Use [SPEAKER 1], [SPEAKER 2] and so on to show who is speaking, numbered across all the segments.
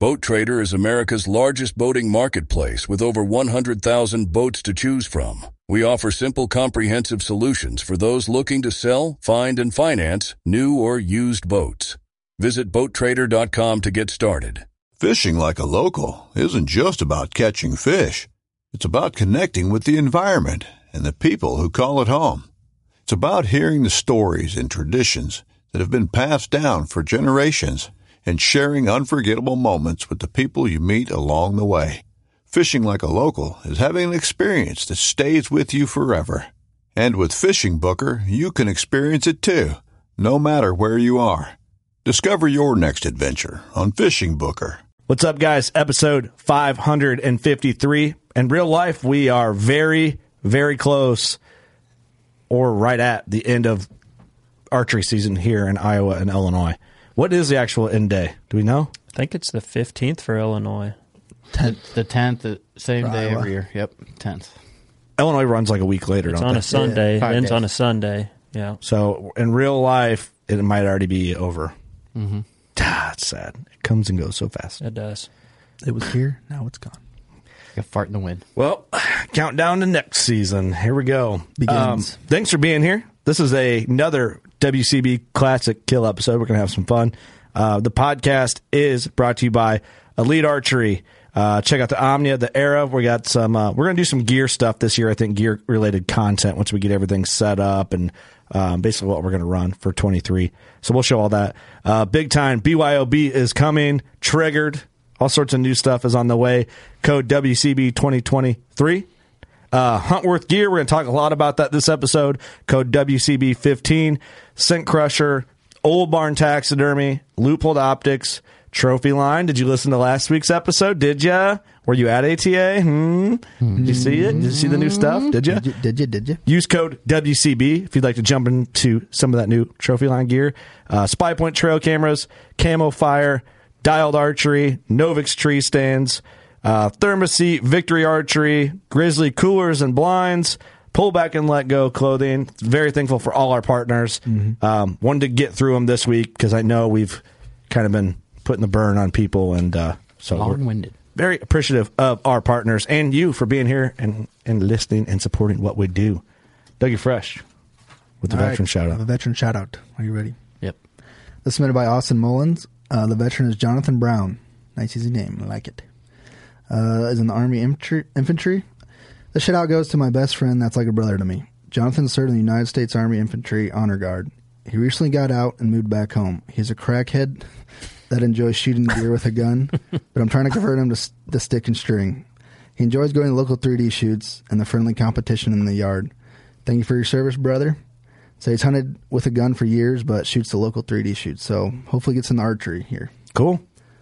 [SPEAKER 1] Boat Trader is America's largest boating marketplace with over 100,000 boats to choose from. We offer simple, comprehensive solutions for those looking to sell, find, and finance new or used boats. Visit BoatTrader.com to get started.
[SPEAKER 2] Fishing like a local isn't just about catching fish. It's about connecting with the environment and the people who call it home. It's about hearing the stories and traditions that have been passed down for generations and sharing unforgettable moments with the people you meet along the way. Fishing like a local is having an experience that stays with you forever. And with Fishing Booker, you can experience it too, no matter where you are. Discover your next adventure on Fishing Booker.
[SPEAKER 3] What's up, guys? Episode 553. In real life, we are very, very close or right at the end of archery season here in Iowa and Illinois. What is the actual end day? Do we know?
[SPEAKER 4] I think it's the 15th for Illinois.
[SPEAKER 5] Tenth, the tenth, the same day
[SPEAKER 3] Iowa.
[SPEAKER 5] every year. Yep, tenth.
[SPEAKER 3] Illinois runs like a week later.
[SPEAKER 4] It's
[SPEAKER 3] don't
[SPEAKER 4] on
[SPEAKER 3] they?
[SPEAKER 4] a Sunday.
[SPEAKER 5] five
[SPEAKER 4] it ends
[SPEAKER 5] days.
[SPEAKER 4] on a Sunday. Yeah.
[SPEAKER 3] So in real life, it might already be over.
[SPEAKER 4] Mm-hmm.
[SPEAKER 3] Ah, it's sad. It comes and goes so fast.
[SPEAKER 4] It does.
[SPEAKER 6] It was here. Now it's gone.
[SPEAKER 5] Like a fart in the wind.
[SPEAKER 3] Well, countdown to next season. Here we go. Um,
[SPEAKER 6] Begins.
[SPEAKER 3] thanks for being here. This is a, another WCB Classic Kill episode. We're going to have some fun. Uh, the podcast is brought to you by Elite Archery. Uh, check out the Omnia, the Era. We got some. Uh, we're going to do some gear stuff this year. I think gear related content once we get everything set up and um, basically what we're going to run for 23. So we'll show all that. Uh, big time BYOB is coming. Triggered. All sorts of new stuff is on the way. Code WCB 2023 uh, Huntworth gear. We're going to talk a lot about that this episode. Code WCB15, Scent Crusher, Old Barn Taxidermy, Loophole Optics, Trophy Line. Did you listen to last week's episode? Did ya? Were you at ATA? Hmm? Did you see it? Did you see the new stuff? Did ya?
[SPEAKER 6] Did you? Did you? Did you?
[SPEAKER 3] Use code WCB if you'd like to jump into some of that new trophy line gear. Uh, Spy Point trail cameras, camo fire, dialed archery, Novix tree stands, uh, Thermoset victory archery, Grizzly coolers and blinds, pull back and let go clothing. Very thankful for all our partners. Um, wanted to get through them this week because I know we've kind of been putting the burn on people, and uh, so we're-
[SPEAKER 5] Long-winded.
[SPEAKER 3] very appreciative of our partners and you for being here and, and listening and supporting what we do. Dougie Fresh with the
[SPEAKER 6] All right.
[SPEAKER 3] veteran shout
[SPEAKER 6] The
[SPEAKER 3] out.
[SPEAKER 6] veteran shout out. Are you ready?
[SPEAKER 5] Yep.
[SPEAKER 6] This is submitted by Austin Mullins. Uh, the veteran is Jonathan Brown. Nice easy name. I like it. Uh, is in the Army Infantry. infantry. The shout out goes to my best friend that's like a brother to me. Jonathan served in the United States Army Infantry Honor Guard. He recently got out and moved back home. He's a crackhead that enjoys shooting deer with a gun, but I'm trying to convert him to, s- to stick and string. He enjoys going to local 3D shoots and the friendly competition in the yard. Thank you for your service, brother. So he's hunted with a gun for years, but shoots the local 3D shoots. So hopefully gets in the archery here.
[SPEAKER 3] Cool.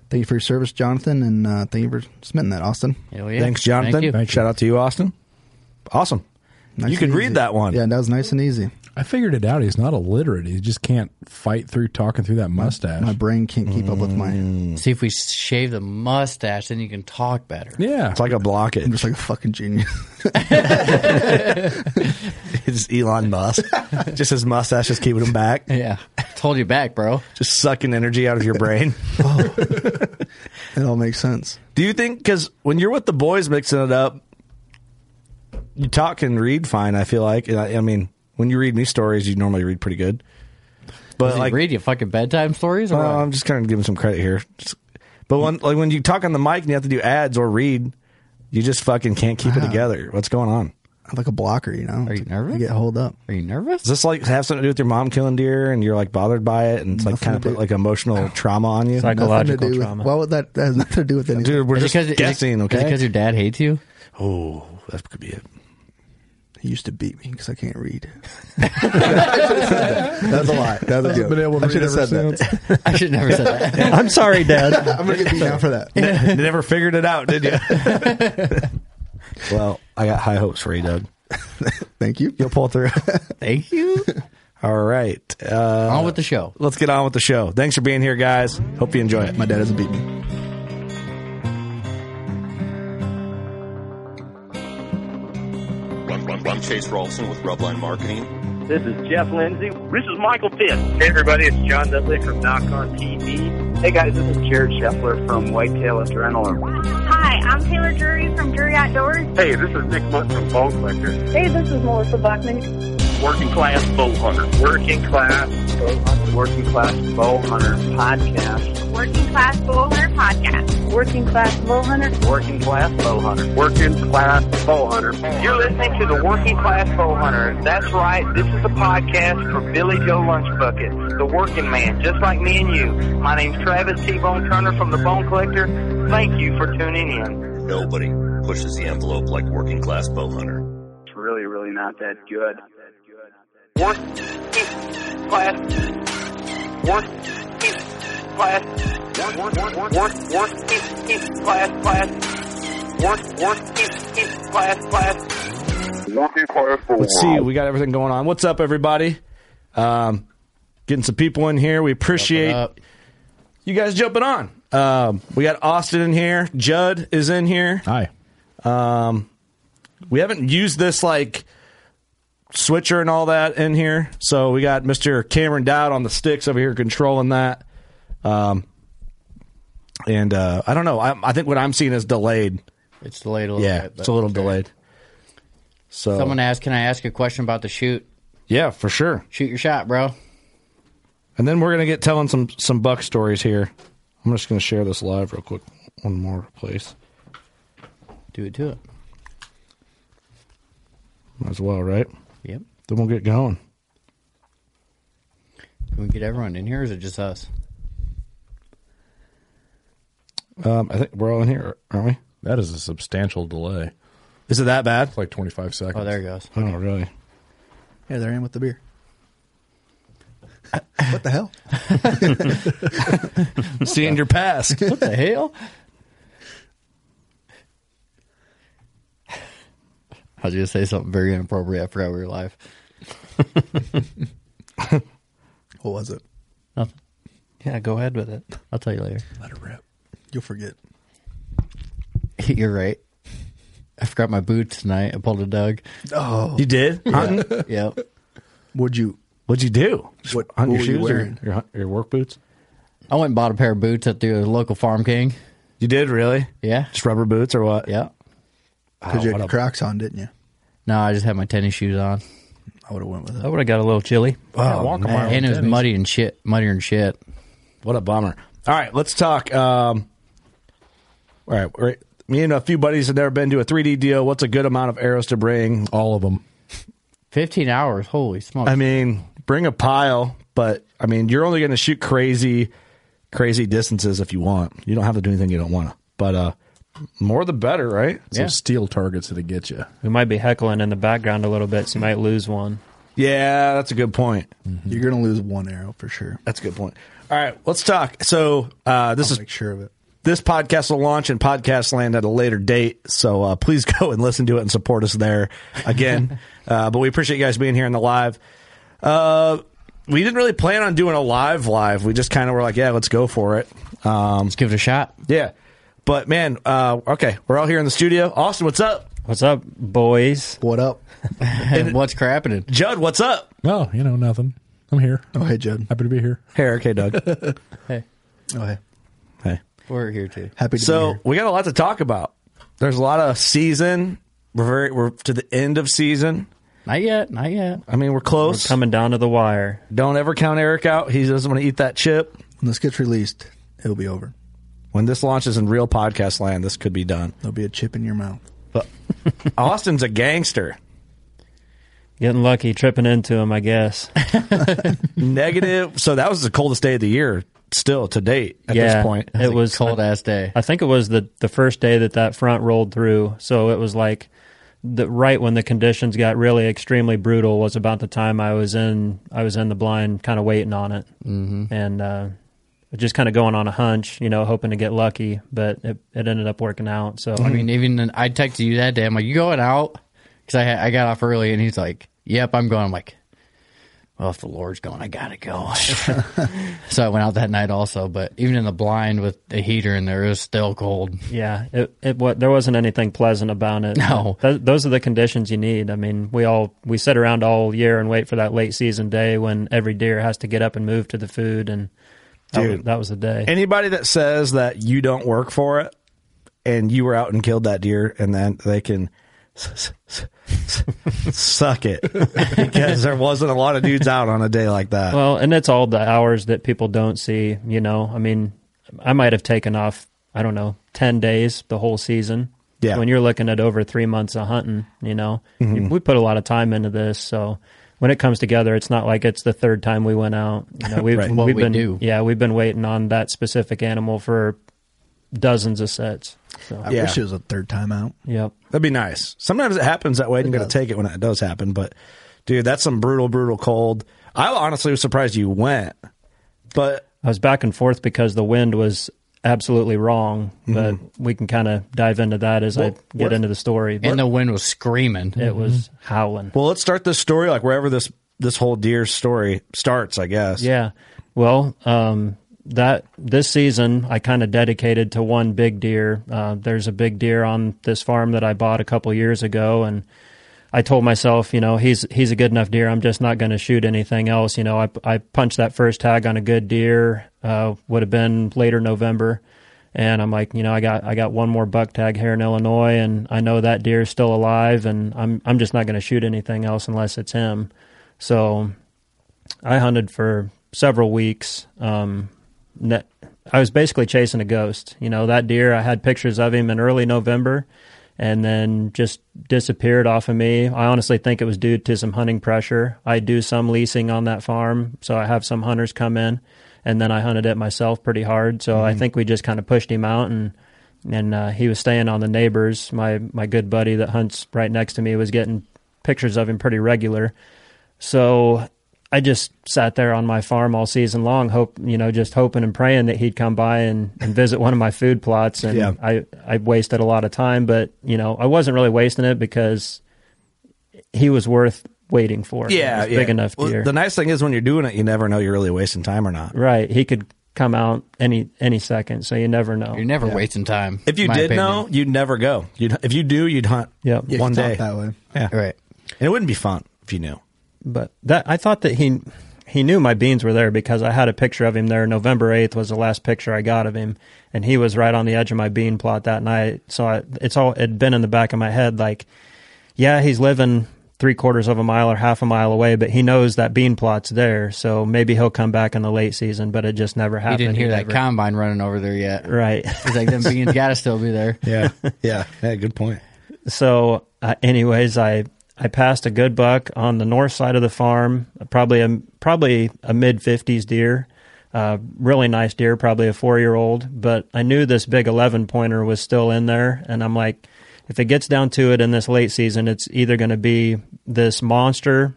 [SPEAKER 6] Thank you for your service, Jonathan, and uh, thank you for submitting that, Austin.
[SPEAKER 5] Hell yeah.
[SPEAKER 3] Thanks, Jonathan.
[SPEAKER 5] Thank you.
[SPEAKER 3] Shout out to you, Austin. Awesome.
[SPEAKER 6] Nice
[SPEAKER 3] you could
[SPEAKER 6] and
[SPEAKER 3] read
[SPEAKER 6] easy.
[SPEAKER 3] that one.
[SPEAKER 6] Yeah, that was nice and easy.
[SPEAKER 7] I figured it out. He's not illiterate. He just can't fight through talking through that mustache.
[SPEAKER 6] My brain can't keep up with my. I'm
[SPEAKER 5] See if we shave the mustache, then you can talk better.
[SPEAKER 7] yeah.
[SPEAKER 3] It's like a blockage.
[SPEAKER 6] just like a fucking genius.
[SPEAKER 3] It's Elon Musk. just his mustache is keeping him back.
[SPEAKER 5] Yeah. Told you back, bro.
[SPEAKER 3] Just sucking energy out of your brain.
[SPEAKER 6] it all makes sense.
[SPEAKER 3] Do you think, because when you're with the boys mixing it up, you talk and read fine, I feel like. And I, I mean, when you read me stories, you normally read pretty good. But
[SPEAKER 5] Does
[SPEAKER 3] like, Um,
[SPEAKER 5] he read you fucking bedtime stories? Or
[SPEAKER 3] Well,
[SPEAKER 5] what?
[SPEAKER 3] Oh, I'm just kind of giving some credit here. Just- But when like when you talk on the mic and you have to do ads or read, you just fucking can't keep it together. What's going on?
[SPEAKER 6] I'm like a blocker, you know.
[SPEAKER 5] Are you nervous?
[SPEAKER 6] I get holed up.
[SPEAKER 5] Are you nervous?
[SPEAKER 3] Does this like have something to do with your mom killing deer and you're like bothered by it and it's like
[SPEAKER 6] Nothing
[SPEAKER 3] kind of
[SPEAKER 6] to
[SPEAKER 3] put
[SPEAKER 6] do-
[SPEAKER 3] like emotional trauma on you?
[SPEAKER 6] Nothing to
[SPEAKER 4] Psychological
[SPEAKER 6] do with-
[SPEAKER 4] trauma.
[SPEAKER 6] Why would that? That has nothing to do with anything.
[SPEAKER 3] Dude, we're
[SPEAKER 5] Is it
[SPEAKER 3] just
[SPEAKER 5] because- is it-
[SPEAKER 3] guessing.
[SPEAKER 5] Is it
[SPEAKER 3] Okay.
[SPEAKER 5] because your dad hates you?
[SPEAKER 3] oh, that could be it.
[SPEAKER 6] He used to beat me because I can't read. That's a lie. That's a joke.
[SPEAKER 7] been able to
[SPEAKER 6] I should have
[SPEAKER 7] read
[SPEAKER 6] said
[SPEAKER 7] ever
[SPEAKER 6] that.
[SPEAKER 5] I should never said that.
[SPEAKER 3] I'm sorry, Dad.
[SPEAKER 6] I'm gonna get beat down for that.
[SPEAKER 3] N- never figured it out, did you? well, I got high hopes for you, Doug.
[SPEAKER 6] Thank you.
[SPEAKER 3] You'll pull through.
[SPEAKER 5] Thank you.
[SPEAKER 3] All right. Uh,
[SPEAKER 5] On with the show.
[SPEAKER 3] let's get on with the show. Thanks for being here, guys. Hope you enjoy it.
[SPEAKER 6] My dad doesn't beat me.
[SPEAKER 8] Run, run, run. Chase Rolfson with Rubline Marketing.
[SPEAKER 9] This is Jeff Lindsay. This is Michael Pitt. Hey, everybody, it's John Dudley from Knock on TV.
[SPEAKER 7] Hey guys, this is Jared Scheffler from Whitetail Adrenaline.
[SPEAKER 10] Hi, I'm Taylor Drury from Drury Outdoors.
[SPEAKER 11] Hey, this is Nick Munt from Bone Collector.
[SPEAKER 10] Hey, this is Melissa Buckman.
[SPEAKER 11] Working class bow hunter.
[SPEAKER 7] Working Class Bow Hunter. Working Class Bow Hunter Podcast.
[SPEAKER 10] Working Class Bowhunter Podcast. Working Class Bowhunter.
[SPEAKER 7] Working Class Bow Hunter. Working Class Bow Hunter. You're listening to the Working Class Bow Hunter. That's right. This is a podcast for Billy Joe Lunchbucket, the working man, just like me and you. My name's Travis T. Bone Turner from the Bone Collector. Thank you for tuning in.
[SPEAKER 11] Nobody pushes the envelope like working class bow hunter.
[SPEAKER 7] It's really, really not that good. Working Class. Working Class. Work, work, work, work, work, class, class. Work, work, class, class.
[SPEAKER 11] Working class bow
[SPEAKER 3] Let's see. We got everything going on. What's up, everybody? Um, getting some people in here. We appreciate
[SPEAKER 5] Up.
[SPEAKER 3] you guys jumping on. Um, we got Austin in here. Judd is in here. Um,
[SPEAKER 12] Hi.
[SPEAKER 3] We haven't used this like switcher and all that in here. So we got Mr. Cameron Dowd on the sticks over here controlling that. Um, and uh, I don't know. I, I think what I'm seeing is delayed.
[SPEAKER 5] It's delayed a little
[SPEAKER 3] Yeah,
[SPEAKER 5] bit. but
[SPEAKER 3] it's a little
[SPEAKER 5] it's
[SPEAKER 3] delayed. So
[SPEAKER 5] Someone asked, "Can I ask a question about the shoot?
[SPEAKER 3] yeah, for sure.
[SPEAKER 5] Shoot your shot, bro."
[SPEAKER 3] And then we're gonna get telling some some buck stories here. I'm just gonna share this live real quick. One more place,
[SPEAKER 5] Do it to it.
[SPEAKER 3] might as well, right?
[SPEAKER 5] Yep.
[SPEAKER 3] Then we'll get going.
[SPEAKER 5] Can we get everyone in here? Or is it just us?
[SPEAKER 3] Um, I think we're all in here, aren't we?
[SPEAKER 12] That is a substantial delay.
[SPEAKER 3] Is it that bad?
[SPEAKER 12] It's like 25 seconds.
[SPEAKER 5] Oh, there it goes.
[SPEAKER 3] Oh, really?
[SPEAKER 6] Here, there I am with the beer. what the hell?
[SPEAKER 3] Seeing your past.
[SPEAKER 5] What the hell? I was gonna say something very inappropriate. I forgot we were live.
[SPEAKER 6] What was it?
[SPEAKER 5] Nothing. Yeah, go ahead with it. I'll tell you later.
[SPEAKER 12] Let it rip.
[SPEAKER 6] You'll forget.
[SPEAKER 5] You're right. I forgot my boots tonight. I pulled a Doug.
[SPEAKER 3] you did? Hunting?
[SPEAKER 5] Yep.
[SPEAKER 6] Oh. Would you?
[SPEAKER 3] What'd you do?
[SPEAKER 6] What-
[SPEAKER 3] Hunt your
[SPEAKER 6] what were you
[SPEAKER 3] shoes
[SPEAKER 6] wearing?
[SPEAKER 3] or your, hunt- your work boots?
[SPEAKER 5] I went and bought a pair of boots at the local Farm King.
[SPEAKER 3] You did really?
[SPEAKER 5] Yeah.
[SPEAKER 3] Just rubber boots or what?
[SPEAKER 5] Yeah.
[SPEAKER 6] Because you had
[SPEAKER 12] what
[SPEAKER 6] your
[SPEAKER 12] a-
[SPEAKER 6] Crocs on, didn't you?
[SPEAKER 5] No, I just had my tennis shoes on.
[SPEAKER 6] I would have went with
[SPEAKER 4] That
[SPEAKER 6] it.
[SPEAKER 4] would have got a little chilly.
[SPEAKER 3] Oh,
[SPEAKER 12] Yeah, walk a mile
[SPEAKER 5] and
[SPEAKER 12] in
[SPEAKER 5] it was
[SPEAKER 12] tennis.
[SPEAKER 5] muddy and shit. Muddier and shit.
[SPEAKER 3] What a bummer. All right, let's talk. Um, all right, we're- me and a few buddies have never been to a 3D deal. What's a good amount of arrows to bring?
[SPEAKER 12] All of them.
[SPEAKER 5] 15 hours. Holy smokes.
[SPEAKER 3] I mean, bring a pile, but I mean, you're only going to shoot crazy, crazy distances if you want. You don't have to do anything you don't want to. But uh, more the better, right?
[SPEAKER 12] Some
[SPEAKER 5] Yeah.
[SPEAKER 12] steel targets that'll get you.
[SPEAKER 4] We might be heckling in the background a little bit, so you might lose one.
[SPEAKER 3] Yeah, that's a good point.
[SPEAKER 6] You're going to lose one arrow for sure.
[SPEAKER 3] That's a good point. All right, let's talk. So uh, this
[SPEAKER 6] I'll
[SPEAKER 3] is
[SPEAKER 6] make sure of it.
[SPEAKER 3] this podcast will launch in podcast land at a later date. So uh, please go and listen to it and support us there again. uh, but we appreciate you guys being here in the live. Uh, we didn't really plan on doing a live live. We just kind of were like, yeah, let's go for it. Um,
[SPEAKER 5] Let's give it a shot.
[SPEAKER 3] yeah. But man, uh, okay, we're all here in the studio. Austin, what's up?
[SPEAKER 4] What's up, boys?
[SPEAKER 6] What up?
[SPEAKER 5] And what's crapping?
[SPEAKER 3] Judd, what's up?
[SPEAKER 12] Oh, you know, nothing. I'm here.
[SPEAKER 6] Oh, hey, Judd.
[SPEAKER 12] Happy to be here.
[SPEAKER 3] Hey, okay, Doug.
[SPEAKER 5] Hey,
[SPEAKER 6] Oh, hey.
[SPEAKER 3] hey.
[SPEAKER 5] we're here too.
[SPEAKER 6] Happy to be
[SPEAKER 3] So
[SPEAKER 6] here.
[SPEAKER 3] we got a lot to talk about. There's a lot of season. We're very we're to the end of season.
[SPEAKER 5] Not yet. Not yet.
[SPEAKER 3] I mean, we're
[SPEAKER 4] We're
[SPEAKER 3] close.
[SPEAKER 4] coming down to the wire.
[SPEAKER 3] Don't ever count Eric out. He doesn't want to eat that chip.
[SPEAKER 6] When this gets released, it'll be over.
[SPEAKER 3] When this launches in real podcast land, this could be done.
[SPEAKER 6] There'll be a chip in your mouth.
[SPEAKER 3] But Austin's a gangster.
[SPEAKER 4] Getting lucky, tripping into him, I guess.
[SPEAKER 3] Negative. So that was the coldest day of the year still to date at
[SPEAKER 4] yeah,
[SPEAKER 3] this point.
[SPEAKER 4] it was
[SPEAKER 5] cold ass day.
[SPEAKER 4] I think it was the the first day that that front rolled through. So it was like the right when the conditions got really extremely brutal was about the time I was in I was in the blind, kind of waiting on it, mm-hmm. and uh, just kind of going on a hunch, you know, hoping to get lucky. But it, it ended up working out. So
[SPEAKER 5] I mean, even then, I texted you that day. I'm like, you going out? Because I had, I got off early, and he's like, "Yep, I'm going." I'm like, "Well, if the Lord's going, I gotta go." so I went out that night also, but even in the blind with the heater in there, it was still cold.
[SPEAKER 4] Yeah, it, it what there wasn't anything pleasant about it.
[SPEAKER 5] No.
[SPEAKER 4] Th- those are the conditions you need. I mean, we all we sit around all year and wait for that late season day when every deer has to get up and move to the food, and That,
[SPEAKER 3] Dude.
[SPEAKER 4] was, that was the day.
[SPEAKER 3] Anybody that says that you don't work for it and you were out and killed that deer and then they can s- s- s- suck it because there wasn't a lot of dudes out on a day like that.
[SPEAKER 4] Well, and it's all the hours that people don't see, you know. I mean, I might have taken off, I don't know, 10 days the whole season.
[SPEAKER 3] Yeah. Mm-hmm.
[SPEAKER 4] When you're looking at over three months of hunting, you know, we put a lot of time into this. So when it comes together, it's not like it's the third time we went out. You know, we've,
[SPEAKER 3] Right.
[SPEAKER 4] we've
[SPEAKER 5] What we
[SPEAKER 4] been,
[SPEAKER 5] do.
[SPEAKER 4] yeah, we've been waiting on that specific animal for dozens of sets. So,
[SPEAKER 6] I
[SPEAKER 3] Yeah.
[SPEAKER 6] wish it was a third time out.
[SPEAKER 4] yep.
[SPEAKER 3] That'd be nice. Sometimes it happens that way, and you got to take it when it does happen. But dude, that's some brutal, brutal cold. I honestly was surprised you went, but
[SPEAKER 4] I was back and forth because the wind was absolutely wrong, but we can kind of dive into that as
[SPEAKER 3] Mm-hmm. Well,
[SPEAKER 4] I get
[SPEAKER 3] we're-
[SPEAKER 4] into the story. But
[SPEAKER 5] And the wind was screaming.
[SPEAKER 4] it was howling.
[SPEAKER 3] well, let's start this story like wherever this this whole deer story starts. I guess.
[SPEAKER 4] Yeah. Well, um, that this season I kind of dedicated to one big deer. Uh, there's a big deer on this farm that I bought a couple years ago, and I told myself, you know, he's he's a good enough deer. I'm just not going to shoot anything else. You know, I I punched that first tag on a good deer. Uh, would have been later November, and I'm like, you know, I got I got one more buck tag here in Illinois, and I know that deer is still alive, and I'm I'm just not going to shoot anything else unless it's him. So I hunted for several weeks. Um, ne- I was basically chasing a ghost. You know, that deer, I had pictures of him in early November and then just disappeared off of me. I honestly think it was due to some hunting pressure. I do some leasing on that farm, so I have some hunters come in and then I hunted it myself pretty hard. So I think we just kind of pushed him out and and uh, he was staying on the neighbors. My my good buddy that hunts right next to me was getting pictures of him pretty regular. So I just sat there on my farm all season long, hope you know, just hoping and praying that he'd come by and, and visit one of my food plots. And
[SPEAKER 3] Yeah.
[SPEAKER 4] I I wasted a lot of time, but you know, I wasn't really wasting it because he was worth waiting for.
[SPEAKER 3] Yeah,
[SPEAKER 4] He was a big
[SPEAKER 3] yeah.
[SPEAKER 4] enough
[SPEAKER 3] Well,
[SPEAKER 4] deer.
[SPEAKER 3] the nice thing is when you're doing it, you never know you're really wasting time or not.
[SPEAKER 4] right, he could come out any any second, so you never know.
[SPEAKER 5] You're never wasting time.
[SPEAKER 3] If you
[SPEAKER 5] my
[SPEAKER 3] did
[SPEAKER 5] opinion.
[SPEAKER 3] know, you'd never go. You'd, if you do, you'd hunt
[SPEAKER 4] Yep.
[SPEAKER 6] If
[SPEAKER 3] one
[SPEAKER 6] you thought
[SPEAKER 3] day,
[SPEAKER 6] that way.
[SPEAKER 5] right?
[SPEAKER 3] and it wouldn't be fun if you knew.
[SPEAKER 4] but that I thought that he he knew my beans were there because I had a picture of him there. November eighth was the last picture I got of him, and he was right on the edge of my bean plot that night. So I, it's all it'd been in the back of my head like, yeah, he's living three quarters of a mile or half a mile away, but he knows that bean plot's there, so maybe he'll come back in the late season. But it just never
[SPEAKER 5] He
[SPEAKER 4] happened.
[SPEAKER 5] didn't hear that
[SPEAKER 4] never-
[SPEAKER 5] combine running over there yet.
[SPEAKER 4] right?
[SPEAKER 5] He's like, them beans got to still be there.
[SPEAKER 3] Yeah, yeah, yeah. Good point.
[SPEAKER 4] so uh, anyways i i passed a good buck on the north side of the farm probably a probably a mid 50s deer uh, really nice deer probably a four year old but i knew this big 11 pointer was still in there and i'm like if it gets down to it in this late season it's either going to be this monster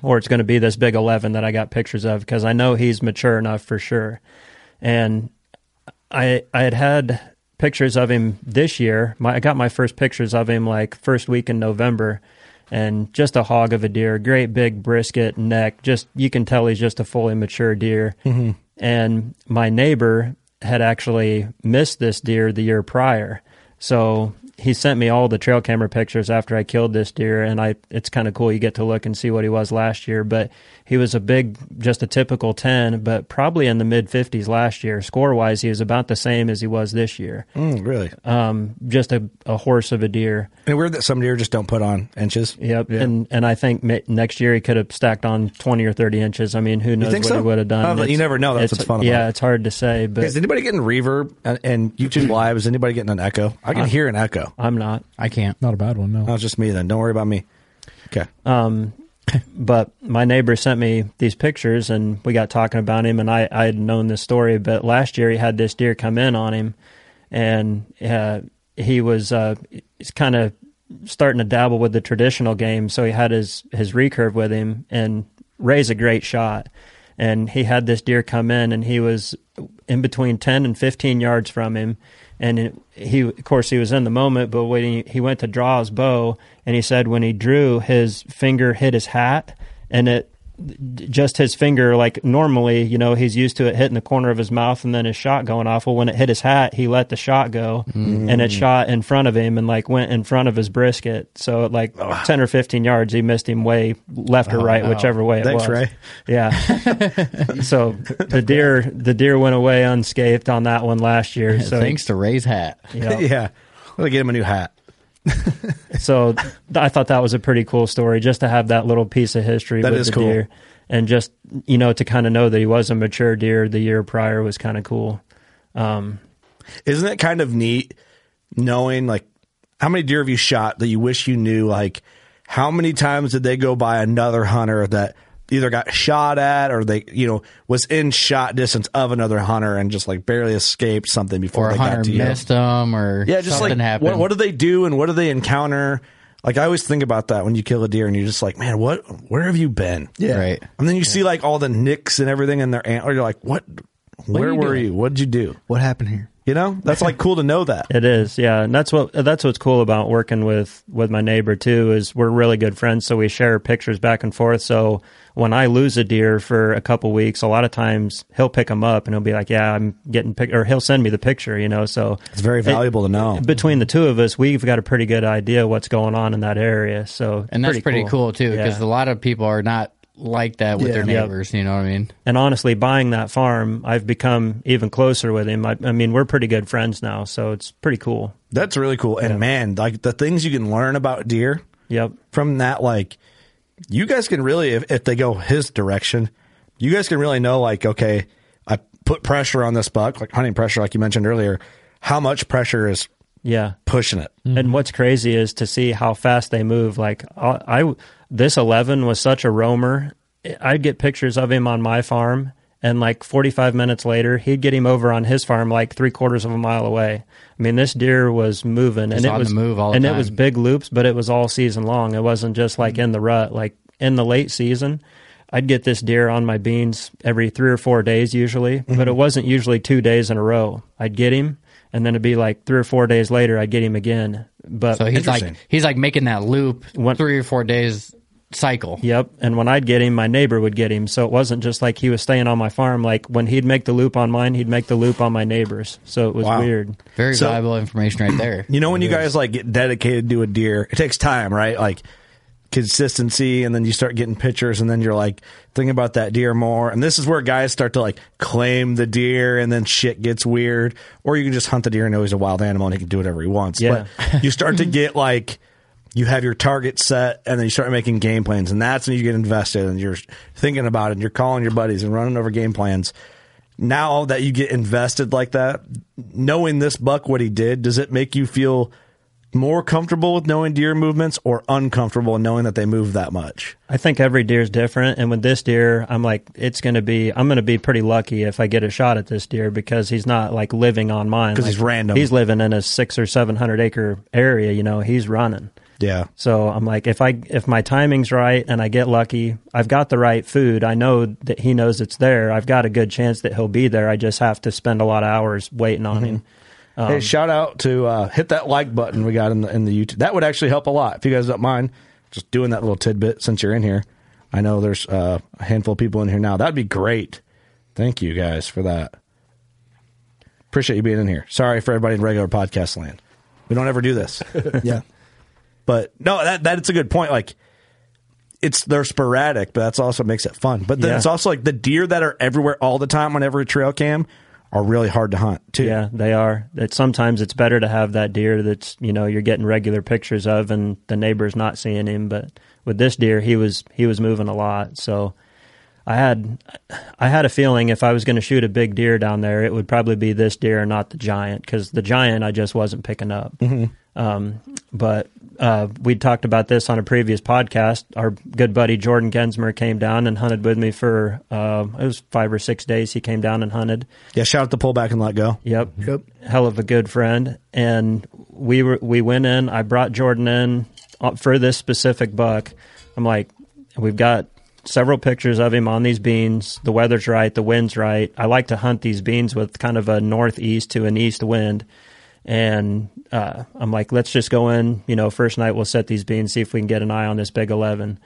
[SPEAKER 4] or it's going to be this big 11 that i got pictures of because i know he's mature enough for sure and I I had had pictures of him this year. My, I got my first pictures of him like first week in November, and just a hog of a deer, great big brisket neck. Just you can tell he's just a fully mature deer. And my neighbor had actually missed this deer the year prior, so he sent me all the trail camera pictures after I killed this deer, and I it's kind of cool. You get to look and see what he was last year, but he was a big, just a typical ten, but probably in the mid fifties last year. Score wise, he was about the same as he was this year.
[SPEAKER 3] Mm, really.
[SPEAKER 4] Um, just a, a horse of a deer.
[SPEAKER 3] And weird that some deer just don't put on inches.
[SPEAKER 4] Yep. And and I think ma- next year he could have stacked on twenty or thirty inches. I mean, who knows
[SPEAKER 3] think
[SPEAKER 4] what
[SPEAKER 3] so?
[SPEAKER 4] he would have done?
[SPEAKER 3] Oh, but you
[SPEAKER 4] It's-
[SPEAKER 3] never know. That's
[SPEAKER 4] it's-
[SPEAKER 3] what's fun about
[SPEAKER 4] Yeah,
[SPEAKER 3] it.
[SPEAKER 4] it's hard to say,
[SPEAKER 3] Is
[SPEAKER 4] but
[SPEAKER 3] anybody getting reverb and, and YouTube Live? Is anybody getting an echo? I
[SPEAKER 5] Uh-huh.
[SPEAKER 3] can hear an echo.
[SPEAKER 4] I'm not.
[SPEAKER 5] I can't.
[SPEAKER 7] Not a bad one, no.
[SPEAKER 3] That's just me then. Don't worry about me. Okay.
[SPEAKER 4] but my neighbor sent me these pictures and we got talking about him and I, I had known this story but last year he had this deer come in on him and uh, he was uh, he's kind of starting to dabble with the traditional game so he had his his recurve with him and Ray's a great shot and he had this deer come in and he was in between 10 and 15 yards from him and it, he of course he was in the moment but when he, he went to draw his bow and he said when he drew his finger hit his hat and it d- just his finger like normally you know he's used to it hitting the corner of his mouth and then his shot going off well when it hit his hat he let the shot go and it shot in front of him and like went in front of his brisket so at like 10 or 15 yards he missed him way left or right whichever way it
[SPEAKER 3] Thanks,
[SPEAKER 4] was
[SPEAKER 3] Ray.
[SPEAKER 4] yeah so the deer the deer went away unscathed on that one last year so
[SPEAKER 5] Thanks to Ray's hat.
[SPEAKER 4] yeah.
[SPEAKER 3] yeah. I'm gonna get him a new hat.
[SPEAKER 4] so th- I thought that was a pretty cool story just to have that little piece of history
[SPEAKER 3] That
[SPEAKER 4] with
[SPEAKER 3] is
[SPEAKER 4] the
[SPEAKER 3] cool.
[SPEAKER 4] deer and just you know to kind of know that he was a mature deer the year prior was kind of cool.
[SPEAKER 3] Isn't it kind of neat knowing like how many deer have you shot that you wish you knew? Like how many times did they go by another hunter that either got shot at or they you know was in shot distance of another hunter and just like barely escaped something before
[SPEAKER 5] Or
[SPEAKER 3] they
[SPEAKER 5] a
[SPEAKER 3] got to
[SPEAKER 5] hunter
[SPEAKER 3] you?
[SPEAKER 5] missed him, or
[SPEAKER 3] Yeah, just
[SPEAKER 5] something
[SPEAKER 3] like
[SPEAKER 5] happened.
[SPEAKER 3] What, what do they do and what do they encounter? Like I always think about that when you kill a deer and you're just like, man, what? Where have you been?
[SPEAKER 6] Yeah.
[SPEAKER 5] Right.
[SPEAKER 3] And then you see like all the nicks and everything in their antler. You're like, what? Where
[SPEAKER 5] you
[SPEAKER 3] were
[SPEAKER 5] doing?
[SPEAKER 3] you? What did you do?
[SPEAKER 6] What happened here?
[SPEAKER 3] You know, that's like cool to know that.
[SPEAKER 4] It is, yeah, and that's what that's what's cool about working with with my neighbor too is we're really good friends, so we share pictures back and forth. So when I lose a deer for a couple weeks, a lot of times he'll pick them up and he'll be like, "Yeah, I'm getting pic," or he'll send me the picture, you know. So
[SPEAKER 3] It's very valuable to know.
[SPEAKER 4] between the two of us, we've got a pretty good idea what's going on in that area. So
[SPEAKER 5] and that's pretty, cool. too, because
[SPEAKER 4] Yeah.
[SPEAKER 5] a lot of people are not like that with
[SPEAKER 6] Yeah.
[SPEAKER 5] their
[SPEAKER 4] Yep.
[SPEAKER 5] neighbors. You know what I mean?
[SPEAKER 4] and honestly, buying that farm, I've become even closer with him. I, I mean, we're pretty good friends now, so it's pretty cool.
[SPEAKER 3] That's really cool. And man, like the things you can learn about deer
[SPEAKER 4] Yep.
[SPEAKER 3] from that, like you guys can really, if, if they go his direction, you guys can really know, like, okay, I put pressure on this buck, like hunting pressure, like you mentioned earlier. How much pressure is
[SPEAKER 4] Yeah.
[SPEAKER 3] pushing it?
[SPEAKER 5] Mm-hmm.
[SPEAKER 4] And what's crazy is to see how fast they move. Like I, I- this eleven was such a roamer. I'd get pictures of him on my farm, and like forty five minutes later, he'd get him over on his farm, like three quarters of a mile away. I mean, this deer was moving,
[SPEAKER 5] Just
[SPEAKER 4] and
[SPEAKER 5] on
[SPEAKER 4] it
[SPEAKER 5] the
[SPEAKER 4] was
[SPEAKER 5] move all the
[SPEAKER 4] and
[SPEAKER 5] time.
[SPEAKER 4] it was big loops, but it was all season long. It wasn't just like in the rut, like in the late season. I'd get this deer on my beans every three or four days usually, but it wasn't usually two days in a row. I'd get him, and then it'd be like three or four days later, I'd get him again. But
[SPEAKER 5] So he's like
[SPEAKER 3] Interesting.
[SPEAKER 5] he's like making that loop
[SPEAKER 4] What-
[SPEAKER 5] three or four days cycle.
[SPEAKER 4] Yep. And when I'd get him, my neighbor would get him. So it wasn't just like he was staying on my farm. Like when he'd make the loop on mine, he'd make the loop on my neighbors. So it was
[SPEAKER 3] Wow.
[SPEAKER 4] weird.
[SPEAKER 5] Very
[SPEAKER 3] So-
[SPEAKER 5] valuable information right there.
[SPEAKER 3] You know, when you guys like get dedicated to a deer, it takes time, right? Like consistency, and then you start getting pictures, and then you're like thinking about that deer more. And this is where guys start to like claim the deer, and then shit gets weird. Or you can just hunt the deer and know he's a wild animal and he can do whatever he wants.
[SPEAKER 4] Yeah.
[SPEAKER 3] But you start to get like. You have your target set, and then you start making game plans, and that's when you get invested, and you're thinking about it, and you're calling your buddies and running over game plans now that you get invested like that, knowing this buck what he did, does it make you feel more comfortable with knowing deer movements or uncomfortable knowing that they move that much?
[SPEAKER 4] I think every deer's different. And with this deer, I'm like, it's going to be, I'm going to be pretty lucky if I get a shot at this deer because he's not like living on mine.
[SPEAKER 3] 'Cause
[SPEAKER 4] Like,
[SPEAKER 3] he's random.
[SPEAKER 4] He's living in a six or 700 acre area. You know, he's running.
[SPEAKER 3] Yeah.
[SPEAKER 4] So I'm like, if I if my timing's right and I get lucky, I've got the right food. I know that he knows it's there. I've got a good chance that he'll be there. I just have to spend a lot of hours waiting
[SPEAKER 3] Mm-hmm.
[SPEAKER 4] on him. Um,
[SPEAKER 3] hey, shout out to uh, hit that like button we got in the in the YouTube. That would actually help a lot if you guys don't mind just doing that little tidbit since you're in here. I know there's uh, a handful of people in here now. That'd be great. Thank you guys for that. Appreciate you being in here. Sorry for everybody in regular podcast land. We don't ever do this.
[SPEAKER 6] Yeah.
[SPEAKER 3] But no, that that's a good point. Like it's they're sporadic, but that's also what makes it fun. But then
[SPEAKER 4] Yeah.
[SPEAKER 3] it's also like the deer that are everywhere all the time on every trail cam are really hard to hunt too.
[SPEAKER 4] Yeah, they are. That sometimes it's better to have that deer that's you know you're getting regular pictures of, and the neighbor's not seeing him. But with this deer, he was he was moving a lot. So I had I had a feeling if I was going to shoot a big deer down there, it would probably be this deer and not the giant because the giant I just wasn't picking up. Um, but uh, we talked about this on a previous podcast. Our good buddy Jordan Gensmer came down and hunted with me for uh, it was five or six days. He came down and hunted.
[SPEAKER 3] Yeah, shout out to pull back and let go.
[SPEAKER 4] Yep. Hell of a good friend. And we were we went in. I brought Jordan in uh, for this specific buck. I'm like, we've got several pictures of him on these beans. The weather's right. The wind's right. I like to hunt these beans with kind of a northeast to an east wind. And uh, I'm like, let's just go in. You know, first night we'll set these beans, see if we can get an eye on this big eleven.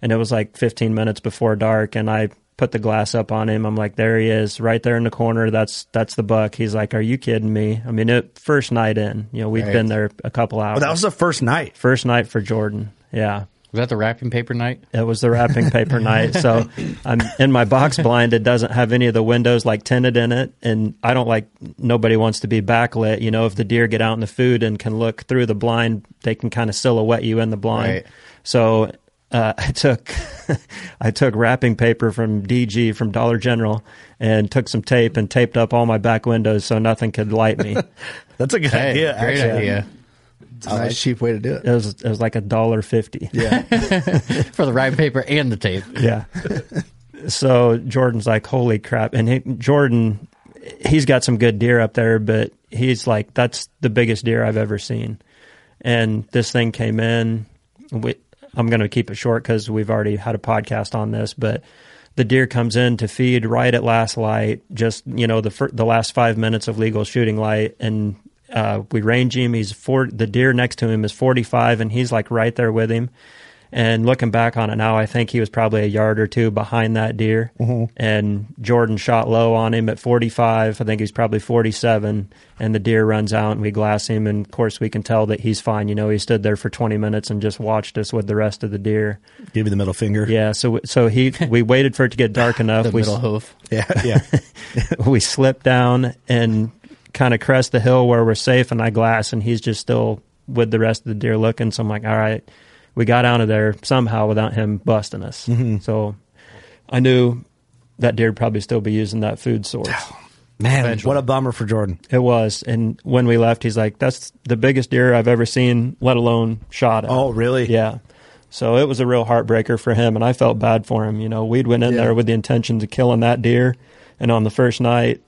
[SPEAKER 4] and it was like 15 minutes before dark and I put the glass up on him. I'm like, there he is right there in the corner. That's, that's the buck. He's like, are you kidding me? I mean, it first night in, you know, we had
[SPEAKER 5] Right.
[SPEAKER 4] been there a couple hours.
[SPEAKER 3] Well, Oh, that was the first night.
[SPEAKER 4] first night for Jordan. Yeah.
[SPEAKER 5] Was that the wrapping paper night?
[SPEAKER 4] It was the wrapping paper night. So I'm in my box blind. It doesn't have any of the windows like tinted in it. And I don't like, nobody wants to be backlit. You know, if the deer get out in the food and can look through the blind, they can kind of silhouette you in the blind.
[SPEAKER 5] Right.
[SPEAKER 4] So uh, I took, I took wrapping paper from DG from Dollar General and took some tape and taped up all my back windows so nothing could light me.
[SPEAKER 3] That's a good
[SPEAKER 5] Hey,
[SPEAKER 3] idea.
[SPEAKER 5] great
[SPEAKER 3] actually.
[SPEAKER 5] idea
[SPEAKER 6] It's a nice, cheap way to do it.
[SPEAKER 4] It was, it was like a dollar fifty.
[SPEAKER 5] for the wrapping paper and the tape.
[SPEAKER 4] Yeah. so Jordan's like, holy crap. And he, Jordan, he's got some good deer up there, but he's like, that's the biggest deer I've ever seen. And this thing came in. We, I'm going to keep it short because we've already had a podcast on this, but the deer comes in to feed right at last light, just, you know, the, fir- the last five minutes of legal shooting light. And uh, we range him. He's four, the deer next to him is 45 and he's like right there with him. And looking back on it now, I think he was probably a yard or two behind that deer.
[SPEAKER 5] Mm-hmm.
[SPEAKER 4] And Jordan shot low on him at 45. I think he's probably 47. And the deer runs out and we glass him. And of course, we can tell that he's fine. You know, he stood there for 20 minutes and just watched us with the rest of the deer.
[SPEAKER 3] Give you the middle finger.
[SPEAKER 4] Yeah. So, so he, we waited for it to get dark enough.
[SPEAKER 5] The
[SPEAKER 4] we,
[SPEAKER 5] middle hoof.
[SPEAKER 3] Yeah. Yeah.
[SPEAKER 4] we slipped down and kind of crest the hill where we're safe and I glass and he's just still with the rest of the deer looking. So I'm like, all right, we got out of there somehow without him busting us. So I knew that deer would probably still be using that food source.
[SPEAKER 3] Man, what a bummer for Jordan.
[SPEAKER 4] It was. And when we left, he's like, that's the biggest deer I've ever seen, let alone shot at.
[SPEAKER 3] Oh, really?
[SPEAKER 4] Yeah. So it was a real heartbreaker for him, and I felt bad for him. You know, we'd went in there with the intentions of killing that deer, and on the first night,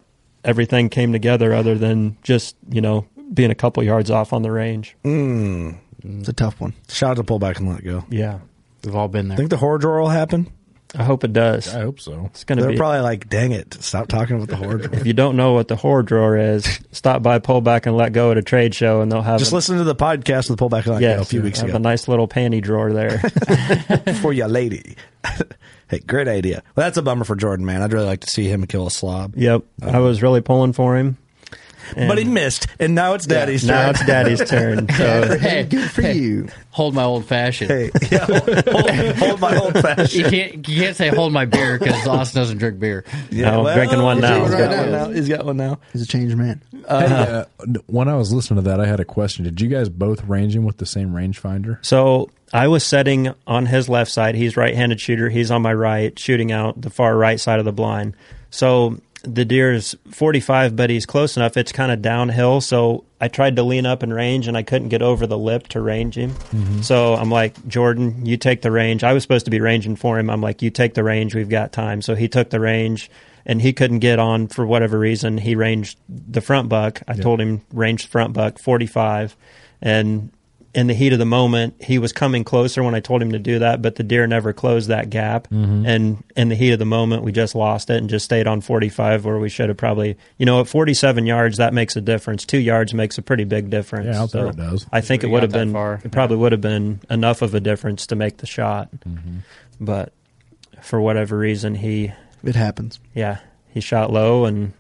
[SPEAKER 4] everything came together other than just you know being a couple yards off on the range.
[SPEAKER 6] It's a tough one.
[SPEAKER 3] Shout out to pull back and let go.
[SPEAKER 4] Yeah,
[SPEAKER 5] We've all been there.
[SPEAKER 3] Think the horror drawer will happen?
[SPEAKER 4] I hope it does.
[SPEAKER 7] I hope so.
[SPEAKER 4] It's gonna
[SPEAKER 3] They're
[SPEAKER 4] be.
[SPEAKER 3] probably like, dang it, stop talking about the horror drawer.
[SPEAKER 4] if you don't know what the horror drawer is, stop by, pull back, and let go at a trade show, and they'll have
[SPEAKER 3] Just
[SPEAKER 4] a,
[SPEAKER 3] listen to the podcast with the pullback and let go a
[SPEAKER 4] yes,
[SPEAKER 3] few weeks
[SPEAKER 4] have
[SPEAKER 3] ago
[SPEAKER 4] a nice little panty drawer there.
[SPEAKER 3] for your lady. hey, great idea. Well, that's a bummer for Jordan, man. I'd really like to see him kill a slob.
[SPEAKER 4] yep, I was really pulling for him,
[SPEAKER 3] But he
[SPEAKER 4] And
[SPEAKER 3] missed, and now it's daddy's
[SPEAKER 4] now
[SPEAKER 3] turn.
[SPEAKER 4] it's Daddy's turn. So
[SPEAKER 5] hey, good
[SPEAKER 6] For you.
[SPEAKER 5] Hold my old fashioned.
[SPEAKER 3] Hey, yeah, hold, hold my old
[SPEAKER 5] You
[SPEAKER 3] fashioned.
[SPEAKER 5] can't you can't say hold my beer because Austin doesn't drink beer.
[SPEAKER 3] Yeah,
[SPEAKER 4] No, I'm drinking one
[SPEAKER 3] he's
[SPEAKER 4] now.
[SPEAKER 3] got
[SPEAKER 5] Right
[SPEAKER 3] one
[SPEAKER 5] now.
[SPEAKER 3] now. He's got one now.
[SPEAKER 6] He's a changed man.
[SPEAKER 7] Hey,
[SPEAKER 13] Uh-huh.
[SPEAKER 7] uh, when I was listening to that, I had a question. Did you guys both range him with the same rangefinder?
[SPEAKER 4] So I was setting on his left side. He's right-handed shooter. He's on my right, shooting out the far right side of the blind. So the deer is 45, but he's close enough. It's kind of downhill. So I tried to lean up and range, and I couldn't get over the lip to range him. So I'm like, Jordan, you take the range. I was supposed to be ranging for him. I'm like, you take the range. We've got time. So he took the range. And he couldn't get on for whatever reason. He ranged the front buck. I told him range the front buck, 45. And in the heat of the moment, he was coming closer when I told him to do that, but the deer never closed that gap.
[SPEAKER 7] Mm-hmm.
[SPEAKER 4] And in the heat of the moment, we just lost it and just stayed on 45 where we should have probably, you know, at 47 yards, that makes a difference. Two yards makes a pretty big difference.
[SPEAKER 7] Yeah, out there it does.
[SPEAKER 4] I think it
[SPEAKER 5] You
[SPEAKER 4] would
[SPEAKER 5] got
[SPEAKER 4] have
[SPEAKER 5] that
[SPEAKER 4] been,
[SPEAKER 5] far.
[SPEAKER 4] it probably would have been enough of a difference to make the shot.
[SPEAKER 7] Mm-hmm.
[SPEAKER 4] But for whatever reason, he,
[SPEAKER 6] It happens.
[SPEAKER 4] yeah, he shot low and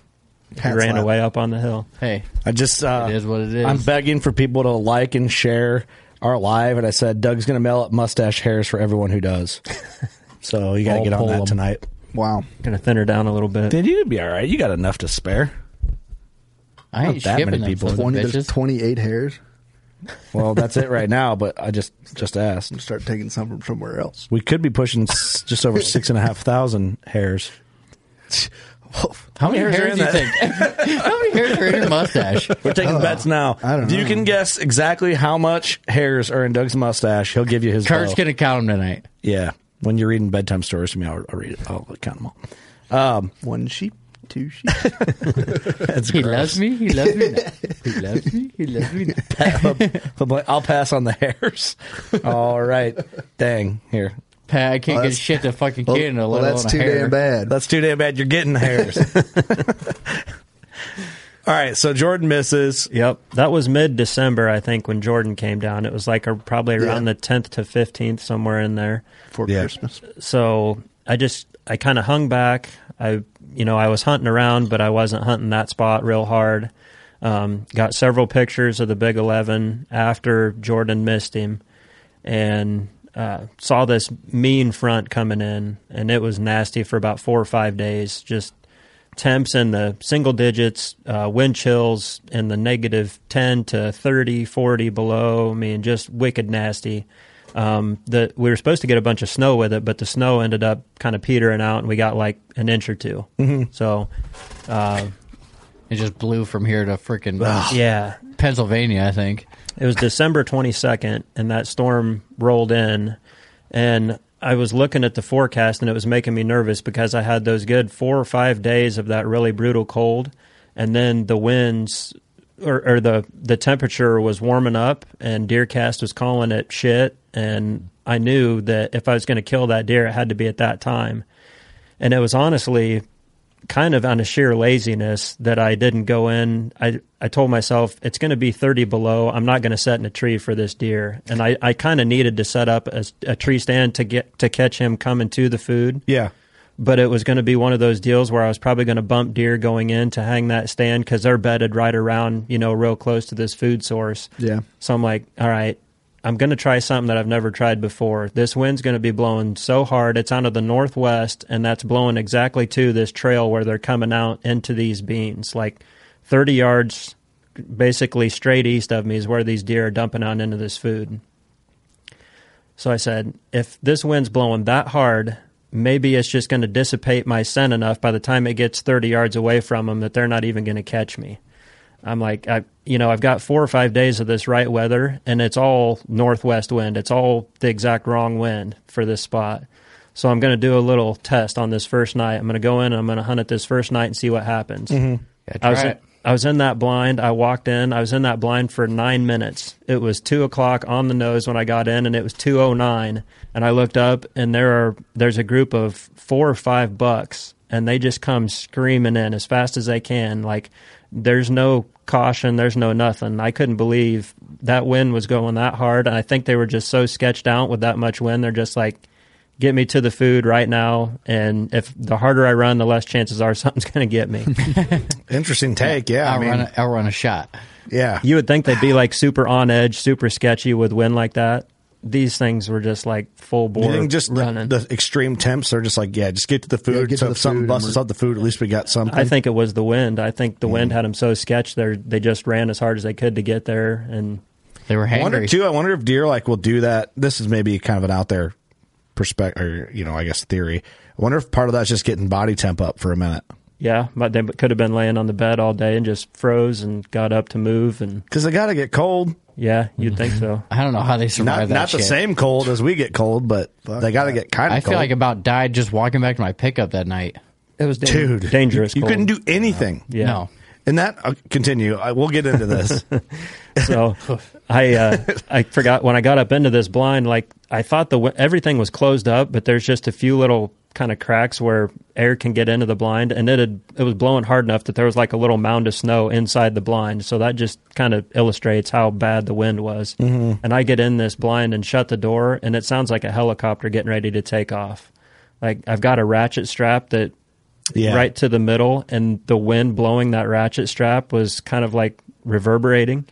[SPEAKER 4] he
[SPEAKER 6] Hat
[SPEAKER 4] ran
[SPEAKER 6] slap.
[SPEAKER 4] away up on the hill.
[SPEAKER 5] Hey,
[SPEAKER 3] I just uh,
[SPEAKER 5] It is what it is.
[SPEAKER 3] I'm begging for people to like and share our live, and I said Doug's going to mail up mustache hairs for everyone who does. so you got to
[SPEAKER 7] I'll
[SPEAKER 3] get on
[SPEAKER 7] pull
[SPEAKER 3] that
[SPEAKER 7] 'em.
[SPEAKER 3] tonight.
[SPEAKER 6] Wow.
[SPEAKER 4] Going to thin her down a little bit.
[SPEAKER 3] Dude, you'd be all right. You got enough to spare.
[SPEAKER 5] I
[SPEAKER 3] not
[SPEAKER 5] ain't
[SPEAKER 3] that many
[SPEAKER 5] shipping them
[SPEAKER 3] people.
[SPEAKER 5] people.
[SPEAKER 6] 20, there's
[SPEAKER 5] bitches.
[SPEAKER 6] 28 hairs.
[SPEAKER 3] Well, that's it right now. But I just just asked.
[SPEAKER 6] Start taking some from somewhere else.
[SPEAKER 3] We could be pushing s- just over six and a half thousand hairs.
[SPEAKER 5] How many
[SPEAKER 3] How many
[SPEAKER 5] hairs
[SPEAKER 3] hairs
[SPEAKER 5] do you
[SPEAKER 3] are in
[SPEAKER 5] think? How many hairs are in your mustache?
[SPEAKER 3] We're taking bets now.
[SPEAKER 6] I don't
[SPEAKER 3] If you
[SPEAKER 6] know.
[SPEAKER 3] can guess exactly how much hairs are in Doug's mustache, he'll give you his.
[SPEAKER 5] Kurt's
[SPEAKER 3] bow.
[SPEAKER 5] gonna count them tonight.
[SPEAKER 3] yeah. When you're reading bedtime stories to me, I'll, I'll read it. I'll count them all.
[SPEAKER 6] One sheep, two sheep.
[SPEAKER 3] That's
[SPEAKER 5] He
[SPEAKER 3] gross.
[SPEAKER 5] loves me. He loves me. Not. He loves me. He loves me. Not.
[SPEAKER 3] I'll pass on the hairs. All right. Dang. Here.
[SPEAKER 5] Pat, I can't
[SPEAKER 6] Well,
[SPEAKER 5] get
[SPEAKER 6] that's-
[SPEAKER 5] shit to fucking
[SPEAKER 6] well,
[SPEAKER 5] Canada. let
[SPEAKER 6] well, that's
[SPEAKER 5] alone a
[SPEAKER 6] too
[SPEAKER 5] hair.
[SPEAKER 6] damn bad.
[SPEAKER 3] That's too damn bad. You're getting the hairs. All right, so Jordan misses.
[SPEAKER 4] Yep, that was mid December, I think, when Jordan came down. It was like a, probably around
[SPEAKER 6] Yeah.
[SPEAKER 4] the tenth to fifteenth, somewhere in there.
[SPEAKER 13] for
[SPEAKER 3] Yeah.
[SPEAKER 13] Christmas.
[SPEAKER 4] So I just I kind of hung back. I you know I was hunting around, but I wasn't hunting that spot real hard. Um, got several pictures of the Big Eleven after Jordan missed him, and uh, saw this mean front coming in, and it was nasty for about four or five days. Just temps in the single digits, uh, wind chills in the negative 10 to 30, 40 below. I mean, just wicked nasty. Um, the, we were supposed to get a bunch of snow with it, but the snow ended up kind of petering out, and we got like an inch or 2 So, uh,
[SPEAKER 5] It just blew from here to freaking
[SPEAKER 4] yeah,
[SPEAKER 5] Pennsylvania, I think.
[SPEAKER 4] it was December 22nd, and that storm rolled in. And I was looking at the forecast, and it was making me nervous because I had those good four or five days of that really brutal cold. And then the winds or, or the, the temperature was warming up, and Deercast was calling it shit. And I knew that if I was going to kill that deer, it had to be at that time. And it was honestly kind of on a sheer laziness that I didn't go in. I I told myself it's going to be 30 below. I'm not going to set in a tree for this deer, and I, I kind of needed to set up a, a tree stand to get to catch him coming to the food.
[SPEAKER 3] Yeah.
[SPEAKER 4] But it was going to be one of those deals where I was probably going to bump deer going in to hang that stand because they're bedded right around you know real close to this food source.
[SPEAKER 13] Yeah.
[SPEAKER 4] So I'm like, all right, I'm going to try something that I've never tried before. This wind's going to be blowing so hard. It's out of the northwest, and that's blowing exactly to this trail where they're coming out into these beans. Like 30 yards, basically straight east of me, is where these deer are dumping out into this food. So I said, if this wind's blowing that hard, maybe it's just going to dissipate my scent enough by the time it gets 30 yards away from them that they're not even going to catch me. I'm like, I, you know, I've got four or five days of this right weather, and it's all northwest wind. It's all the exact wrong wind for this spot. So I'm going to do a little test on this first night. I'm going to go in and I'm going to hunt it this first night and see what happens.
[SPEAKER 5] Yeah,
[SPEAKER 4] I was
[SPEAKER 5] try
[SPEAKER 4] in,
[SPEAKER 5] it.
[SPEAKER 4] I was in that blind. I walked in. I was in that blind for nine minutes. It was two o'clock on the nose when I got in, and it was two oh nine. And I looked up, and there are there's a group of four or five bucks, and they just come screaming in as fast as they can. Like there's no caution, there's no nothing. I couldn't believe that wind was going that hard, and I think they were just so sketched out with that much wind. They're just like. Get me to the food right now, and if the harder I run, the less chances are something's going to get me.
[SPEAKER 3] Interesting take. Yeah, I
[SPEAKER 5] I'll, run
[SPEAKER 3] mean,
[SPEAKER 5] a, I'll run a shot.
[SPEAKER 3] yeah.
[SPEAKER 4] You would think they'd be like super on edge, super sketchy with wind like that. These things were just like full
[SPEAKER 3] You
[SPEAKER 4] bore
[SPEAKER 3] think just the,
[SPEAKER 4] running.
[SPEAKER 3] the extreme temps are just like, yeah, just get to the food.
[SPEAKER 13] get to
[SPEAKER 3] so
[SPEAKER 13] the
[SPEAKER 3] if something
[SPEAKER 13] food and
[SPEAKER 3] busts
[SPEAKER 13] we're-
[SPEAKER 3] up the food, at least we got something.
[SPEAKER 4] I think it was the wind. I think the
[SPEAKER 3] Mm.
[SPEAKER 4] wind had them so sketched they they just ran as hard as they could to get there. And
[SPEAKER 5] They were
[SPEAKER 3] I wonder
[SPEAKER 5] hangry.
[SPEAKER 3] too. I wonder if deer like will do that. This is maybe kind of an out there perspective, or you know, I guess theory. I wonder if part of that's just getting body temp up for a minute.
[SPEAKER 4] yeah, but they could have been laying on the bed all day and just froze and got up to move. And
[SPEAKER 3] Because they got to get cold.
[SPEAKER 4] yeah, you'd think
[SPEAKER 3] Mm-hmm.
[SPEAKER 4] so.
[SPEAKER 5] I don't know how they
[SPEAKER 3] Not
[SPEAKER 5] survived that
[SPEAKER 3] not the
[SPEAKER 5] shit.
[SPEAKER 3] same cold as we get cold, but they got to get kind
[SPEAKER 5] I
[SPEAKER 3] of cold.
[SPEAKER 5] feel like about died just walking back to my pickup that night.
[SPEAKER 4] It was
[SPEAKER 3] dude,
[SPEAKER 4] dangerous.
[SPEAKER 3] You, you
[SPEAKER 4] cold.
[SPEAKER 3] couldn't do anything.
[SPEAKER 4] Yeah.
[SPEAKER 5] No.
[SPEAKER 3] And that I'll continue. I, we'll get into this.
[SPEAKER 4] So I uh, I forgot when I got up into this blind. Like I thought the wi- everything was closed up, but there's just a few little kind of cracks where air can get into the blind, and it had, it was blowing hard enough that there was like a little mound of snow inside the blind. So that just kind of illustrates how bad the wind was. And I get in this blind and shut the door, and it sounds like a helicopter getting ready to take off. Like I've got a ratchet strap that
[SPEAKER 3] yeah,
[SPEAKER 4] right to the middle, and the wind blowing that ratchet strap was kind of like reverberating,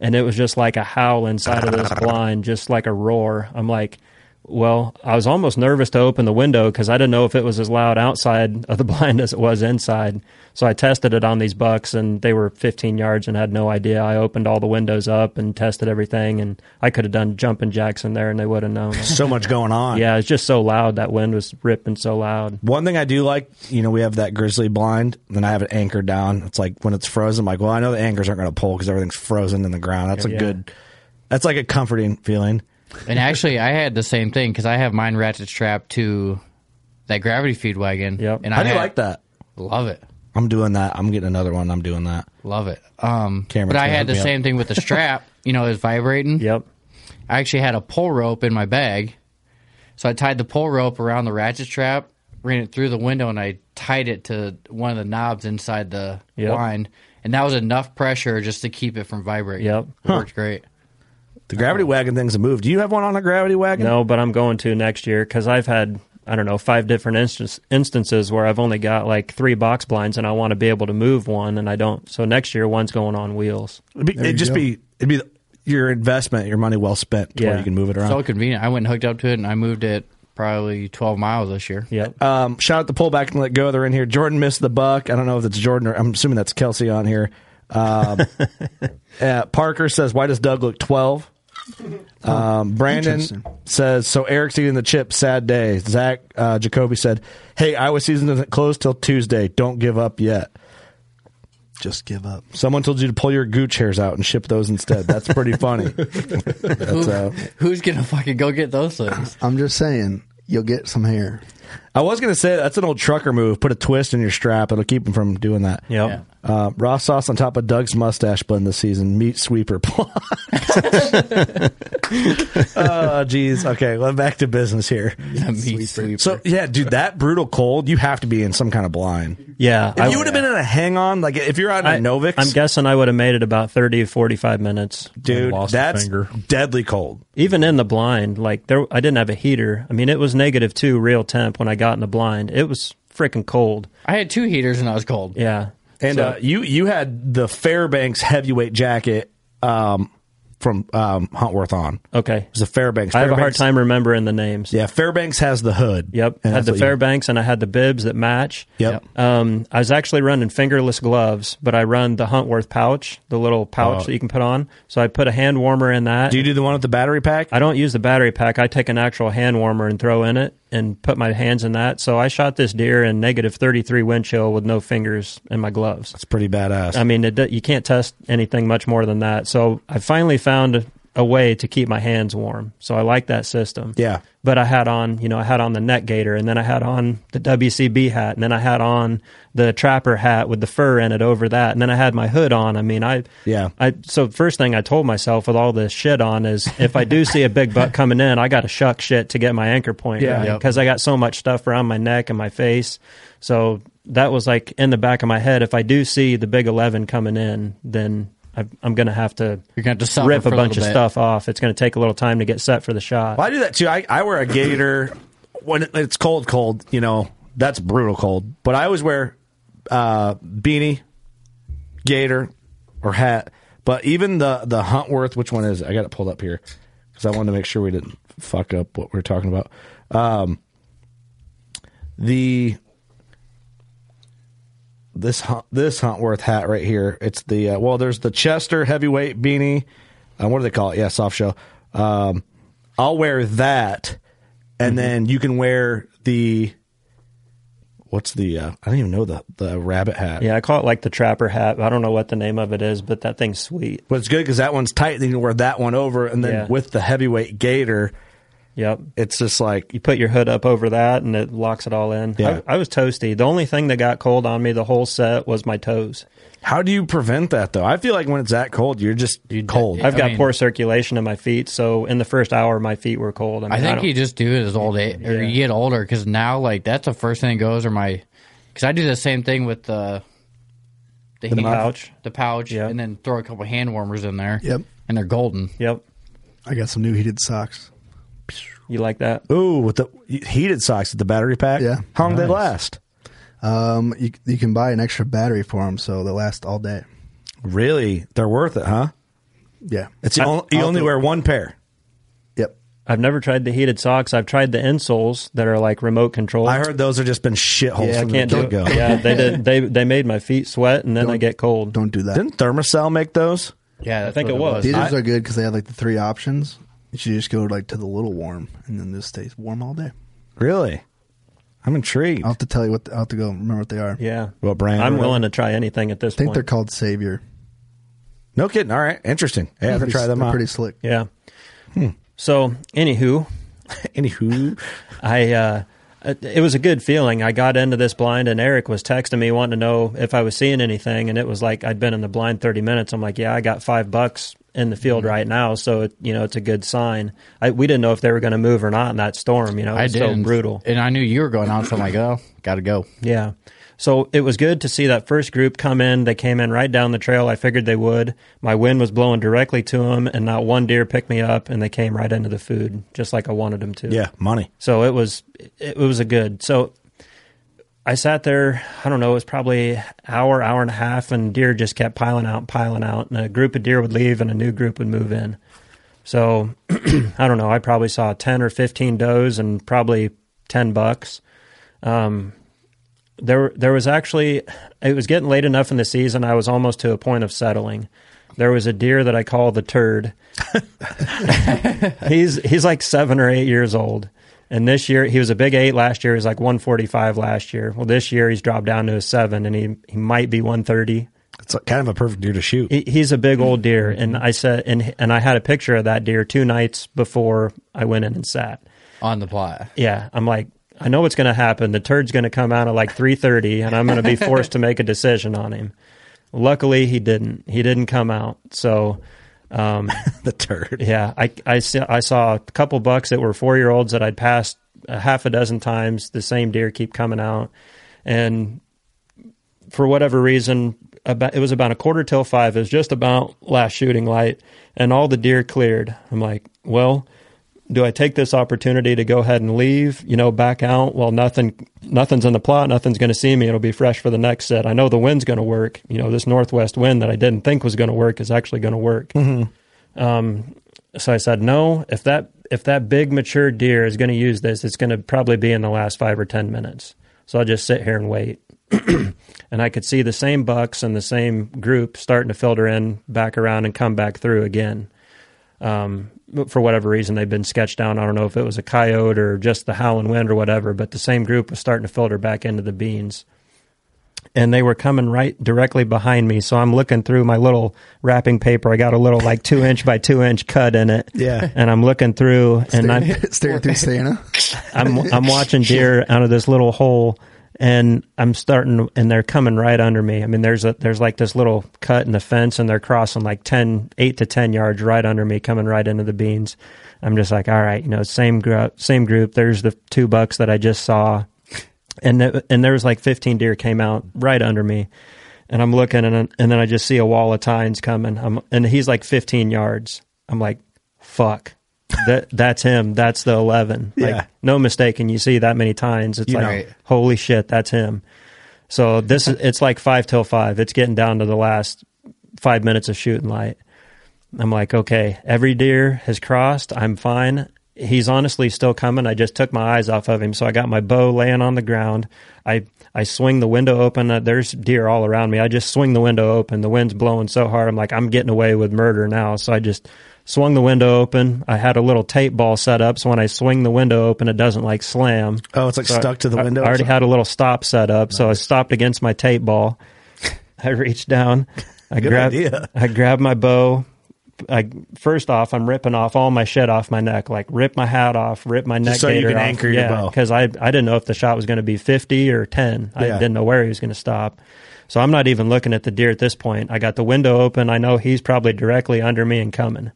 [SPEAKER 4] and it was just like a howl inside of this blind, just like a roar. I'm like, well, I was almost nervous to open the window because I didn't know if it was as loud outside of the blind as it was inside. So I tested it on these bucks, and they were 15 yards and had no idea. I opened all the windows up and tested everything, and I could have done jumping jacks in there, and they would have known.
[SPEAKER 3] So much going on.
[SPEAKER 4] yeah, it's just so loud. That wind was ripping so loud.
[SPEAKER 3] One thing I do like, you know, we have that grizzly blind, and I have it anchored down. It's like when it's frozen, I'm like, well, I know the anchors aren't going to pull because everything's frozen in the ground. That's a
[SPEAKER 4] Yeah.
[SPEAKER 3] good, that's like a comforting feeling.
[SPEAKER 5] And actually, I had the same thing because I have mine ratchet strapped to that gravity feed wagon.
[SPEAKER 4] Yep.
[SPEAKER 5] And
[SPEAKER 3] How
[SPEAKER 5] I
[SPEAKER 3] do you
[SPEAKER 5] had-
[SPEAKER 3] like that?
[SPEAKER 5] Love it.
[SPEAKER 3] I'm doing that. I'm getting another one. I'm doing that.
[SPEAKER 5] Love it. Um,
[SPEAKER 3] Cameron's
[SPEAKER 5] but I
[SPEAKER 3] gonna
[SPEAKER 5] had
[SPEAKER 3] hook
[SPEAKER 5] the
[SPEAKER 3] me up.
[SPEAKER 5] same thing with the strap. you know, it was vibrating.
[SPEAKER 4] Yep.
[SPEAKER 5] I actually had a pull rope in my bag. So I tied the pull rope around the ratchet strap, ran it through the window, and I tied it to one of the knobs inside the
[SPEAKER 4] Yep.
[SPEAKER 5] blind. and that was enough pressure just to keep it from vibrating.
[SPEAKER 4] Yep.
[SPEAKER 5] It worked great.
[SPEAKER 3] The gravity wagon thing's a move. Do you have one on a gravity wagon?
[SPEAKER 4] No, but I'm going to next year because I've had I don't know five different instance, instances where I've only got like three box blinds and I want to be able to move one and I don't. So next year one's going on wheels.
[SPEAKER 3] It'd, be, it'd
[SPEAKER 6] you
[SPEAKER 3] just
[SPEAKER 6] go.
[SPEAKER 3] be it'd be your investment, your money well spent, to where
[SPEAKER 4] Yeah.
[SPEAKER 3] you can move it around.
[SPEAKER 5] So convenient. I went and hooked up to it, and I moved it probably 12 miles this year.
[SPEAKER 4] Yep.
[SPEAKER 3] Um, shout out the pullback and let go. They're in here. Jordan missed the buck. I don't know if it's Jordan or I'm assuming that's Kelsey on here. Um, uh, Parker says, "Why does Doug look 12? Um, Brandon
[SPEAKER 6] Interesting.
[SPEAKER 3] says, "So Eric's eating the chip. Sad day." Zach uh, Jacoby said, "Hey, Iowa season doesn't close till Tuesday. Don't give up yet."
[SPEAKER 6] Just give up.
[SPEAKER 3] Someone told you to pull your gooch hairs out and ship those instead. That's pretty funny. That's, uh,
[SPEAKER 5] Who's gonna fucking go get those things?
[SPEAKER 6] I'm just saying, you'll get some hair.
[SPEAKER 3] I was going to say that's an old trucker move. Put a twist in your strap. It'll keep him from doing that.
[SPEAKER 4] Yep.
[SPEAKER 5] Yeah.
[SPEAKER 3] Uh, raw sauce on top of Doug's mustache blend this season. Meat sweeper plot. oh, geez. Okay, well, back to business here.
[SPEAKER 5] The meat sweeper.
[SPEAKER 3] So, yeah, dude, that brutal cold, you have to be in some kind of blind.
[SPEAKER 4] Yeah.
[SPEAKER 3] If you would have been in a hang on, like if you're out in a
[SPEAKER 4] I,
[SPEAKER 3] Novix,
[SPEAKER 4] I'm guessing I would have made it about 30 to 45 minutes.
[SPEAKER 3] dude,
[SPEAKER 7] Lost a
[SPEAKER 3] that's
[SPEAKER 7] finger.
[SPEAKER 3] deadly cold.
[SPEAKER 4] Even in the blind, like there, I didn't have a heater. I mean, it was negative two real temp when I got in the blind. It was freaking cold.
[SPEAKER 5] I had two heaters, and I was cold.
[SPEAKER 4] Yeah.
[SPEAKER 3] And
[SPEAKER 4] So-
[SPEAKER 3] uh, you you had the Fairbanks heavyweight jacket um, from um, Huntworth on. It
[SPEAKER 4] okay.
[SPEAKER 3] was the Fairbanks.
[SPEAKER 4] I have a hard
[SPEAKER 3] Fairbanks-
[SPEAKER 4] time remembering the names.
[SPEAKER 3] Yeah, Fairbanks has the hood.
[SPEAKER 4] Yep.
[SPEAKER 3] And
[SPEAKER 4] had
[SPEAKER 3] that's
[SPEAKER 4] the
[SPEAKER 3] what you-
[SPEAKER 4] Fairbanks and I had the bibs that match.
[SPEAKER 3] Yep.
[SPEAKER 4] Um, I was actually running fingerless gloves, but I run the Huntworth pouch, the little pouch that you can put on. So I put a hand warmer in that.
[SPEAKER 3] Oh. Do you do the one with the battery pack?
[SPEAKER 4] I don't use the battery pack. I take an actual hand warmer and throw in it and put my hands in that. So I shot this deer in negative 33 wind chill with no fingers in my gloves.
[SPEAKER 3] It's pretty badass.
[SPEAKER 4] I mean, it, do- you can't test anything much more than that. So I finally found a way to keep my hands warm. So I like that system.
[SPEAKER 3] Yeah.
[SPEAKER 4] But I had on, you know, I had on the net gator and then I had on the WCB hat and then I had on the trapper hat with the fur in it over that. And then I had my hood on. I mean, I,
[SPEAKER 3] Yeah.
[SPEAKER 4] I, so first thing I told myself with all this shit on is if I do see a big buck coming in, I got to shuck shit to get my anchor point.
[SPEAKER 3] Yeah.
[SPEAKER 4] right?
[SPEAKER 5] Yep.
[SPEAKER 4] because I got so much stuff around my neck and my face. So that was like in the back of my head. If I do see the big eleven coming in, then I, I'm going to have to
[SPEAKER 5] You're gonna have to suffer
[SPEAKER 4] rip
[SPEAKER 5] for
[SPEAKER 4] a
[SPEAKER 5] a
[SPEAKER 4] bunch of
[SPEAKER 5] little bit.
[SPEAKER 4] stuff off. It's going to take a little time to get set for the shot.
[SPEAKER 3] Well, I do that too. I, I wear a gator when it- it's cold, cold. You know, that's brutal cold. But I always wear uh, beanie, gator, or hat. But even the the Huntworth, which one is it? I got it pulled up here because I wanted to make sure we didn't fuck up what we are talking about. Um, the this hunt, this Huntworth hat right here. It's the uh, well. There's the Chester heavyweight beanie. Uh, what do they call it? Yeah, soft shell. Um, I'll wear that, and
[SPEAKER 4] Mm-hmm.
[SPEAKER 3] then you can wear the what's the uh, I don't even know the the rabbit hat.
[SPEAKER 4] yeah, I call it like the trapper hat. I don't know what the name of it is, but that thing's sweet.
[SPEAKER 3] but it's good because that one's tight. Then you can wear that one over, and then
[SPEAKER 4] Yeah.
[SPEAKER 3] with the heavyweight gator,
[SPEAKER 4] Yep.
[SPEAKER 3] it's just like
[SPEAKER 4] You put your hood up over that and it locks it all in.
[SPEAKER 3] Yeah.
[SPEAKER 4] I, I was toasty. The only thing that got cold on me the whole set was my toes.
[SPEAKER 3] how do you prevent that though? I feel like when it's that cold, you're just cold.
[SPEAKER 5] I
[SPEAKER 4] I've got
[SPEAKER 5] mean-
[SPEAKER 4] poor circulation in my feet, so in the first hour, my feet were cold. mean,
[SPEAKER 5] I think
[SPEAKER 4] don't-
[SPEAKER 5] you just do it as old age, or you get older because now, like, that's the first thing that goes. Or my, because I do the same thing with the the, heat-
[SPEAKER 4] pouch?
[SPEAKER 5] the pouch,
[SPEAKER 4] Yeah.
[SPEAKER 5] and then throw a couple hand warmers in there.
[SPEAKER 6] Yep.
[SPEAKER 5] and they're golden.
[SPEAKER 4] Yep.
[SPEAKER 6] I got some new heated socks.
[SPEAKER 4] You like that?
[SPEAKER 3] Ooh, with the heated socks with the battery pack.
[SPEAKER 6] Yeah.
[SPEAKER 3] how long do they last?
[SPEAKER 6] Um, you, you can buy an extra battery for them, so they last all day.
[SPEAKER 3] Really, they're worth it, huh?
[SPEAKER 6] Yeah.
[SPEAKER 3] It's the only, you
[SPEAKER 4] I'll
[SPEAKER 3] only
[SPEAKER 4] do-
[SPEAKER 3] wear one pair.
[SPEAKER 6] Yep.
[SPEAKER 4] I've never tried the heated socks. I've tried the insoles that are like remote control.
[SPEAKER 3] I heard those are just been shitholes
[SPEAKER 4] Yeah, I
[SPEAKER 3] from
[SPEAKER 4] can't
[SPEAKER 3] the
[SPEAKER 4] do
[SPEAKER 3] get
[SPEAKER 4] it.
[SPEAKER 3] go.
[SPEAKER 4] Yeah, they did. They they made my feet sweat, and then I get cold.
[SPEAKER 6] Don't do that.
[SPEAKER 3] Didn't Thermacell make those?
[SPEAKER 5] Yeah, that's
[SPEAKER 4] think
[SPEAKER 5] what
[SPEAKER 4] it was.
[SPEAKER 6] These are good because they have like the three options. You should just go like to the little warm, and then this stays warm all day.
[SPEAKER 3] Really? I'm intrigued.
[SPEAKER 6] I'll have to tell you what. I'll have to go remember what they are.
[SPEAKER 4] Yeah.
[SPEAKER 3] What brand or
[SPEAKER 4] I'm
[SPEAKER 3] whatever?
[SPEAKER 4] willing to try anything at this
[SPEAKER 6] I think
[SPEAKER 4] point.
[SPEAKER 6] they're called Savior.
[SPEAKER 3] No kidding. All right. Interesting. Yeah, I have to
[SPEAKER 6] Pretty-
[SPEAKER 3] try them
[SPEAKER 6] they're
[SPEAKER 3] out.
[SPEAKER 6] Pretty slick.
[SPEAKER 4] yeah.
[SPEAKER 3] Hmm.
[SPEAKER 4] So, anywho,
[SPEAKER 3] Anywho,
[SPEAKER 4] I uh, it it was a good feeling. I got into this blind, and Eric was texting me wanting to know if I was seeing anything, and it was like I'd been in the blind thirty minutes. I'm like, yeah, I got five bucks in the field right now, so it, you know it's a good sign. I, we didn't know if they were going to move or not in that storm. You know, it
[SPEAKER 5] I
[SPEAKER 4] was
[SPEAKER 5] did
[SPEAKER 4] so brutal.
[SPEAKER 5] and I knew you were going out, so I'm like, oh, gotta go.
[SPEAKER 4] Yeah. So it was good to see that first group come in. They came in right down the trail. I figured they would. My wind was blowing directly to them, and not one deer picked me up, and they came right into the food just like I wanted them to.
[SPEAKER 3] Yeah, money.
[SPEAKER 4] So it was it was a good. So I sat there, I don't know, it was probably hour, hour and a half and deer just kept piling out, piling out and a group of deer would leave and a new group would move in. So I don't know, I probably saw 10 or 15 does and probably 10 bucks. Um there there was actually it was getting late enough in the season I was almost to a point of settling. There was a deer that I call the turd. he's he's like 7 or 8 years old. And this year, he was a big eight last year. He was like 145 last year. Well, this year he's dropped down to a seven, and he he might be 130.
[SPEAKER 3] It's kind of a perfect deer to shoot.
[SPEAKER 4] He, he's a big old deer, and I said, and and I had a picture of that deer two nights before I went in and sat.
[SPEAKER 5] on the plot.
[SPEAKER 4] Yeah, I'm like, I know what's going to happen. The turd's going to come out at like 3:30, and I'm going to be forced to make a decision on him. Luckily, he didn't. He didn't come out. So. Um,
[SPEAKER 3] the turd.
[SPEAKER 4] yeah, I, I, sa- I saw a couple bucks that were four year olds that I'd passed a half a dozen times. The same deer keep coming out, and for whatever reason, about, it was about a quarter till five. It was just about last shooting light, and all the deer cleared. I'm like, well, do I take this opportunity to go ahead and leave? You know, back out. Well, nothing, nothing's in the plot. Nothing's going to see me. It'll be fresh for the next set. I know the wind's going to work. You know, this northwest wind that I didn't think was going to work is actually going to work. Um, so I said, no. If that if that big mature deer is going to use this, it's going to probably be in the last five or ten minutes. So I'll just sit here and wait. and I could see the same bucks and the same group starting to filter in, back around, and come back through again. Um, but for whatever reason, they've been sketched down. I don't know if it was a coyote or just the howling wind or whatever, but the same group was starting to filter back into the beans and they were coming right directly behind me. So I'm looking through my little wrapping paper. I got a little like two inch by two inch cut in it.
[SPEAKER 3] Yeah.
[SPEAKER 4] And I'm looking through and I'm,
[SPEAKER 6] Staring through Santa.
[SPEAKER 4] I'm, I'm watching deer out of this little hole and I'm starting and they're coming right under me. I mean, there's a, there's like this little cut in the fence and they're crossing like 10, eight to 10 yards right under me, coming right into the beans. I'm just like, all right, you know, same group, same group. There's the two bucks that I just saw and th- and there was like 15 deer came out right under me and i'm looking and, and then i just see a wall of tines coming I'm, and he's like 15 yards i'm like fuck that that's him that's the 11 like
[SPEAKER 3] Yeah.
[SPEAKER 4] no mistaking you see that many tines it's
[SPEAKER 3] You
[SPEAKER 4] like
[SPEAKER 3] know.
[SPEAKER 5] Right.
[SPEAKER 4] holy shit that's him so this is it's like 5 till 5 it's getting down to the last 5 minutes of shooting light I'm like, okay, every deer has crossed. I'm fine. He's honestly still coming. I just took my eyes off of him. So I got my bow laying on the ground. I, I swing the window open. Uh, There's deer all around me. I just swing the window open. The wind's blowing so hard. I'm like, I'm getting away with murder now. So I just swung the window open. I had a little tape ball set up. So when I swing the window open, it doesn't like slam.
[SPEAKER 3] Oh, it's like
[SPEAKER 4] So I-
[SPEAKER 3] stuck to the
[SPEAKER 4] I-
[SPEAKER 3] window.
[SPEAKER 4] I already had a little stop set up. So I stopped against my tape ball. I reached down. I
[SPEAKER 3] Good
[SPEAKER 4] grabbed.
[SPEAKER 3] idea.
[SPEAKER 4] I grabbed my bow. I first off, I'm ripping off all my shit off my neck. Like rip my hat off, rip my neck
[SPEAKER 3] so you
[SPEAKER 4] gaiter
[SPEAKER 3] can
[SPEAKER 4] off.
[SPEAKER 3] anchor your bow.
[SPEAKER 4] because I I didn't know if the shot was going to be 50 or 10. I
[SPEAKER 3] Yeah.
[SPEAKER 4] didn't know where he was going to stop. So I'm not even looking at the deer at this point. I got the window open. I know he's probably directly under me and coming.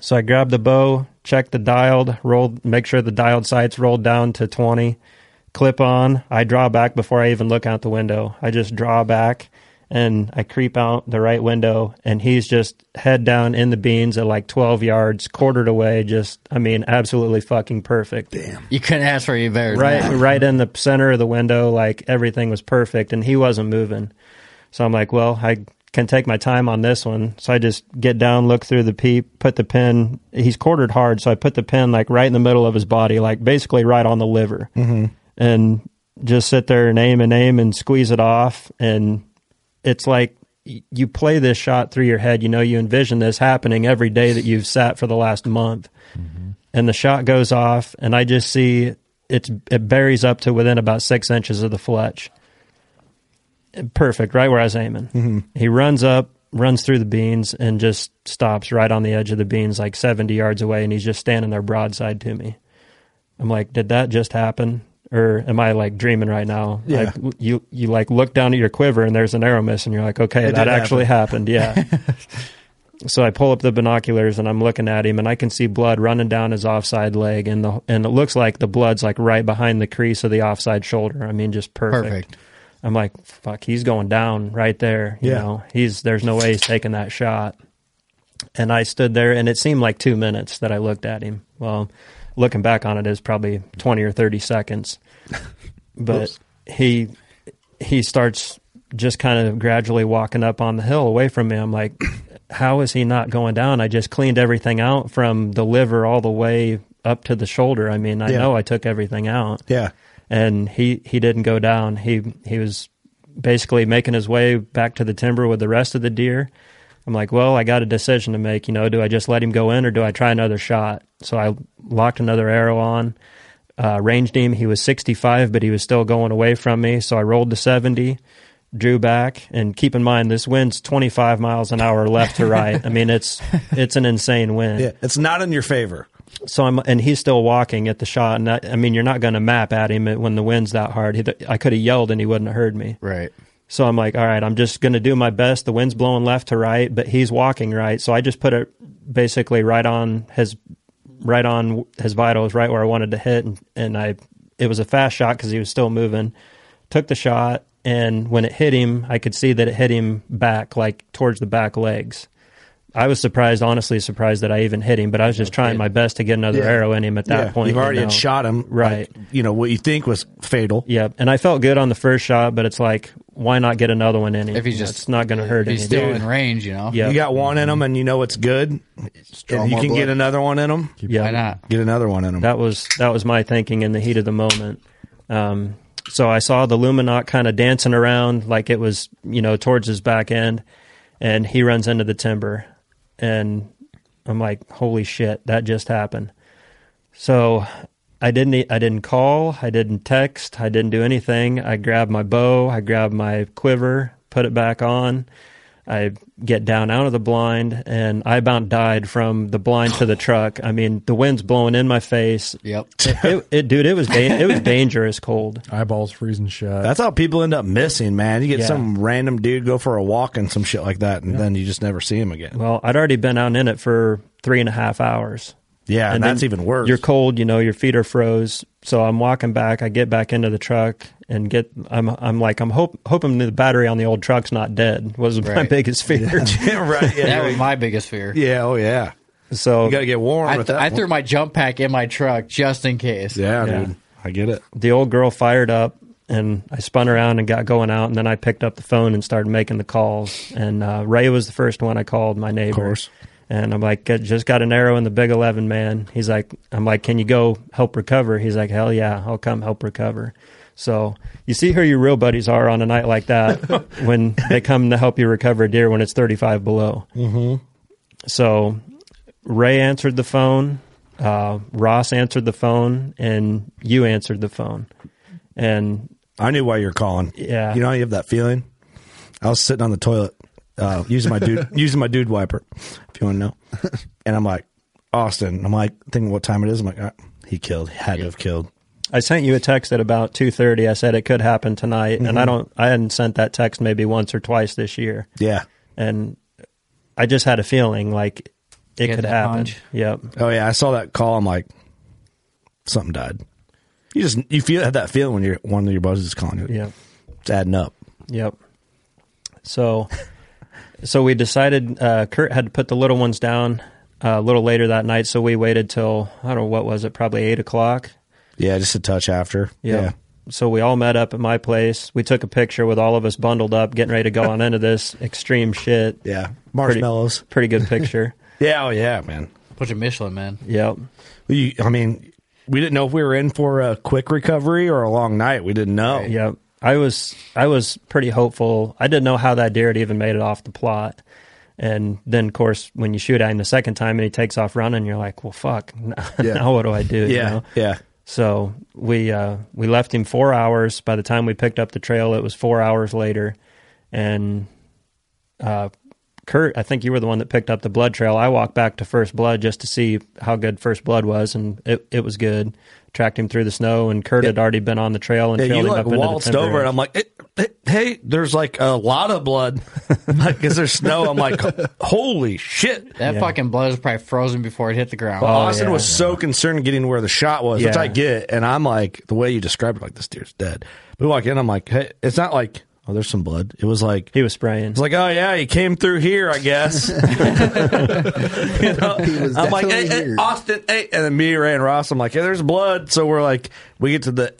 [SPEAKER 4] So I grabbed the bow, checked the dialed, rolled, make sure the dialed sights rolled down to 20, clip on. I draw back before I even look out the window. I just draw back and I creep out the right window and he's just head down in the beans at like 12 yards, quartered away. Just, I mean, absolutely fucking perfect. Damn.
[SPEAKER 5] You couldn't ask for any better. than
[SPEAKER 4] Right,
[SPEAKER 5] that.
[SPEAKER 4] right in the center of the window. Like everything was perfect and he wasn't moving. So I'm like, well, I can take my time on this one. So I just get down, look through the peep, put the pin. He's quartered hard, so I put the pin like right in the middle of his body, like basically right on the liver, mm-hmm. and just sit there and aim and aim and squeeze it off. And it's like y- you play this shot through your head. You know, you envision this happening every day that you've sat for the last month. And the shot goes off, and I just see it's it buries up to within about six inches of the fletch perfect, right where I was aiming.
[SPEAKER 3] Mm-hmm.
[SPEAKER 4] He runs up, runs through the beans, and just stops right on the edge of the beans, like 70 yards away, and he's just standing there broadside to me. I'm like, did that just happen? Or am I like dreaming right now?
[SPEAKER 3] Yeah.
[SPEAKER 4] Like you, you like look down at your quiver and there's an arrow miss, and you're like, okay,
[SPEAKER 3] It
[SPEAKER 4] that
[SPEAKER 3] did
[SPEAKER 4] actually happened. Yeah. so I pull up the binoculars and I'm looking at him, and I can see blood running down his offside leg, and the and it looks like the blood's like right behind the crease of the offside shoulder. I mean, just
[SPEAKER 5] Perfect.
[SPEAKER 4] I'm like, fuck, he's going down right there. You
[SPEAKER 3] Yeah.
[SPEAKER 4] know, he's there's no way he's taking that shot. And I stood there, and it seemed like two minutes that I looked at him. Well, looking back on it, is probably twenty or thirty seconds. But he he starts just kind of gradually walking up on the hill away from me. I'm like, how is he not going down? I just cleaned everything out from the liver all the way up to the shoulder. I mean, I
[SPEAKER 3] Yeah.
[SPEAKER 4] know I took everything out
[SPEAKER 3] Yeah.
[SPEAKER 4] and he he didn't go down. He he was basically making his way back to the timber with the rest of the deer. I'm like, well, I got a decision to make. You know, do I just let him go in or do I try another shot? So I locked another arrow on, uh, ranged him. He was 65, but he was still going away from me. So I rolled to 70, drew back, and keep in mind this wind's 25 miles an hour left to right. I mean, it's it's an insane wind
[SPEAKER 3] Yeah. It's not in your favor.
[SPEAKER 4] so I'm, and he's still walking at the shot. And I, I mean, you're not going to map at him when the wind's that hard. He, I could have yelled and he wouldn't have heard me.
[SPEAKER 5] Right.
[SPEAKER 4] So I'm like, all right, I'm just going to do my best. The wind's blowing left to right, but he's walking right. So I just put it basically right on his, right on his vitals, right where I wanted to hit. And, and I, it was a fast shot because he was still moving. Took the shot, and when it hit him, I could see that it hit him back, like towards the back legs. I was surprised, honestly surprised that I even hit him, but I was just trying my best to get another
[SPEAKER 3] Yeah.
[SPEAKER 4] arrow in him at that
[SPEAKER 3] Yeah.
[SPEAKER 4] point.
[SPEAKER 3] You've
[SPEAKER 4] you
[SPEAKER 3] already
[SPEAKER 4] know.
[SPEAKER 3] had shot him.
[SPEAKER 4] Right.
[SPEAKER 3] like, you know, what you think was fatal.
[SPEAKER 4] Yeah, and I felt good on the first shot, but it's like, why not get another one in? him?
[SPEAKER 5] If he's
[SPEAKER 4] You know,
[SPEAKER 5] just-
[SPEAKER 4] it's not going to hurt
[SPEAKER 5] He's
[SPEAKER 4] anything.
[SPEAKER 5] still in range, you know.
[SPEAKER 4] Yeah,
[SPEAKER 3] You got one in him and you know it's good.
[SPEAKER 6] draw
[SPEAKER 3] and you
[SPEAKER 6] more
[SPEAKER 3] can
[SPEAKER 6] blood.
[SPEAKER 3] get another one in him.
[SPEAKER 4] yeah.
[SPEAKER 5] Why not?
[SPEAKER 3] Get another one in him.
[SPEAKER 4] That was that was my thinking in the heat of the moment. Um, so I saw the Luminoc kind of dancing around like it was, you know, towards his back end, and he runs into the timber, and I'm like, holy shit, that just happened. So I didn't e- I didn't call, I didn't text, I didn't do anything. I grabbed my bow, I grabbed my quiver, put it back on. I get down out of the blind and I about died from the blind to the truck. I mean, the wind's blowing in my face.
[SPEAKER 5] Yep.
[SPEAKER 4] It, it, it- dude, it was da- it was dangerous cold.
[SPEAKER 7] Eyeballs freezing shut.
[SPEAKER 3] That's how people end up missing, man. You get
[SPEAKER 4] Yeah.
[SPEAKER 3] some random dude go for a walk and some shit like that, and then you just never see him again.
[SPEAKER 4] Well, I'd already been out in it for three and a half hours.
[SPEAKER 3] yeah, and,
[SPEAKER 4] then
[SPEAKER 3] that's even worse.
[SPEAKER 4] You're cold, you know, your feet are froze. So I'm walking back. I get back into the truck and get. I'm I'm like I'm hope, hoping the battery on the old truck's not dead was my
[SPEAKER 5] Right.
[SPEAKER 4] biggest fear.
[SPEAKER 3] right? Yeah,
[SPEAKER 5] That
[SPEAKER 3] you're-
[SPEAKER 5] was my biggest fear.
[SPEAKER 3] yeah, oh yeah.
[SPEAKER 4] so
[SPEAKER 3] You got to get warm
[SPEAKER 5] I,
[SPEAKER 3] with
[SPEAKER 5] th-
[SPEAKER 3] that.
[SPEAKER 5] I
[SPEAKER 3] one.
[SPEAKER 5] threw my jump pack in my truck just in case.
[SPEAKER 3] yeah,
[SPEAKER 4] Yeah.
[SPEAKER 3] dude. I get it.
[SPEAKER 4] the old girl fired up and I spun around and got going out and then I picked up the phone and started making the calls and uh, Ray was the first one I called my neighbor.
[SPEAKER 3] course.
[SPEAKER 4] And I'm like, "I just got an arrow in the big eleven, man. He's like, I'm like, can you go help recover? He's like, hell yeah, I'll come help recover. So you see who your real buddies are on a night like that when they come to help you recover a deer when it's 35 below. Mm-hmm. So Ray answered the phone, uh, Ross answered the phone, and you answered the phone. And
[SPEAKER 3] I knew why you're calling.
[SPEAKER 4] Yeah.
[SPEAKER 3] you know how you have that feeling. I was sitting on the toilet uh, using my dude using my dude wiper, if you want to know. And I'm like, Austin. I'm like thinking what time it is. I'm like, ah, he killed. Had to have killed.
[SPEAKER 4] I sent you a text at about 2:30. I said it could happen tonight, and
[SPEAKER 5] Mm-hmm.
[SPEAKER 4] I don't I hadn't sent that text maybe once or twice this year.
[SPEAKER 3] Yeah.
[SPEAKER 4] And I just had a feeling like it
[SPEAKER 5] Get
[SPEAKER 4] could
[SPEAKER 5] that
[SPEAKER 4] happen.
[SPEAKER 5] punch.
[SPEAKER 4] Yep.
[SPEAKER 3] Oh yeah, I saw that call. I'm like, something died. You just you feel have that feeling when you're one of your buzz is calling you.
[SPEAKER 4] Yep.
[SPEAKER 3] it's adding up.
[SPEAKER 4] Yep. So, so we decided uh, Kurt had to put the little ones down uh, a little later that night. So we waited till I don't know what was it, probably eight o'clock.
[SPEAKER 3] Yeah, just a touch after.
[SPEAKER 4] Yeah. So we all met up at my place. We took a picture with all of us bundled up, getting ready to go on into this extreme shit.
[SPEAKER 3] yeah, yeah.
[SPEAKER 4] Pretty-
[SPEAKER 3] Marshmallows.
[SPEAKER 4] Pretty, good picture.
[SPEAKER 3] Yeah, oh yeah, man.
[SPEAKER 5] Bunch of Michelin, man.
[SPEAKER 4] yep.
[SPEAKER 3] You, I mean, we didn't know if we were in for a quick recovery or a long night. We didn't know.
[SPEAKER 4] Yep. I was I was pretty hopeful. I didn't know how that deer had even made it off the plot. And then, of course, when you shoot at him the second time and he takes off running, you're like, "Well, fuck! Now, now what do I do?" you
[SPEAKER 3] yeah,
[SPEAKER 4] know?
[SPEAKER 3] yeah.
[SPEAKER 4] So we uh, we left him four hours. By the time we picked up the trail, it was four hours later, and uh, Kurt, I think you were the one that picked up the blood trail. I walked back to first blood just to see how good first blood was, and it it was good. Tracked him through the snow, and Kurt had already been on the trail and
[SPEAKER 3] Yeah, you
[SPEAKER 4] trailed him
[SPEAKER 3] like
[SPEAKER 4] up into the
[SPEAKER 3] waltzed
[SPEAKER 4] timber.
[SPEAKER 3] over, and I'm like, "Eh, eh, "Hey, there's like a lot of blood, like, cause there's snow." I'm like, "Holy shit!"
[SPEAKER 5] That fucking blood was probably frozen before it hit the ground.
[SPEAKER 3] But Austin
[SPEAKER 4] yeah.
[SPEAKER 3] was so concerned getting where the shot was, which
[SPEAKER 4] Yeah.
[SPEAKER 3] I get, and I'm like the way you described it, like this deer's dead. We walk in. I'm like, hey, it's not like oh, there's some blood. It was like
[SPEAKER 4] He was spraying.
[SPEAKER 3] it's like oh yeah, he came through here, I guess. You know?
[SPEAKER 6] was
[SPEAKER 3] I'm like hey,
[SPEAKER 6] definitely
[SPEAKER 3] hey,
[SPEAKER 6] here.
[SPEAKER 3] Austin, hey. and then me, Ray, and Ross. I'm like, hey, there's blood. So we're like, we get to the.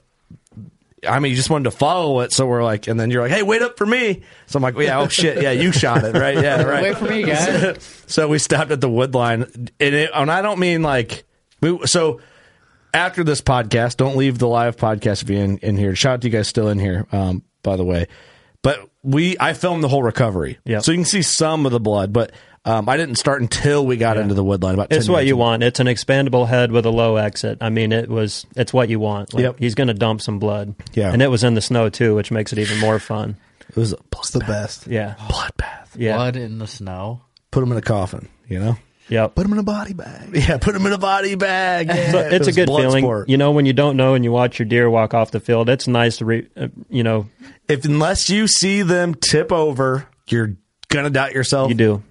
[SPEAKER 3] I mean, you just wanted to follow it, so we're like, and then you're like, "Hey, wait up for me." So I'm like, "Yeah, oh shit, yeah, you shot it, right? Yeah, right."
[SPEAKER 5] Wait for me, guys.
[SPEAKER 3] so we stopped at the wood line and, it, and i don't mean like we, so after this podcast don't leave the live podcast if you're in, in here shout out to you guys still in here um, by the way but we i filmed the whole recovery
[SPEAKER 4] Yeah.
[SPEAKER 3] so you can see some of the blood but um, i didn't start until we got into the wood line about 10
[SPEAKER 4] It's what
[SPEAKER 3] minutes
[SPEAKER 4] you
[SPEAKER 3] in.
[SPEAKER 4] want. It's an expandable head with a low exit. I mean, it was. It's what you want. Like,
[SPEAKER 3] Yep.
[SPEAKER 4] He's going to dump some blood.
[SPEAKER 3] Yeah.
[SPEAKER 4] And it was in the snow too, which makes it even more fun.
[SPEAKER 3] it was a
[SPEAKER 6] It's the best.
[SPEAKER 4] Yeah.
[SPEAKER 3] bloodbath
[SPEAKER 4] Yeah.
[SPEAKER 5] Blood in the snow.
[SPEAKER 3] put him in a coffin you know
[SPEAKER 4] Yep.
[SPEAKER 6] Put him in a body bag.
[SPEAKER 3] yeah put him in a body bag yeah.
[SPEAKER 4] So it's a
[SPEAKER 3] was
[SPEAKER 4] good
[SPEAKER 3] blood
[SPEAKER 4] feeling,
[SPEAKER 3] sport.
[SPEAKER 4] you know, when you don't know and you watch your deer walk off the field. It's nice to, re, uh, you know,
[SPEAKER 3] if unless you see them tip over you're gonna doubt yourself
[SPEAKER 4] you do.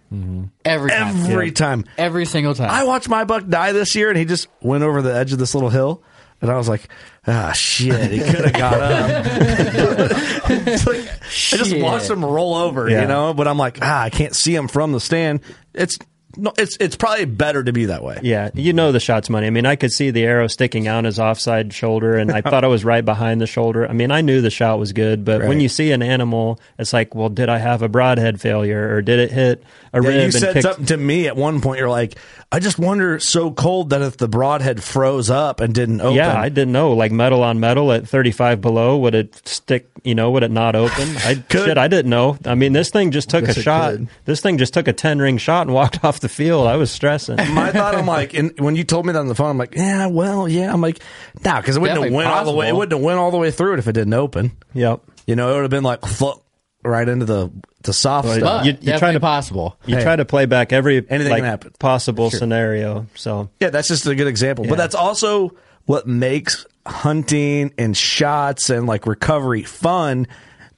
[SPEAKER 5] Every time.
[SPEAKER 3] every
[SPEAKER 4] Yeah.
[SPEAKER 3] time
[SPEAKER 5] Every single time.
[SPEAKER 3] I watched my buck die this year, and he just went over the edge of this little hill. And I was like, ah, shit, he could have got up. It's like, I just
[SPEAKER 5] Shit.
[SPEAKER 3] watched him roll over,
[SPEAKER 4] Yeah.
[SPEAKER 3] you know. But I'm like, ah, I can't see him from the stand. It's no, it's it's probably better to be that way.
[SPEAKER 4] Yeah, you know the shot's money. I mean, I could see the arrow sticking out his offside shoulder, and I thought I was right behind the shoulder. I mean, I knew the shot was good, but
[SPEAKER 3] Right.
[SPEAKER 4] when you see an animal, it's like, well, did I have a broadhead failure, or did it hit a
[SPEAKER 3] Yeah,
[SPEAKER 4] rib?
[SPEAKER 3] you
[SPEAKER 4] and
[SPEAKER 3] said
[SPEAKER 4] kicked-
[SPEAKER 3] something to me at one point. You're like, I just wonder, it's so cold that if the broadhead froze up and didn't open,
[SPEAKER 4] Yeah, I didn't know. Like metal on metal at 35 below, would it stick? You know, would it not open? I
[SPEAKER 3] Could.
[SPEAKER 4] shit, I didn't know. I mean, this thing just took
[SPEAKER 6] Yes,
[SPEAKER 4] a
[SPEAKER 6] it
[SPEAKER 4] shot.
[SPEAKER 6] could.
[SPEAKER 4] This thing just took a 10 ring shot and walked off the field. I was stressing.
[SPEAKER 3] my thought, I'm like, and when you told me that on the phone, I'm like, yeah, well, yeah, I'm like, nah, because it wouldn't have
[SPEAKER 5] Definitely
[SPEAKER 3] went all the way. It
[SPEAKER 5] possible.
[SPEAKER 3] wouldn't have went all the way through it if it didn't open.
[SPEAKER 4] yep.
[SPEAKER 3] You know, it would have been like fuck right into the the soft stuff.
[SPEAKER 5] but
[SPEAKER 4] You- you
[SPEAKER 5] definitely
[SPEAKER 4] try to-
[SPEAKER 5] possible.
[SPEAKER 4] You
[SPEAKER 3] Hey.
[SPEAKER 4] try to play back every
[SPEAKER 3] Anything
[SPEAKER 4] like,
[SPEAKER 3] can happen.
[SPEAKER 4] possible scenario. So
[SPEAKER 3] Yeah, that's just a good example. But
[SPEAKER 4] Yeah.
[SPEAKER 3] that's also what makes hunting and shots and like recovery fun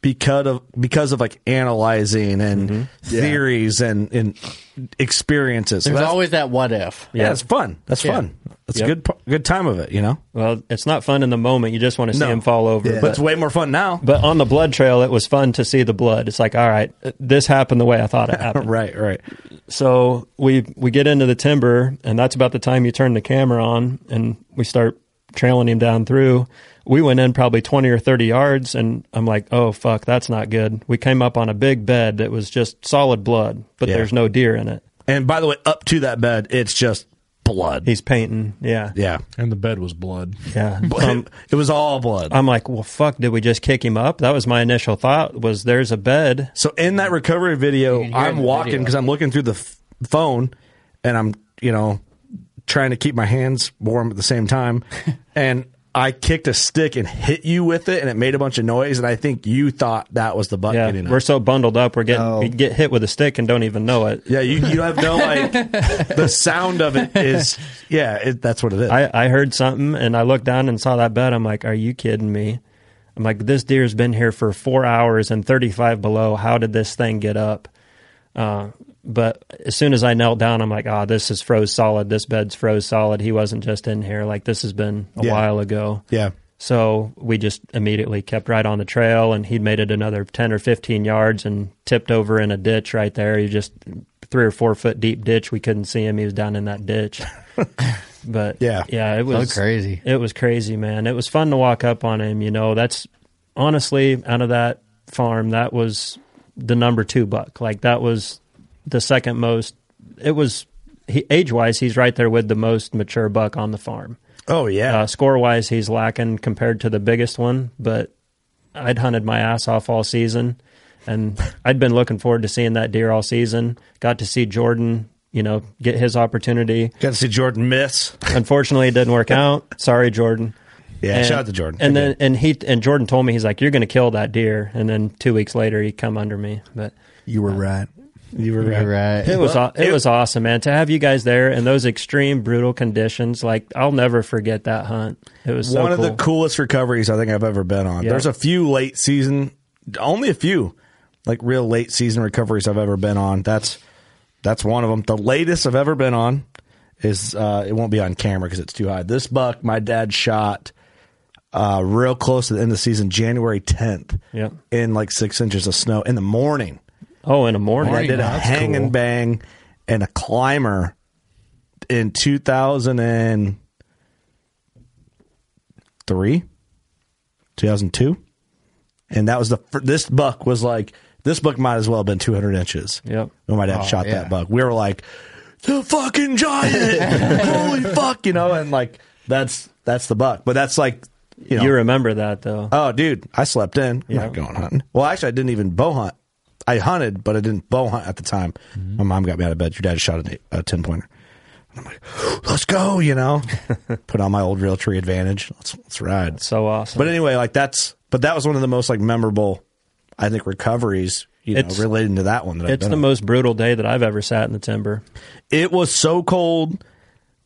[SPEAKER 3] because of because of like analyzing and theories and and experiences. So
[SPEAKER 5] There's
[SPEAKER 3] that's-
[SPEAKER 5] always that what if.
[SPEAKER 3] yeah, it's fun. That's
[SPEAKER 5] Yeah.
[SPEAKER 3] fun. That's
[SPEAKER 4] Yep.
[SPEAKER 3] a good p- good time of it. You know,
[SPEAKER 4] Well, it's not fun in the moment. You just want to see
[SPEAKER 3] No.
[SPEAKER 4] him fall over.
[SPEAKER 3] but
[SPEAKER 4] But,
[SPEAKER 3] it's way more fun now.
[SPEAKER 4] but on the blood trail, it was fun to see the blood. It's like, all right, this happened the way I thought it happened.
[SPEAKER 3] Right, right.
[SPEAKER 4] So we we get into the timber, and that's about the time you turn the camera on, and we start trailing him down through. We went in probably twenty or thirty yards, and I'm like, oh fuck, that's not good. We came up on a big bed that was just solid blood, but
[SPEAKER 3] Yeah.
[SPEAKER 4] there's no deer in it.
[SPEAKER 3] And by the way, up to that bed, it's just blood.
[SPEAKER 4] He's painting, yeah,
[SPEAKER 3] yeah.
[SPEAKER 7] And the bed was blood.
[SPEAKER 4] yeah.
[SPEAKER 3] It, it was all blood.
[SPEAKER 4] I'm like, well, fuck, did we just kick him up? That was my initial thought. Was there's a bed?
[SPEAKER 3] So in that recovery video,
[SPEAKER 5] hear it in
[SPEAKER 3] I'm
[SPEAKER 5] the
[SPEAKER 3] walking
[SPEAKER 5] video.
[SPEAKER 3] because I'm looking through the f- phone, and I'm you know trying to keep my hands warm at the same time, and I kicked a stick and hit you with it, and it made a bunch of noise, and I think you thought that was the butt
[SPEAKER 4] Yeah,
[SPEAKER 3] getting up.
[SPEAKER 4] we're so bundled up, we're getting
[SPEAKER 6] No.
[SPEAKER 4] we get hit with a stick and don't even know it.
[SPEAKER 3] yeah, you, you have no like the sound of it is yeah it, that's what it is.
[SPEAKER 4] I, I heard something and I looked down and saw that bed. I'm like, are you kidding me? I'm like, this deer's been here for four hours and 35 below. How did this thing get up? Uh, but as soon as I knelt down, I'm like, ah, this is froze solid. This bed's froze solid. He wasn't just in here. Like this has been a
[SPEAKER 3] Yeah.
[SPEAKER 4] while ago.
[SPEAKER 3] yeah,
[SPEAKER 4] So we just immediately kept right on the trail, and he'd made it another 10 or 15 yards and tipped over in a ditch right there. He just three or four foot deep ditch. We couldn't see him. He was down in that ditch. but
[SPEAKER 3] Yeah.
[SPEAKER 4] yeah, it was
[SPEAKER 5] crazy.
[SPEAKER 4] It was crazy, man. It was fun to walk up on him. You know, that's honestly out of that farm, that was the number two buck. Like that was the second most. It was he, age wise, he's right there with the most mature buck on the farm.
[SPEAKER 3] oh yeah,
[SPEAKER 4] Uh, score wise, he's lacking compared to the biggest one, but I'd hunted my ass off all season and I'd been looking forward to seeing that deer all season. Got to see Jordan, you know, get his opportunity.
[SPEAKER 3] got to see Jordan miss.
[SPEAKER 4] Unfortunately, it didn't work out. Sorry, Jordan.
[SPEAKER 3] Yeah,
[SPEAKER 4] And-
[SPEAKER 3] shout out to Jordan.
[SPEAKER 4] And then and he and Jordan told me he's like, "You're going to kill that deer." And then two weeks later, he come under me. But
[SPEAKER 6] You were right.
[SPEAKER 3] you were
[SPEAKER 5] You're right.
[SPEAKER 4] it was aw- it, was awesome, man. To have you guys there in those extreme brutal conditions, like I'll never forget that hunt. It was so
[SPEAKER 3] one of the
[SPEAKER 4] cool.
[SPEAKER 3] coolest recoveries I think I've ever been on.
[SPEAKER 4] Yeah.
[SPEAKER 3] There's a few late season, only a few, like real late season recoveries I've ever been on. That's that's one of them. The latest I've ever been on is uh, it won't be on camera because it's too high. This buck my dad shot uh, real close to the end of the season, January 10th,
[SPEAKER 4] Yep.
[SPEAKER 3] in like six inches of snow in the morning.
[SPEAKER 4] Oh, in the morning.
[SPEAKER 3] And I did a hang and bang and a climber in 2003, 2002. And that was the fir- this buck was like this buck might as well have been 200 inches.
[SPEAKER 4] Yep.
[SPEAKER 3] When my dad
[SPEAKER 5] Oh,
[SPEAKER 3] shot
[SPEAKER 5] yeah.
[SPEAKER 3] that buck, we were like the fucking giant. Holy fuck, you know, and like that's that's the buck. But that's like you know,
[SPEAKER 4] You remember that though.
[SPEAKER 3] Oh, dude, I slept in. I'm
[SPEAKER 4] Yeah.
[SPEAKER 3] not going hunting. Well, actually, I didn't even bow hunt. I hunted, but I didn't bow hunt at the time.
[SPEAKER 4] Mm-hmm.
[SPEAKER 3] My mom got me out of bed. Your dad shot a, a ten pointer. And I'm like, let's go, you know. Put on my old realtree advantage. Let's let's ride.
[SPEAKER 4] so awesome.
[SPEAKER 3] But anyway, like that's but that was one of the most like memorable, I think, recoveries. You know,
[SPEAKER 4] It's-
[SPEAKER 3] relating to that one. That I've
[SPEAKER 4] it's
[SPEAKER 3] been
[SPEAKER 4] the
[SPEAKER 3] on.
[SPEAKER 4] most brutal day that I've ever sat in the timber.
[SPEAKER 3] It was so cold.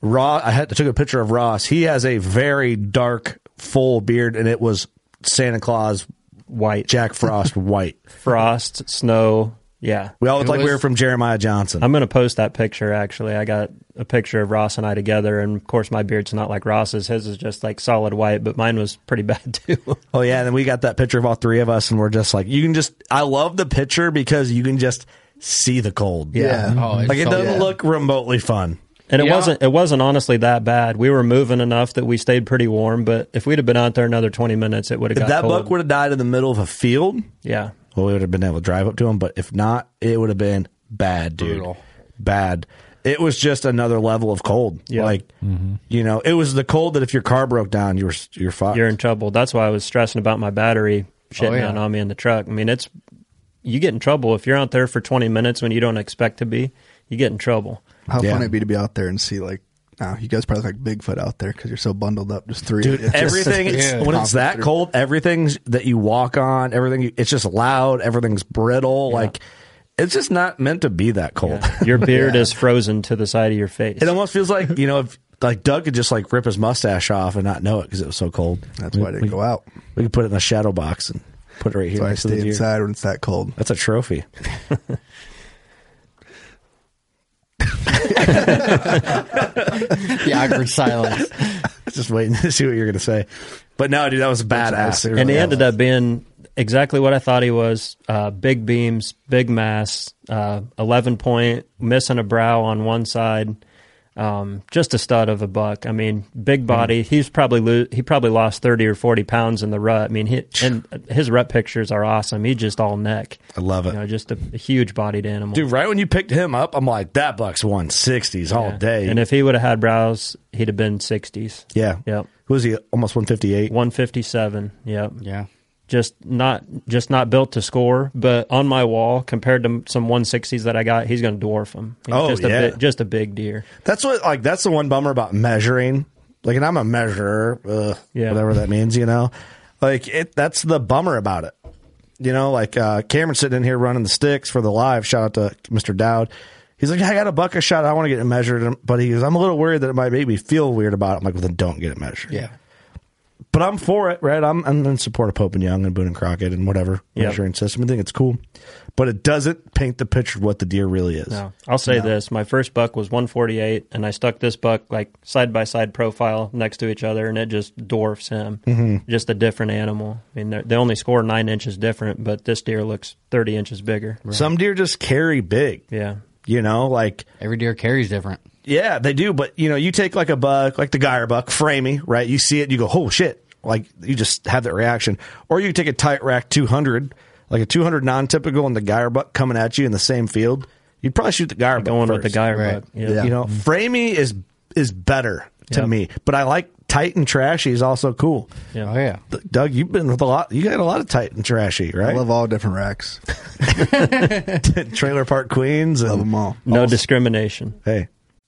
[SPEAKER 3] Ross, I had I took a picture of Ross. He has a very dark, full beard, and it was Santa Claus white, Jack Frost white.
[SPEAKER 4] Frost, snow. Yeah.
[SPEAKER 3] We all looked
[SPEAKER 5] It
[SPEAKER 3] like we
[SPEAKER 5] was-
[SPEAKER 3] were from Jeremiah Johnson.
[SPEAKER 4] I'm going to post that picture actually. I got a picture of Ross and I together. And of course, my beard's not like Ross's. His is just like solid white, but mine was pretty bad too.
[SPEAKER 3] oh yeah, and then we got that picture of all three of us, and we're just like, you can just. I love the picture because you can just see the cold.
[SPEAKER 6] Yeah.
[SPEAKER 5] Oh, it's
[SPEAKER 3] like it
[SPEAKER 5] so
[SPEAKER 3] doesn't
[SPEAKER 5] good.
[SPEAKER 3] look remotely fun.
[SPEAKER 4] And it
[SPEAKER 5] Yeah.
[SPEAKER 4] wasn't it wasn't honestly that bad. We were moving enough that we stayed pretty warm, but if we'd have been out there another twenty minutes, it would have
[SPEAKER 3] If
[SPEAKER 4] got
[SPEAKER 3] that
[SPEAKER 4] cold.
[SPEAKER 3] buck would have died in the middle of a field,
[SPEAKER 4] yeah.
[SPEAKER 3] well, we would have been able to drive up to him. But if not, it would have been bad, dude.
[SPEAKER 5] Brutal.
[SPEAKER 3] Bad. It was just another level of cold.
[SPEAKER 4] Yeah.
[SPEAKER 3] Like you know, it was the cold that if your car broke down, you were you're fucked.
[SPEAKER 4] You're in trouble. That's why I was stressing about my battery shitting
[SPEAKER 5] Oh, yeah.
[SPEAKER 4] down on me in the truck. I mean it's you get in trouble if you're out there for twenty minutes when you don't expect to be, you get in trouble.
[SPEAKER 6] How
[SPEAKER 3] Yeah.
[SPEAKER 6] fun it'd be to be out there and see like, oh, you guys probably look like Bigfoot out there because you're so bundled up. Just three.
[SPEAKER 3] Dude,
[SPEAKER 6] it's just-
[SPEAKER 3] everything it's,
[SPEAKER 5] Yeah.
[SPEAKER 3] when it's that
[SPEAKER 6] Popping
[SPEAKER 3] cold, everything that you walk on, everything you- it's just loud, everything's brittle. Like it's just not meant to be that cold.
[SPEAKER 4] Your beard is frozen to the side of your face.
[SPEAKER 3] it almost feels like you know, if like Doug could just like rip his mustache off and not know it because it was so cold.
[SPEAKER 6] That's why I didn't go out.
[SPEAKER 3] We could put it in the shadow box and put it right here.
[SPEAKER 6] So I
[SPEAKER 3] next to the
[SPEAKER 6] stay
[SPEAKER 3] deer.
[SPEAKER 6] inside when it's that cold.
[SPEAKER 3] That's a trophy.
[SPEAKER 5] the awkward silence.
[SPEAKER 3] just waiting to see what you're going to say. But no, dude, that was badass. It
[SPEAKER 4] and
[SPEAKER 3] really
[SPEAKER 4] he ended
[SPEAKER 3] was.
[SPEAKER 4] up being exactly what I thought he was. Uh, big beams, big mass, uh, eleven point, missing a brow on one side. Um, just a stud of a buck. I mean,
[SPEAKER 3] Hmm.
[SPEAKER 4] big body. He's probably lo- he probably lost thirty or forty pounds in the rut. I mean, he, and his rut pictures are awesome. He just all neck.
[SPEAKER 3] I love it.
[SPEAKER 4] You know, just a, a huge bodied animal.
[SPEAKER 3] Dude, right when you picked him up, I'm like, that buck's 160s all
[SPEAKER 4] Yeah.
[SPEAKER 3] day.
[SPEAKER 4] And if he would have had brows, he'd have been sixties.
[SPEAKER 3] yeah.
[SPEAKER 4] Yep.
[SPEAKER 3] Who was he? Almost 158.
[SPEAKER 4] One fifty seven. Yep.
[SPEAKER 5] Yeah.
[SPEAKER 4] just not just not built to score, but on my wall compared to some 160s that I got, he's going to dwarf them.
[SPEAKER 3] Oh,
[SPEAKER 4] just
[SPEAKER 3] yeah.
[SPEAKER 4] a bi- just a big deer.
[SPEAKER 3] That's what, like, that's the one bummer about measuring. Like, and I'm a measurer, ugh,
[SPEAKER 4] Yeah.
[SPEAKER 3] whatever that means, you know? Like, it, that's the bummer about it. You know, like, uh, Cameron sitting in here running the sticks for the live. Shout out to Mr. Dowd. He's like, I got a buck a shot. I want to get it measured. But he goes, I'm a little worried that it might make me feel weird about it. I'm like, well, then don't get it measured.
[SPEAKER 5] Yeah.
[SPEAKER 3] but I'm for it, right? I'm, I'm in support of Pope and Young and Boone and Crockett and whatever
[SPEAKER 4] Yep.
[SPEAKER 3] measuring system. I think it's cool, but it doesn't paint the picture of what the deer really is.
[SPEAKER 4] No, I'll say this: my first buck was 148, and I stuck this buck like side by side profile next to each other, and it just dwarfs him. Just a different animal. I mean, they're- they only score nine inches different, but this deer looks 30 inches bigger.
[SPEAKER 3] Some deer just carry big,
[SPEAKER 4] Yeah,
[SPEAKER 3] you know, like
[SPEAKER 5] Every deer carries different.
[SPEAKER 3] yeah, they do. But you know, you take like a buck, like the Geyer buck, framey, right? You see it, you go, oh shit! Like you just have that reaction, or you take a tight rack 200, like a 200 non-typical, and the Geyer buck coming at you in the same field. You'd probably shoot the Geyer buck
[SPEAKER 4] going with
[SPEAKER 3] first.
[SPEAKER 4] the guy
[SPEAKER 5] Right.
[SPEAKER 4] buck. Mm-hmm.
[SPEAKER 6] Yeah.
[SPEAKER 3] You know, framey is is better to
[SPEAKER 4] Yep.
[SPEAKER 3] me, but I like tight and trashy is also cool.
[SPEAKER 5] Oh yeah.
[SPEAKER 3] D- Doug, you've been with a lot. You got a lot of tight and trashy,
[SPEAKER 6] I
[SPEAKER 3] right?
[SPEAKER 6] love all different racks.
[SPEAKER 3] Trailer Park Queens and
[SPEAKER 6] Love them all.
[SPEAKER 4] no discrimination.
[SPEAKER 3] hey,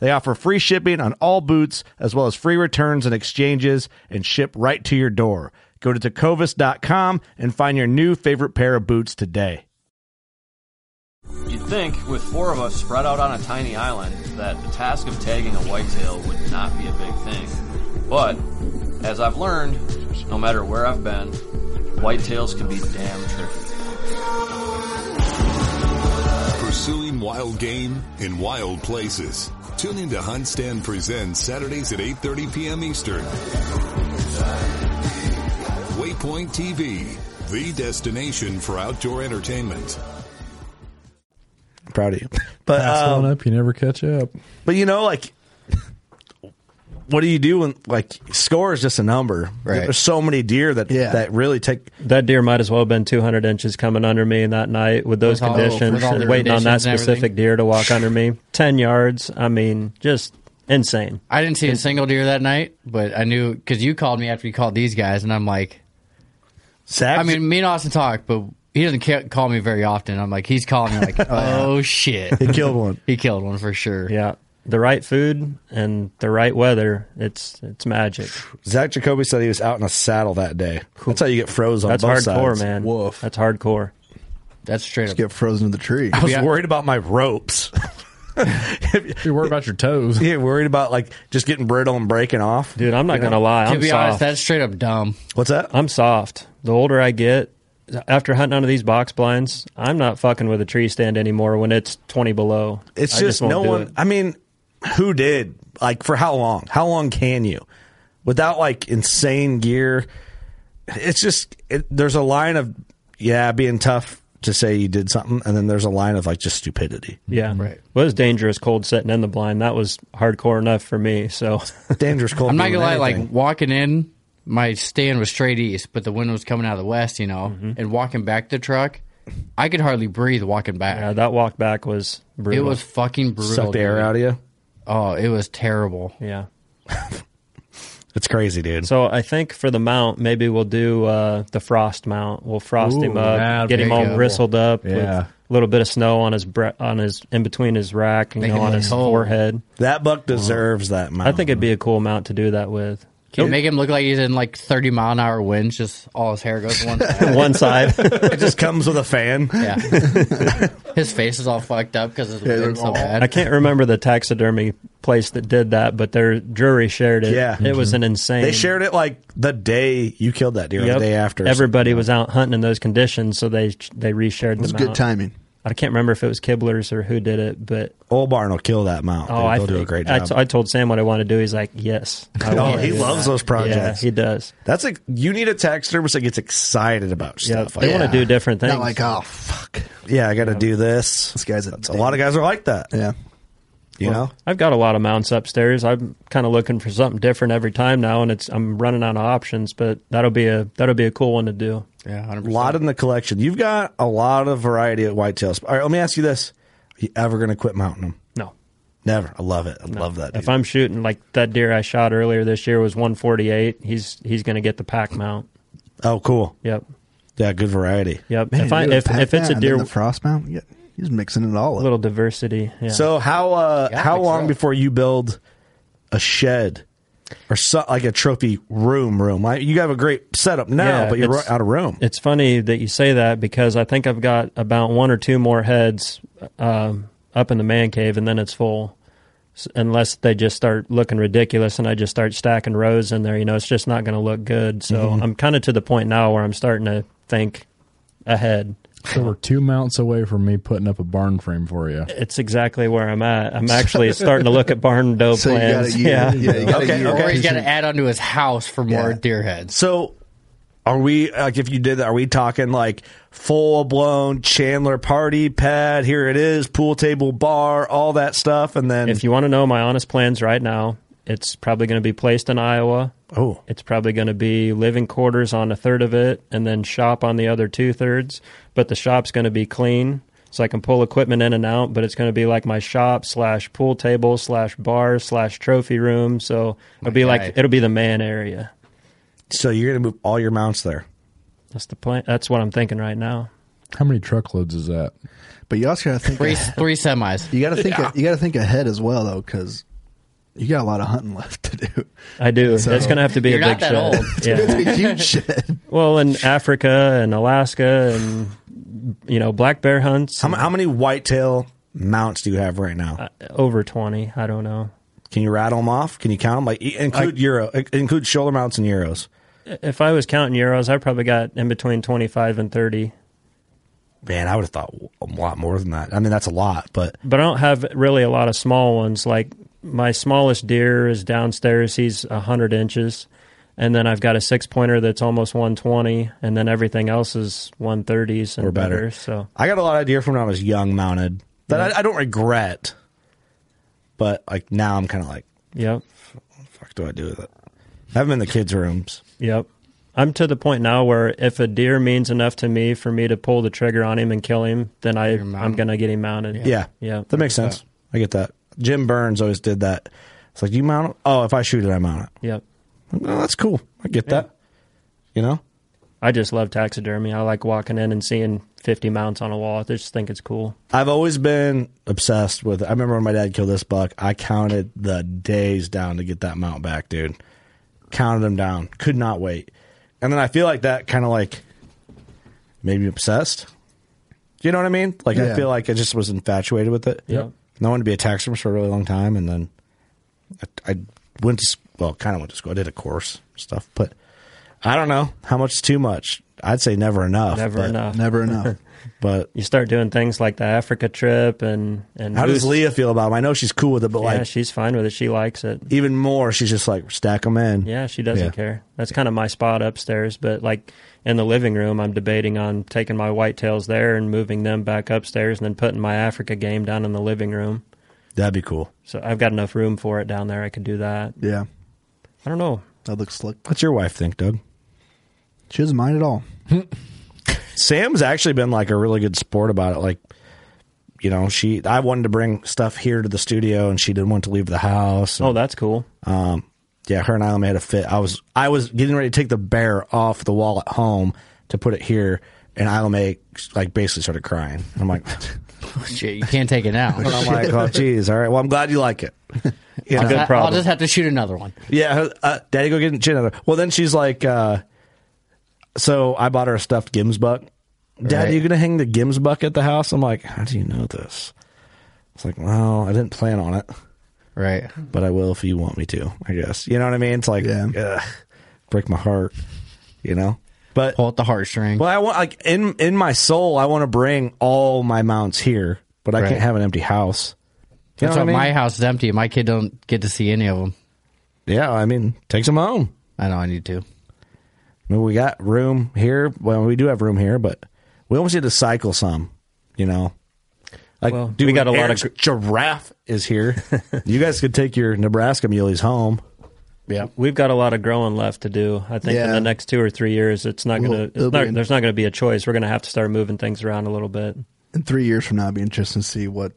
[SPEAKER 13] They offer free shipping on all boots, as well as free returns and exchanges, and ship right to your door. Go to tecovas.com and find your new favorite pair of boots today.
[SPEAKER 14] You'd think, with four of us spread out on a tiny island, that the task of tagging a whitetail would not be a big thing. But, as I've learned, no matter where I've been, whitetails can be damn tricky.
[SPEAKER 12] Pursuing wild game in wild places. Tune in to Hunt Stand Presents Saturdays at 8.30 p.m. Eastern. Waypoint TV, the destination for outdoor entertainment.
[SPEAKER 3] I'm proud of you. But
[SPEAKER 7] Pass
[SPEAKER 3] um,
[SPEAKER 7] on up, you never catch up.
[SPEAKER 3] But you know, like, what do you do when like score is just a number?
[SPEAKER 4] Right.
[SPEAKER 3] There's so many deer that that really take.
[SPEAKER 4] That deer might as well have been 200 inches coming under me that night with those
[SPEAKER 3] With all-
[SPEAKER 4] conditions,
[SPEAKER 3] with all the
[SPEAKER 4] and waiting on that
[SPEAKER 5] conditions and
[SPEAKER 4] specific
[SPEAKER 5] everything.
[SPEAKER 4] deer to walk under me. 10 yards. I mean, just insane.
[SPEAKER 5] I didn't see a single deer that night, but I knew because you called me after you called these guys, and I'm like, I mean, me and Austin talk, but he doesn't ca- call me very often. I'm like, he's calling me like, oh shit,
[SPEAKER 4] He killed one.
[SPEAKER 5] he killed one for sure.
[SPEAKER 4] Yeah. The right food and the right weather. It's it's magic.
[SPEAKER 3] Zach Jacoby said he was out in a saddle that day. That's how you get froze on
[SPEAKER 4] That's
[SPEAKER 3] both
[SPEAKER 4] hardcore,
[SPEAKER 3] sides.
[SPEAKER 4] man. That's hardcore.
[SPEAKER 5] That's straight
[SPEAKER 6] Just get frozen to the tree.
[SPEAKER 3] I was worried about my ropes.
[SPEAKER 7] You're worried about your toes.
[SPEAKER 3] Yeah, worried about like just getting brittle and breaking off.
[SPEAKER 4] Dude, I'm not
[SPEAKER 3] You know?
[SPEAKER 4] gonna lie.
[SPEAKER 5] To
[SPEAKER 4] I'm
[SPEAKER 5] be
[SPEAKER 4] soft.
[SPEAKER 5] honest, that's straight up dumb.
[SPEAKER 3] What's that?
[SPEAKER 4] I'm soft. The older I get, after hunting under these box blinds, I'm not fucking with a tree stand anymore when it's 20 below.
[SPEAKER 3] It's
[SPEAKER 4] I
[SPEAKER 3] just,
[SPEAKER 4] won't
[SPEAKER 3] no
[SPEAKER 4] do
[SPEAKER 3] one.
[SPEAKER 4] it.
[SPEAKER 3] I mean, who did? Like for how long? How long can you without like insane gear? It's just it, there's a line of yeah being tough to say you did something, and then there's a line of like just stupidity.
[SPEAKER 4] Yeah, right. Well, it was dangerous cold sitting in the blind. That was hardcore enough for me. So
[SPEAKER 3] dangerous cold.
[SPEAKER 5] I'm not gonna lie, like walking in, my stand was straight east, but the wind was coming out of the west, you know, and walking back the truck, I could hardly breathe walking back.
[SPEAKER 4] Yeah, that walk back was brutal.
[SPEAKER 5] It was fucking brutal.
[SPEAKER 3] Suck the air
[SPEAKER 5] dude.
[SPEAKER 3] out of you.
[SPEAKER 5] Oh, it was terrible.
[SPEAKER 4] Yeah.
[SPEAKER 3] It's crazy, dude.
[SPEAKER 4] So I think for the mount, maybe we'll do uh, the frost mount. We'll frost
[SPEAKER 7] Ooh,
[SPEAKER 4] him up,
[SPEAKER 7] that'd
[SPEAKER 4] get him
[SPEAKER 7] be
[SPEAKER 4] all
[SPEAKER 7] good.
[SPEAKER 4] bristled up with
[SPEAKER 7] Yeah.
[SPEAKER 4] a little bit of snow on his bre- on his in between his rack, you
[SPEAKER 5] Make
[SPEAKER 4] know,
[SPEAKER 5] him
[SPEAKER 4] on
[SPEAKER 5] look
[SPEAKER 4] his
[SPEAKER 5] cold.
[SPEAKER 4] forehead.
[SPEAKER 3] That buck deserves that. Mount.
[SPEAKER 4] I think it'd be a cool mount to do that with.
[SPEAKER 5] Can you make him look like he's in like 30 mile an hour winds, just all his hair goes to one side.
[SPEAKER 4] One side.
[SPEAKER 3] it just comes with a fan.
[SPEAKER 5] Yeah. his face is all fucked up because it's
[SPEAKER 3] Yeah,
[SPEAKER 5] wind so bad.
[SPEAKER 4] I can't remember the taxidermy place that did that, but their jury shared it.
[SPEAKER 3] Yeah.
[SPEAKER 4] It was an insane.
[SPEAKER 3] They shared it like the day you killed that deer, or
[SPEAKER 4] Yep.
[SPEAKER 3] the day after.
[SPEAKER 4] Everybody was out hunting in those conditions, so they they reshared
[SPEAKER 6] It was good timing.
[SPEAKER 4] I can't remember if it was Kibler's or who did it, but
[SPEAKER 3] Old Barn will kill that mount.
[SPEAKER 4] oh, I
[SPEAKER 3] They'll do a
[SPEAKER 4] think-
[SPEAKER 3] great
[SPEAKER 4] I
[SPEAKER 3] job.
[SPEAKER 4] t- I told Sam what I want to do. He's like, yes. I
[SPEAKER 3] Oh,
[SPEAKER 4] wanna
[SPEAKER 3] he
[SPEAKER 4] do
[SPEAKER 3] loves
[SPEAKER 4] that."
[SPEAKER 3] those projects.
[SPEAKER 4] Yeah, he does.
[SPEAKER 3] That's like you need a tax service that gets excited about
[SPEAKER 4] Yeah,
[SPEAKER 3] stuff.
[SPEAKER 4] they
[SPEAKER 3] like,
[SPEAKER 4] want to do different things.
[SPEAKER 6] Not like, oh, fuck.
[SPEAKER 3] yeah, I got to do this.
[SPEAKER 6] This guy's a,
[SPEAKER 3] A lot of guys are like that.
[SPEAKER 6] Yeah.
[SPEAKER 3] You know,
[SPEAKER 4] I've got a lot of mounts upstairs. I'm kind of looking for something different every time now, and it's I'm running out of options. But that'll be a that'll be a cool one to do.
[SPEAKER 5] Yeah,
[SPEAKER 3] a
[SPEAKER 5] 100%.
[SPEAKER 3] lot in the collection. You've got a lot of variety of whitetails. All right, let me ask you this: Are you ever going to quit mounting them?
[SPEAKER 4] No,
[SPEAKER 3] Never. I love it. I love that.
[SPEAKER 4] if
[SPEAKER 3] dude.
[SPEAKER 4] I'm shooting like that deer I shot earlier this year was 148, he's he's going to get the pack mount.
[SPEAKER 3] oh, cool.
[SPEAKER 4] Yep,
[SPEAKER 3] Yeah, good variety.
[SPEAKER 4] yep.
[SPEAKER 6] Man,
[SPEAKER 4] if I
[SPEAKER 6] you do
[SPEAKER 4] if,
[SPEAKER 6] pack
[SPEAKER 4] if it's
[SPEAKER 6] that
[SPEAKER 4] a
[SPEAKER 6] and then
[SPEAKER 4] deer,
[SPEAKER 6] the frost mount, yeah, he's mixing it all up.
[SPEAKER 4] little diversity. Yeah.
[SPEAKER 3] So how uh,
[SPEAKER 5] Yeah,
[SPEAKER 3] how
[SPEAKER 5] mix it
[SPEAKER 3] long
[SPEAKER 5] up.
[SPEAKER 3] before you build a shed or so, like a trophy room room? Like, you have a great setup now,
[SPEAKER 4] Yeah,
[SPEAKER 3] but you're
[SPEAKER 4] it's-
[SPEAKER 3] out of room.
[SPEAKER 4] It's funny that you say that because I think I've got about one or two more heads um, up in the man cave, and then it's full. S- Unless they just start looking ridiculous, and I just start stacking rows in there, you know, it's just not going to look good. So
[SPEAKER 6] Mm-hmm.
[SPEAKER 4] I'm kind of to the point now where I'm starting to think ahead.
[SPEAKER 7] So we're two mounts away from me putting up a barn frame for you.
[SPEAKER 4] It's exactly where I'm at. I'm actually starting to look at barn dough
[SPEAKER 6] So you got
[SPEAKER 4] plans.
[SPEAKER 6] a year-
[SPEAKER 4] yeah,
[SPEAKER 6] yeah, you got a
[SPEAKER 3] Okay,
[SPEAKER 6] year.
[SPEAKER 5] Or
[SPEAKER 3] okay.
[SPEAKER 5] he's got to add onto his house for more
[SPEAKER 6] Yeah.
[SPEAKER 5] deer heads.
[SPEAKER 3] So are we like if you did that? Are we talking like full blown Chandler party pad? Here it is, pool table bar, all that stuff, and then
[SPEAKER 4] If you want to know my honest plans right now, It's probably going to be placed in Iowa.
[SPEAKER 13] Oh.
[SPEAKER 4] It's probably going to be living quarters on a third of it and then shop on the other two thirds. But the shop's going to be clean. So I can pull equipment in and out, but it's going to be like my shop slash pool table slash bar slash trophy room. So it'll be like,
[SPEAKER 3] guy.
[SPEAKER 4] it'll be the man area.
[SPEAKER 3] So you're going to move all your mounts there.
[SPEAKER 4] That's the plan. That's what I'm thinking right now.
[SPEAKER 7] How many truckloads is that?
[SPEAKER 6] But you also got to think
[SPEAKER 5] Three, three semis.
[SPEAKER 6] You got to think. You got to think ahead as well, though, because you got a lot of hunting left to do.
[SPEAKER 4] I do.
[SPEAKER 6] So-
[SPEAKER 4] it's going to have to be
[SPEAKER 6] You're
[SPEAKER 4] a
[SPEAKER 6] not
[SPEAKER 4] big
[SPEAKER 6] that
[SPEAKER 4] shed.
[SPEAKER 6] old. It's gonna be a huge shed.
[SPEAKER 4] Well, in Africa and Alaska and you know black bear hunts.
[SPEAKER 3] How, m- how many whitetail mounts do you have right now?
[SPEAKER 4] over twenty. I don't know.
[SPEAKER 3] Can you rattle them off? Can you count them? Like e- include euro, i- include shoulder mounts and euros.
[SPEAKER 4] If I was counting euros, I probably got in between twenty-five and thirty.
[SPEAKER 3] Man, I would have thought a lot more than that. I mean, that's a lot, but
[SPEAKER 4] But I don't have really a lot of small ones. Like my smallest deer is downstairs. He's hundred inches, and then I've got a six-pointer that's almost one twenty, and then everything else is one thirties and
[SPEAKER 3] Or better.
[SPEAKER 4] So
[SPEAKER 3] I got a lot of deer from when I was young mounted that I, I don't regret. But like now, I'm kind of like,
[SPEAKER 4] yep.
[SPEAKER 3] fuck, do I do with it? Have them in the kids' rooms.
[SPEAKER 4] Yep. I'm to the point now where if a deer means enough to me for me to pull the trigger on him and kill him, then I I'm gonna get him mounted.
[SPEAKER 3] Yeah,
[SPEAKER 4] Yeah.
[SPEAKER 3] that makes sense. I get that. Jim Burns always did that. It's like, do you mount it? Oh, if I shoot it, I mount it.
[SPEAKER 4] Yep.
[SPEAKER 3] No, that's cool. I get that. You know,
[SPEAKER 4] I just love taxidermy. I like walking in and seeing 50 mounts on a wall. I just think it's cool.
[SPEAKER 3] I've always been obsessed with. I remember when my dad killed this buck. I counted the days down to get that mount back, dude. Counted them down. Could not wait. And then I feel like that kind of like made me obsessed. Do you know what I mean? Like I
[SPEAKER 13] Yeah.
[SPEAKER 3] feel like I just was infatuated with it.
[SPEAKER 13] Yep.
[SPEAKER 3] And I wanted to be a taxidermist for a really long time, and then I, I went to s- well, kind of went to school. I did a course stuff, but I don't know how much is too much. I'd say never enough.
[SPEAKER 4] Never
[SPEAKER 3] but-
[SPEAKER 4] enough.
[SPEAKER 3] but
[SPEAKER 4] you start doing things like the Africa trip and and
[SPEAKER 3] How does
[SPEAKER 4] moose-
[SPEAKER 3] Leah feel about him? I know she's cool with it, but
[SPEAKER 4] Yeah,
[SPEAKER 3] like
[SPEAKER 4] she's fine with it. She likes it.
[SPEAKER 3] even more, she's just like stack them in.
[SPEAKER 4] Yeah, she doesn't
[SPEAKER 3] Yeah.
[SPEAKER 4] care. That's kind of my spot upstairs. But like in the living room, I'm debating on taking my whitetails there and moving them back upstairs, and then putting my Africa game down in the living room.
[SPEAKER 3] That'd be cool.
[SPEAKER 4] So I've got enough room for it down there. I could do that.
[SPEAKER 6] Yeah.
[SPEAKER 4] I don't know.
[SPEAKER 6] That looks slick.
[SPEAKER 3] What's your wife think, Doug?
[SPEAKER 6] She doesn't mind at all.
[SPEAKER 3] Sam's actually been like a really good sport about it. Like, you know, she I wanted to bring stuff here to the studio, and she didn't want to leave the house.
[SPEAKER 4] Oh, that's cool.
[SPEAKER 3] Um, yeah, her and I only had a fit. I was I was getting ready to take the bear off the wall at home to put it here, and Ilame like basically started crying. I'm like,
[SPEAKER 5] Oh, Shit, you can't take it now.
[SPEAKER 3] and I'm like, oh geez, all right. Well, I'm glad you like it. You
[SPEAKER 5] I'll,
[SPEAKER 3] know?
[SPEAKER 5] just, I'll just have to shoot another one.
[SPEAKER 3] Yeah, uh, Daddy, go get another. Well, then she's like, uh, so I bought her a stuffed Gims buck. Dad,
[SPEAKER 5] Right.
[SPEAKER 3] you gonna hang the Gims buck at the house? I'm like, how do you know this? It's like, well, I didn't plan on it,
[SPEAKER 5] right?
[SPEAKER 3] But I will if you want me to. I guess you know what I mean. It's like, ugh, break my heart, you know. But
[SPEAKER 5] pull at the heartstring.
[SPEAKER 3] Well, I want like in in my soul, I want to bring all my mounts here, but I
[SPEAKER 5] Right.
[SPEAKER 3] can't have an empty house. You
[SPEAKER 5] That's
[SPEAKER 3] know
[SPEAKER 5] why
[SPEAKER 3] what I mean?
[SPEAKER 5] my house is empty. and My kid don't get to see any of them.
[SPEAKER 3] Yeah, I mean, take some home.
[SPEAKER 5] I know I need to.
[SPEAKER 3] I mean, we got room here. Well, we do have room here, but we almost need to cycle some. You know, like
[SPEAKER 4] Well,
[SPEAKER 3] dude,
[SPEAKER 4] we got a lot of
[SPEAKER 3] Eric's
[SPEAKER 4] gr-
[SPEAKER 3] giraffe is here. you guys could take your Nebraska muleys home.
[SPEAKER 4] Yeah, we've got a lot of growing left to do. I think in
[SPEAKER 3] Yeah.
[SPEAKER 4] the next two or three years, it's not
[SPEAKER 6] Well,
[SPEAKER 4] gonna. It's
[SPEAKER 6] it'll
[SPEAKER 4] not,
[SPEAKER 6] be in-
[SPEAKER 4] there's not gonna be a choice. We're gonna have to start moving things around a little bit.
[SPEAKER 6] In three years from now, it'd be interesting to see what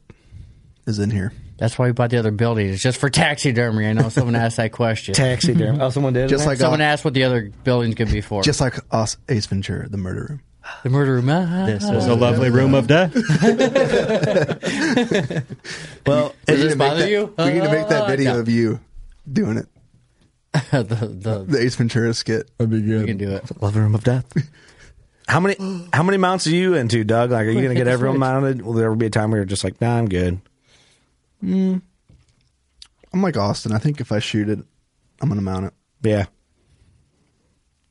[SPEAKER 6] is in here.
[SPEAKER 5] That's why we bought the other building. It's just for taxidermy. I know someone asked that question.
[SPEAKER 3] Taxidermy. Oh, someone did?
[SPEAKER 5] Just
[SPEAKER 6] Just
[SPEAKER 5] like
[SPEAKER 6] like
[SPEAKER 5] someone
[SPEAKER 6] all-
[SPEAKER 5] asked what the other building's going to be for.
[SPEAKER 6] Just like us, Ace Ventura, the murder room.
[SPEAKER 5] the murder room. Ah,
[SPEAKER 4] This
[SPEAKER 3] Oh,
[SPEAKER 5] ah,
[SPEAKER 4] is
[SPEAKER 5] ah.
[SPEAKER 4] a lovely room of death.
[SPEAKER 6] Well,
[SPEAKER 5] Does this bother
[SPEAKER 6] that,
[SPEAKER 5] you?
[SPEAKER 6] We need to make that
[SPEAKER 5] Uh,
[SPEAKER 6] video
[SPEAKER 5] no.
[SPEAKER 6] of you doing it.
[SPEAKER 5] ah. the, the,
[SPEAKER 6] The Ace Ventura skit.
[SPEAKER 7] That'd be good. You
[SPEAKER 5] can do it.
[SPEAKER 3] Love room of death. How many how many mounts are you into, Doug? Like, are you
[SPEAKER 5] Quick,
[SPEAKER 3] going to
[SPEAKER 5] hit
[SPEAKER 3] get
[SPEAKER 5] the
[SPEAKER 3] everyone
[SPEAKER 5] switch.
[SPEAKER 3] mounted? Will there ever be a time where you're just like, nah, I'm good?
[SPEAKER 6] Mm. I'm like Austin. I think if I shoot it, I'm gonna mount it.
[SPEAKER 3] Yeah,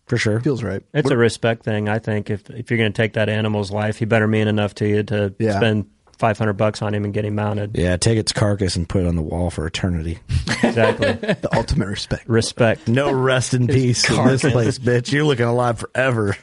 [SPEAKER 3] for sure.
[SPEAKER 6] Feels right.
[SPEAKER 4] It's a respect thing, I think. If if you're going to take that animal's life, he better mean enough to you to
[SPEAKER 6] Yeah.
[SPEAKER 4] spend five hundred bucks on him and get him mounted.
[SPEAKER 3] Yeah, take its carcass and put it on the wall for eternity.
[SPEAKER 4] Exactly.
[SPEAKER 6] the ultimate respect.
[SPEAKER 4] Respect.
[SPEAKER 3] No rest in peace in this place, bitch. You're looking alive forever.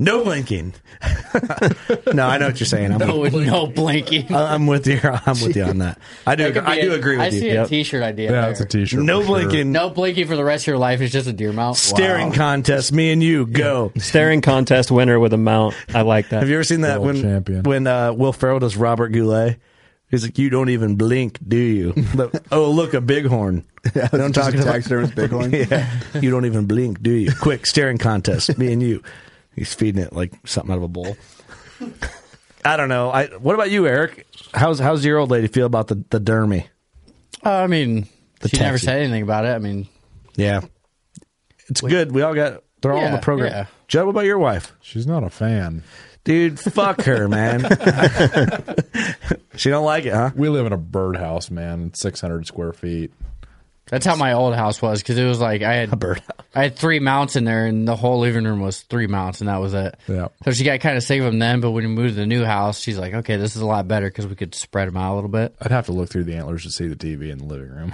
[SPEAKER 3] no blinking. no, I know what you're saying. I'm
[SPEAKER 5] No,
[SPEAKER 3] with,
[SPEAKER 5] no blinking.
[SPEAKER 3] I- I'm with you. I'm with you on that. I do.
[SPEAKER 5] That could
[SPEAKER 3] I
[SPEAKER 5] be
[SPEAKER 3] do
[SPEAKER 5] a-
[SPEAKER 3] agree with
[SPEAKER 5] I
[SPEAKER 3] you.
[SPEAKER 5] see a
[SPEAKER 3] Yep.
[SPEAKER 5] t-shirt idea.
[SPEAKER 3] Yeah,
[SPEAKER 5] there.
[SPEAKER 3] it's a t-shirt No for sure. blinking.
[SPEAKER 5] No blinking for the rest of your life. It's just a deer mount.
[SPEAKER 3] Staring contest. Me and you go.
[SPEAKER 4] Staring contest winner with a mount. I like that.
[SPEAKER 3] Have you ever seen that when when uh, Will Ferrell does Robert Goulet? He's like, you don't even blink, do you? But, oh, look, a bighorn.
[SPEAKER 6] Yeah,
[SPEAKER 3] You know what I'm
[SPEAKER 6] it's just
[SPEAKER 3] talking
[SPEAKER 6] a
[SPEAKER 3] about?
[SPEAKER 6] taxidermist bighorn.
[SPEAKER 3] yeah, you don't even blink, do you? Quick staring contest, me and you. He's feeding it like something out of a bowl. I don't know. I what about you, Eric? How's how's your old lady feel about the the dermy?
[SPEAKER 5] Uh, I mean, she never
[SPEAKER 3] taxi.
[SPEAKER 5] said anything about it. I mean,
[SPEAKER 3] Yeah, it's good. We all got they're all on
[SPEAKER 5] Yeah,
[SPEAKER 3] the program.
[SPEAKER 5] yeah.
[SPEAKER 3] Judd, what about your wife?
[SPEAKER 7] She's not a fan.
[SPEAKER 3] Dude, fuck her, man. she don't like it, huh?
[SPEAKER 7] We live in a birdhouse, man. Six hundred square feet.
[SPEAKER 5] that's how my old house was because it was like I had I had three mounts in there, and the whole living room was three mounts, and that was it.
[SPEAKER 7] Yeah.
[SPEAKER 5] So she got kind of sick of them then, but when we moved to the new house, she's like, okay, this is a lot better because we could spread them out a little bit.
[SPEAKER 7] I'd have to look through the antlers to see the TV in the living room.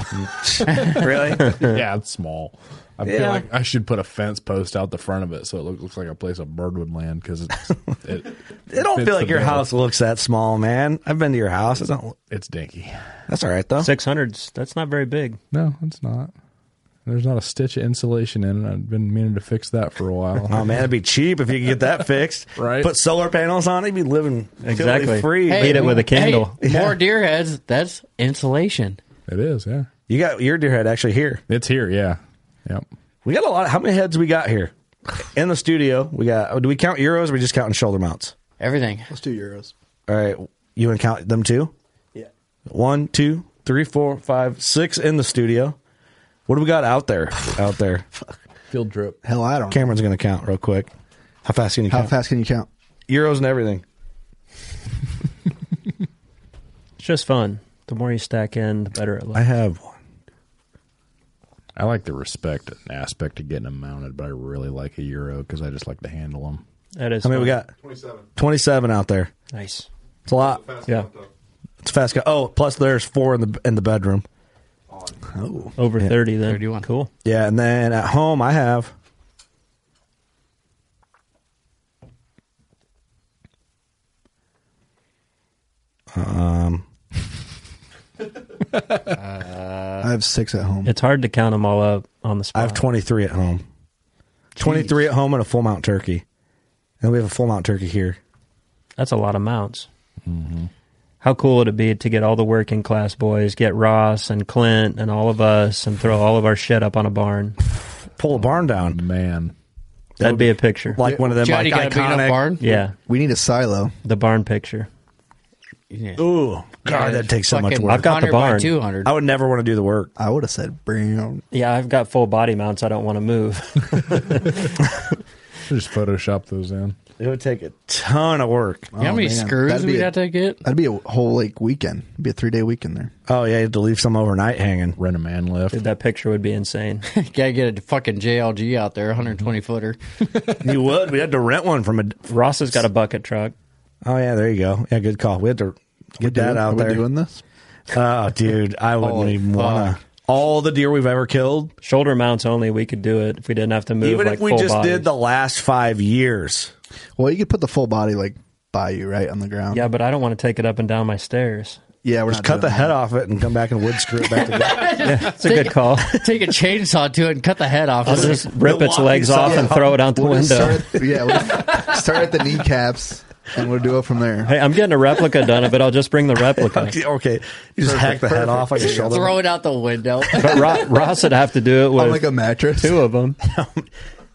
[SPEAKER 3] really?
[SPEAKER 7] yeah, it's small. I
[SPEAKER 3] Yeah.
[SPEAKER 7] feel like I should put a fence post out the front of it so it look, looks like a place a bird would land because it, it.
[SPEAKER 3] It don't
[SPEAKER 7] fits
[SPEAKER 3] feel like
[SPEAKER 7] the
[SPEAKER 3] your
[SPEAKER 7] bill.
[SPEAKER 3] house looks that small, man. I've been to your house. It's not.
[SPEAKER 7] It's dinky.
[SPEAKER 3] That's all right though.
[SPEAKER 4] Six hundreds. That's not very big.
[SPEAKER 7] No, it's not. There's not a stitch of insulation in it. I've been meaning to fix that for a while.
[SPEAKER 3] Oh man, it'd be cheap if you could get that fixed.
[SPEAKER 7] Right.
[SPEAKER 3] Put solar panels on it. You'd be living
[SPEAKER 4] Exactly.
[SPEAKER 3] totally free.
[SPEAKER 5] Hey,
[SPEAKER 4] Beat it with a candle.
[SPEAKER 5] hey, More deer heads. That's insulation.
[SPEAKER 7] It is, yeah.
[SPEAKER 3] You got your deer head actually here.
[SPEAKER 7] It's here, yeah. Yep.
[SPEAKER 3] We got a lot. how many heads we got here in the studio? We got. oh, Do we count euros? or we just counting shoulder mounts?
[SPEAKER 5] Everything.
[SPEAKER 6] Let's do euros.
[SPEAKER 3] All right. You want to count them too?
[SPEAKER 6] Yeah.
[SPEAKER 3] One, two, three, four, five, six in the studio. What do we got out there? Out there.
[SPEAKER 7] Field drip.
[SPEAKER 6] Hell, I don't. know.
[SPEAKER 3] Cameron's gonna count real quick. How fast can you
[SPEAKER 6] How
[SPEAKER 3] count?
[SPEAKER 6] fast can you count?
[SPEAKER 3] Euros and everything.
[SPEAKER 4] It's just fun. The more you stack in, the better it looks.
[SPEAKER 3] I have one.
[SPEAKER 7] I like the respect aspect of getting them mounted, but I really like a euro because I just like to handle them.
[SPEAKER 4] That is.
[SPEAKER 3] How many we
[SPEAKER 4] fun.
[SPEAKER 3] got? Twenty-seven out there.
[SPEAKER 4] Nice.
[SPEAKER 3] It's a lot.
[SPEAKER 4] Yeah.
[SPEAKER 3] It's a fast. Guy. Oh, plus there's four in the in the bedroom.
[SPEAKER 6] Oh,
[SPEAKER 4] Over
[SPEAKER 3] Yeah.
[SPEAKER 4] thirty then.
[SPEAKER 5] 31.
[SPEAKER 4] Cool.
[SPEAKER 3] Yeah, and then at home I have um
[SPEAKER 6] I have six at home.
[SPEAKER 4] It's hard to count them all up on the spot.
[SPEAKER 3] I have 23 at home. 23 at home and a full mount turkey. And we have a full mount turkey here.
[SPEAKER 4] That's a lot of mounts.
[SPEAKER 3] Mm-hmm.
[SPEAKER 4] How cool would it be to get all the working class boys, get Ross and Clint and all of us, and throw all of our shit up on a barn?
[SPEAKER 3] Pull the barn down.
[SPEAKER 7] Man.
[SPEAKER 4] That'd be a picture.
[SPEAKER 3] Like one of them
[SPEAKER 5] Johnny
[SPEAKER 3] like
[SPEAKER 5] got a big enough
[SPEAKER 3] iconic.
[SPEAKER 5] barn.
[SPEAKER 4] Yeah,
[SPEAKER 6] We need a silo.
[SPEAKER 4] the barn picture.
[SPEAKER 5] Yeah.
[SPEAKER 3] Ooh, God, that takes so much
[SPEAKER 5] Fucking
[SPEAKER 3] work.
[SPEAKER 4] I've got the
[SPEAKER 5] 100 by
[SPEAKER 4] barn.
[SPEAKER 5] 200.
[SPEAKER 3] I would never want to do the work.
[SPEAKER 6] I would have said brown.
[SPEAKER 4] Yeah, I've got full body mounts. I don't want to move.
[SPEAKER 7] Just Photoshop those in.
[SPEAKER 3] It would take a ton of work.
[SPEAKER 5] You know how
[SPEAKER 6] Oh,
[SPEAKER 5] many
[SPEAKER 6] man.
[SPEAKER 5] screws
[SPEAKER 6] That'd be
[SPEAKER 5] we'd
[SPEAKER 6] a-
[SPEAKER 5] have to get?
[SPEAKER 6] That'd be a whole like weekend. It'd be a three day weekend there.
[SPEAKER 3] Oh yeah, you have to leave some overnight hanging.
[SPEAKER 7] Rent a man lift.
[SPEAKER 4] Dude, that picture would be insane.
[SPEAKER 5] Gotta get a fucking JLG out there, 120 footer.
[SPEAKER 3] you would. We had to rent one from a.
[SPEAKER 4] Ross has got a bucket truck.
[SPEAKER 3] Oh yeah, there you go. Yeah, good call. We had to get that
[SPEAKER 6] Are
[SPEAKER 3] out
[SPEAKER 6] we
[SPEAKER 3] there.
[SPEAKER 6] doing this?
[SPEAKER 3] Oh, dude, I wouldn't
[SPEAKER 5] Holy
[SPEAKER 3] even
[SPEAKER 5] fuck.
[SPEAKER 3] wanna. All the deer we've ever killed,
[SPEAKER 4] Shoulder mounts only. We could do it if we didn't have to move.
[SPEAKER 3] even
[SPEAKER 4] like
[SPEAKER 3] if we
[SPEAKER 4] full
[SPEAKER 3] just
[SPEAKER 4] bodies.
[SPEAKER 3] did the last five years.
[SPEAKER 6] Well, you could put the full body like by you, right on the ground.
[SPEAKER 4] Yeah, but I don't want to take it up and down my stairs.
[SPEAKER 6] yeah. We're
[SPEAKER 3] Just
[SPEAKER 6] not
[SPEAKER 3] cut the
[SPEAKER 6] doing
[SPEAKER 3] head
[SPEAKER 6] that.
[SPEAKER 3] off it and come back and wood screw it back together.
[SPEAKER 4] That's a good call.
[SPEAKER 5] Take a chainsaw to it and cut the head off.
[SPEAKER 4] I'll
[SPEAKER 5] of it.
[SPEAKER 4] just rip its
[SPEAKER 3] Milwaukee
[SPEAKER 4] legs off and
[SPEAKER 3] style.
[SPEAKER 4] throw it out the
[SPEAKER 6] We'll just
[SPEAKER 4] window.
[SPEAKER 6] Start, yeah, we'll start at the kneecaps, and we'll do it from there.
[SPEAKER 4] Hey, I'm getting a replica done of it. I'll just bring the replica.
[SPEAKER 3] okay, you just hack the head off like a shoulder.
[SPEAKER 5] Throw it out the window.
[SPEAKER 4] But Ro- Ross would have to
[SPEAKER 3] Oh
[SPEAKER 4] do it
[SPEAKER 6] On
[SPEAKER 4] with
[SPEAKER 6] like a mattress.
[SPEAKER 4] two of them.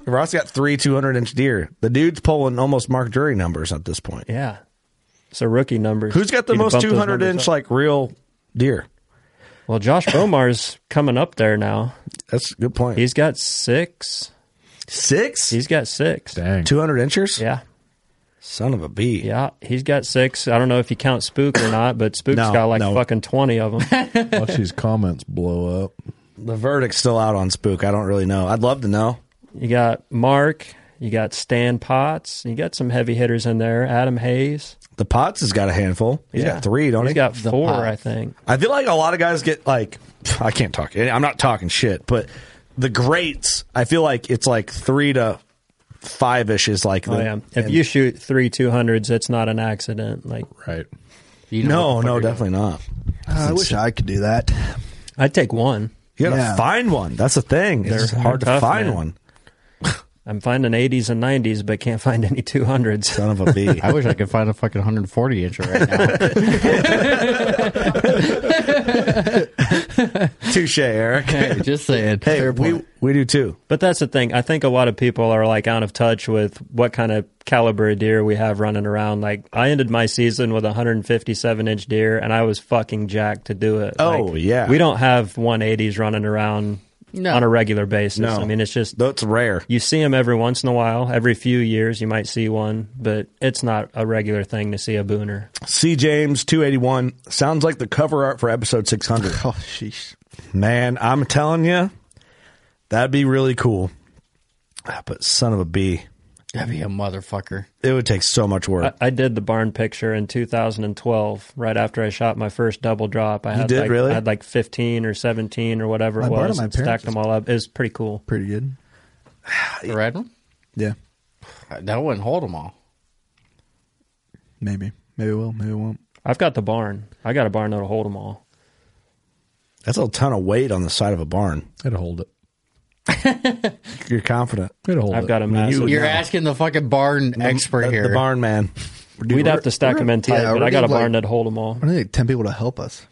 [SPEAKER 3] Ross got three 200 inch deer. The dude's pulling almost Mark Drury numbers at this point.
[SPEAKER 4] Yeah. So rookie numbers.
[SPEAKER 3] Who's got the
[SPEAKER 4] He'd
[SPEAKER 3] most
[SPEAKER 4] bump those
[SPEAKER 3] 200
[SPEAKER 4] numbers
[SPEAKER 3] inch
[SPEAKER 4] up.
[SPEAKER 3] like real deer?
[SPEAKER 4] Well, Josh Bomar's coming up there now.
[SPEAKER 3] That's a good point.
[SPEAKER 4] He's got six.
[SPEAKER 3] six
[SPEAKER 4] He's got six.
[SPEAKER 7] Dang.
[SPEAKER 3] 200 inchers.
[SPEAKER 4] Yeah.
[SPEAKER 3] Son of a bee.
[SPEAKER 4] Yeah. He's got six. I don't know if you count Spook or not, but Spook's
[SPEAKER 3] No,
[SPEAKER 4] got like
[SPEAKER 3] no.
[SPEAKER 4] fucking 20 of them.
[SPEAKER 7] Watch these comments blow up.
[SPEAKER 3] The verdict's still out on Spook. I don't really know. I'd love to know.
[SPEAKER 4] you got Mark. You got Stan Potts. You got some heavy hitters in there. Adam Hayes.
[SPEAKER 3] The Potts has got a handful. He's
[SPEAKER 4] Yeah.
[SPEAKER 3] got three, don't
[SPEAKER 4] He's
[SPEAKER 3] he?
[SPEAKER 4] got four, I think.
[SPEAKER 3] I feel like a lot of guys get like I can't talk. I'm not talking shit, but the greats. I feel like it's like three to five ish is like.
[SPEAKER 4] Oh,
[SPEAKER 3] the-
[SPEAKER 4] yeah. If
[SPEAKER 3] and-
[SPEAKER 4] you shoot three 200s, it's not an accident. Like
[SPEAKER 7] Right.
[SPEAKER 3] no, no, definitely not.
[SPEAKER 6] Uh, I wish I could do that.
[SPEAKER 4] I'd take one.
[SPEAKER 3] You gotta find one. That's the thing. It's
[SPEAKER 4] They're-
[SPEAKER 3] hard to
[SPEAKER 4] they're tough,
[SPEAKER 3] find
[SPEAKER 4] man.
[SPEAKER 3] one.
[SPEAKER 4] I'm finding 80s and 90s, but can't find any 200s.
[SPEAKER 3] Son of a bee.
[SPEAKER 5] I wish I could find a fucking 140 inch right now.
[SPEAKER 3] Touche, Eric.
[SPEAKER 5] Hey, just saying.
[SPEAKER 3] Hey, we we do too.
[SPEAKER 4] But that's the thing. I think a lot of people are like out of touch with what kind of caliber of deer we have running around. Like I ended my season with a 157 inch deer, and I was fucking jacked to do it.
[SPEAKER 3] Oh,
[SPEAKER 4] Like,
[SPEAKER 3] yeah.
[SPEAKER 4] we don't have 180s running around
[SPEAKER 5] No.
[SPEAKER 4] on a regular basis.
[SPEAKER 3] No.
[SPEAKER 4] I mean, it's just
[SPEAKER 3] That's rare.
[SPEAKER 4] you see them every once in a while. Every few years, you might see one, but it's not a regular thing to see a booner.
[SPEAKER 3] C James two eighty one sounds like the cover art for episode six hundred.
[SPEAKER 6] Oh, sheesh.
[SPEAKER 3] Man, I'm telling you, that'd be really cool. Ah, But son of a bee,
[SPEAKER 5] That'd be a motherfucker.
[SPEAKER 3] it would take so much work.
[SPEAKER 4] I, I did the barn picture in 2012, right after I shot my first double drop. I
[SPEAKER 3] You
[SPEAKER 4] had
[SPEAKER 3] did,
[SPEAKER 4] like,
[SPEAKER 3] really?
[SPEAKER 4] I had like 15 or 17 or whatever
[SPEAKER 6] My
[SPEAKER 4] it
[SPEAKER 6] barn
[SPEAKER 4] was.
[SPEAKER 6] of my
[SPEAKER 4] and
[SPEAKER 6] parents
[SPEAKER 4] stacked them all up. It was pretty cool.
[SPEAKER 6] Pretty good.
[SPEAKER 5] The red one?
[SPEAKER 6] Yeah.
[SPEAKER 5] That wouldn't hold them all.
[SPEAKER 6] Maybe. Maybe it will. Maybe it won't.
[SPEAKER 4] I've got the barn. I got a barn that'll hold them all.
[SPEAKER 3] That's a ton of weight on the side of a barn.
[SPEAKER 7] It'll hold it.
[SPEAKER 3] You're confident.
[SPEAKER 7] It'll hold
[SPEAKER 4] I've
[SPEAKER 7] it.
[SPEAKER 4] got a
[SPEAKER 3] mean, you
[SPEAKER 4] massive.
[SPEAKER 3] would
[SPEAKER 5] You're
[SPEAKER 3] know.
[SPEAKER 5] asking the fucking barn expert
[SPEAKER 3] the,
[SPEAKER 5] here.
[SPEAKER 3] the barn man.
[SPEAKER 4] We'd have to stack them in tight,
[SPEAKER 6] yeah,
[SPEAKER 4] but
[SPEAKER 6] we're
[SPEAKER 4] I got a
[SPEAKER 6] getting,
[SPEAKER 4] barn
[SPEAKER 6] like-
[SPEAKER 4] that'd hold them all.
[SPEAKER 6] I need 10 people to help us.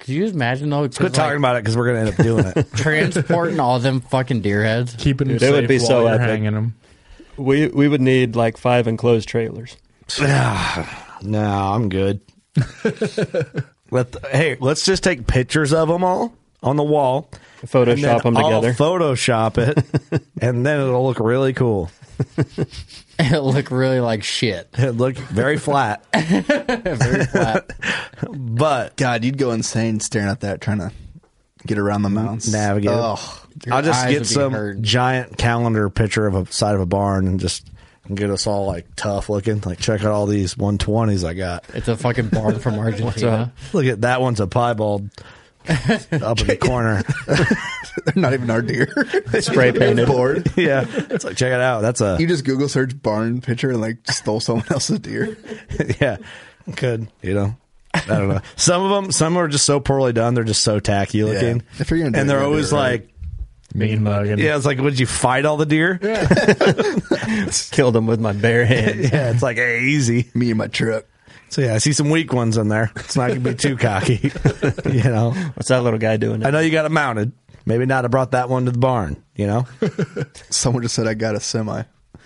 [SPEAKER 5] Could you just imagine though? 'cause,
[SPEAKER 3] Quit talking
[SPEAKER 5] like,
[SPEAKER 3] about it because we're gonna end up doing it.
[SPEAKER 5] transporting all them fucking deer heads.
[SPEAKER 7] Keeping them
[SPEAKER 4] Dude, it would
[SPEAKER 7] safe
[SPEAKER 4] be
[SPEAKER 7] while
[SPEAKER 4] so
[SPEAKER 7] you're
[SPEAKER 4] epic.
[SPEAKER 7] hanging them.
[SPEAKER 4] We we would need like five enclosed trailers.
[SPEAKER 3] no, I'm good. Let the- hey, let's just take pictures of them all on the wall. and then
[SPEAKER 4] Photoshop them
[SPEAKER 3] I'll
[SPEAKER 4] together.
[SPEAKER 3] Photoshop it, and then it'll look really cool.
[SPEAKER 5] It looked really like shit.
[SPEAKER 3] It look very flat,
[SPEAKER 5] Very flat.
[SPEAKER 3] but
[SPEAKER 6] God, you'd go insane staring at that, trying to get around the mountains.
[SPEAKER 3] navigate. it.
[SPEAKER 6] Oh,
[SPEAKER 3] I'll just
[SPEAKER 5] eyes
[SPEAKER 3] get
[SPEAKER 5] would be
[SPEAKER 3] some
[SPEAKER 5] hurt.
[SPEAKER 3] giant calendar picture of a side of a barn and just get us all like tough looking. Like check out all these 120s I got.
[SPEAKER 5] It's a fucking barn from Argentina.
[SPEAKER 3] Look at that one's a piebald up in the corner.
[SPEAKER 6] they're not even our deer.
[SPEAKER 4] Spray painted.
[SPEAKER 6] Bored.
[SPEAKER 3] yeah, it's like check it out. That's a
[SPEAKER 6] You just Google search barn picture and like stole someone else's deer.
[SPEAKER 3] yeah, could you know? I don't know. Some of them, some are just so poorly done. They're just so tacky looking.
[SPEAKER 6] If you're gonna
[SPEAKER 3] and
[SPEAKER 6] do it,
[SPEAKER 3] they're
[SPEAKER 6] you're
[SPEAKER 3] always
[SPEAKER 6] gonna do it right.
[SPEAKER 3] like,
[SPEAKER 7] Mean mugging.
[SPEAKER 3] yeah, it's like, would you fight all the deer? Yeah,
[SPEAKER 4] Killed them with my bare hands.
[SPEAKER 3] it's like hey, easy.
[SPEAKER 6] Me and my truck.
[SPEAKER 3] So yeah, I see some weak ones in there. It's not gonna be too cocky, you know.
[SPEAKER 4] What's that little guy doing?
[SPEAKER 3] I know you got it mounted. Maybe not have brought that one to the barn. You know
[SPEAKER 6] Someone just said I got a semi.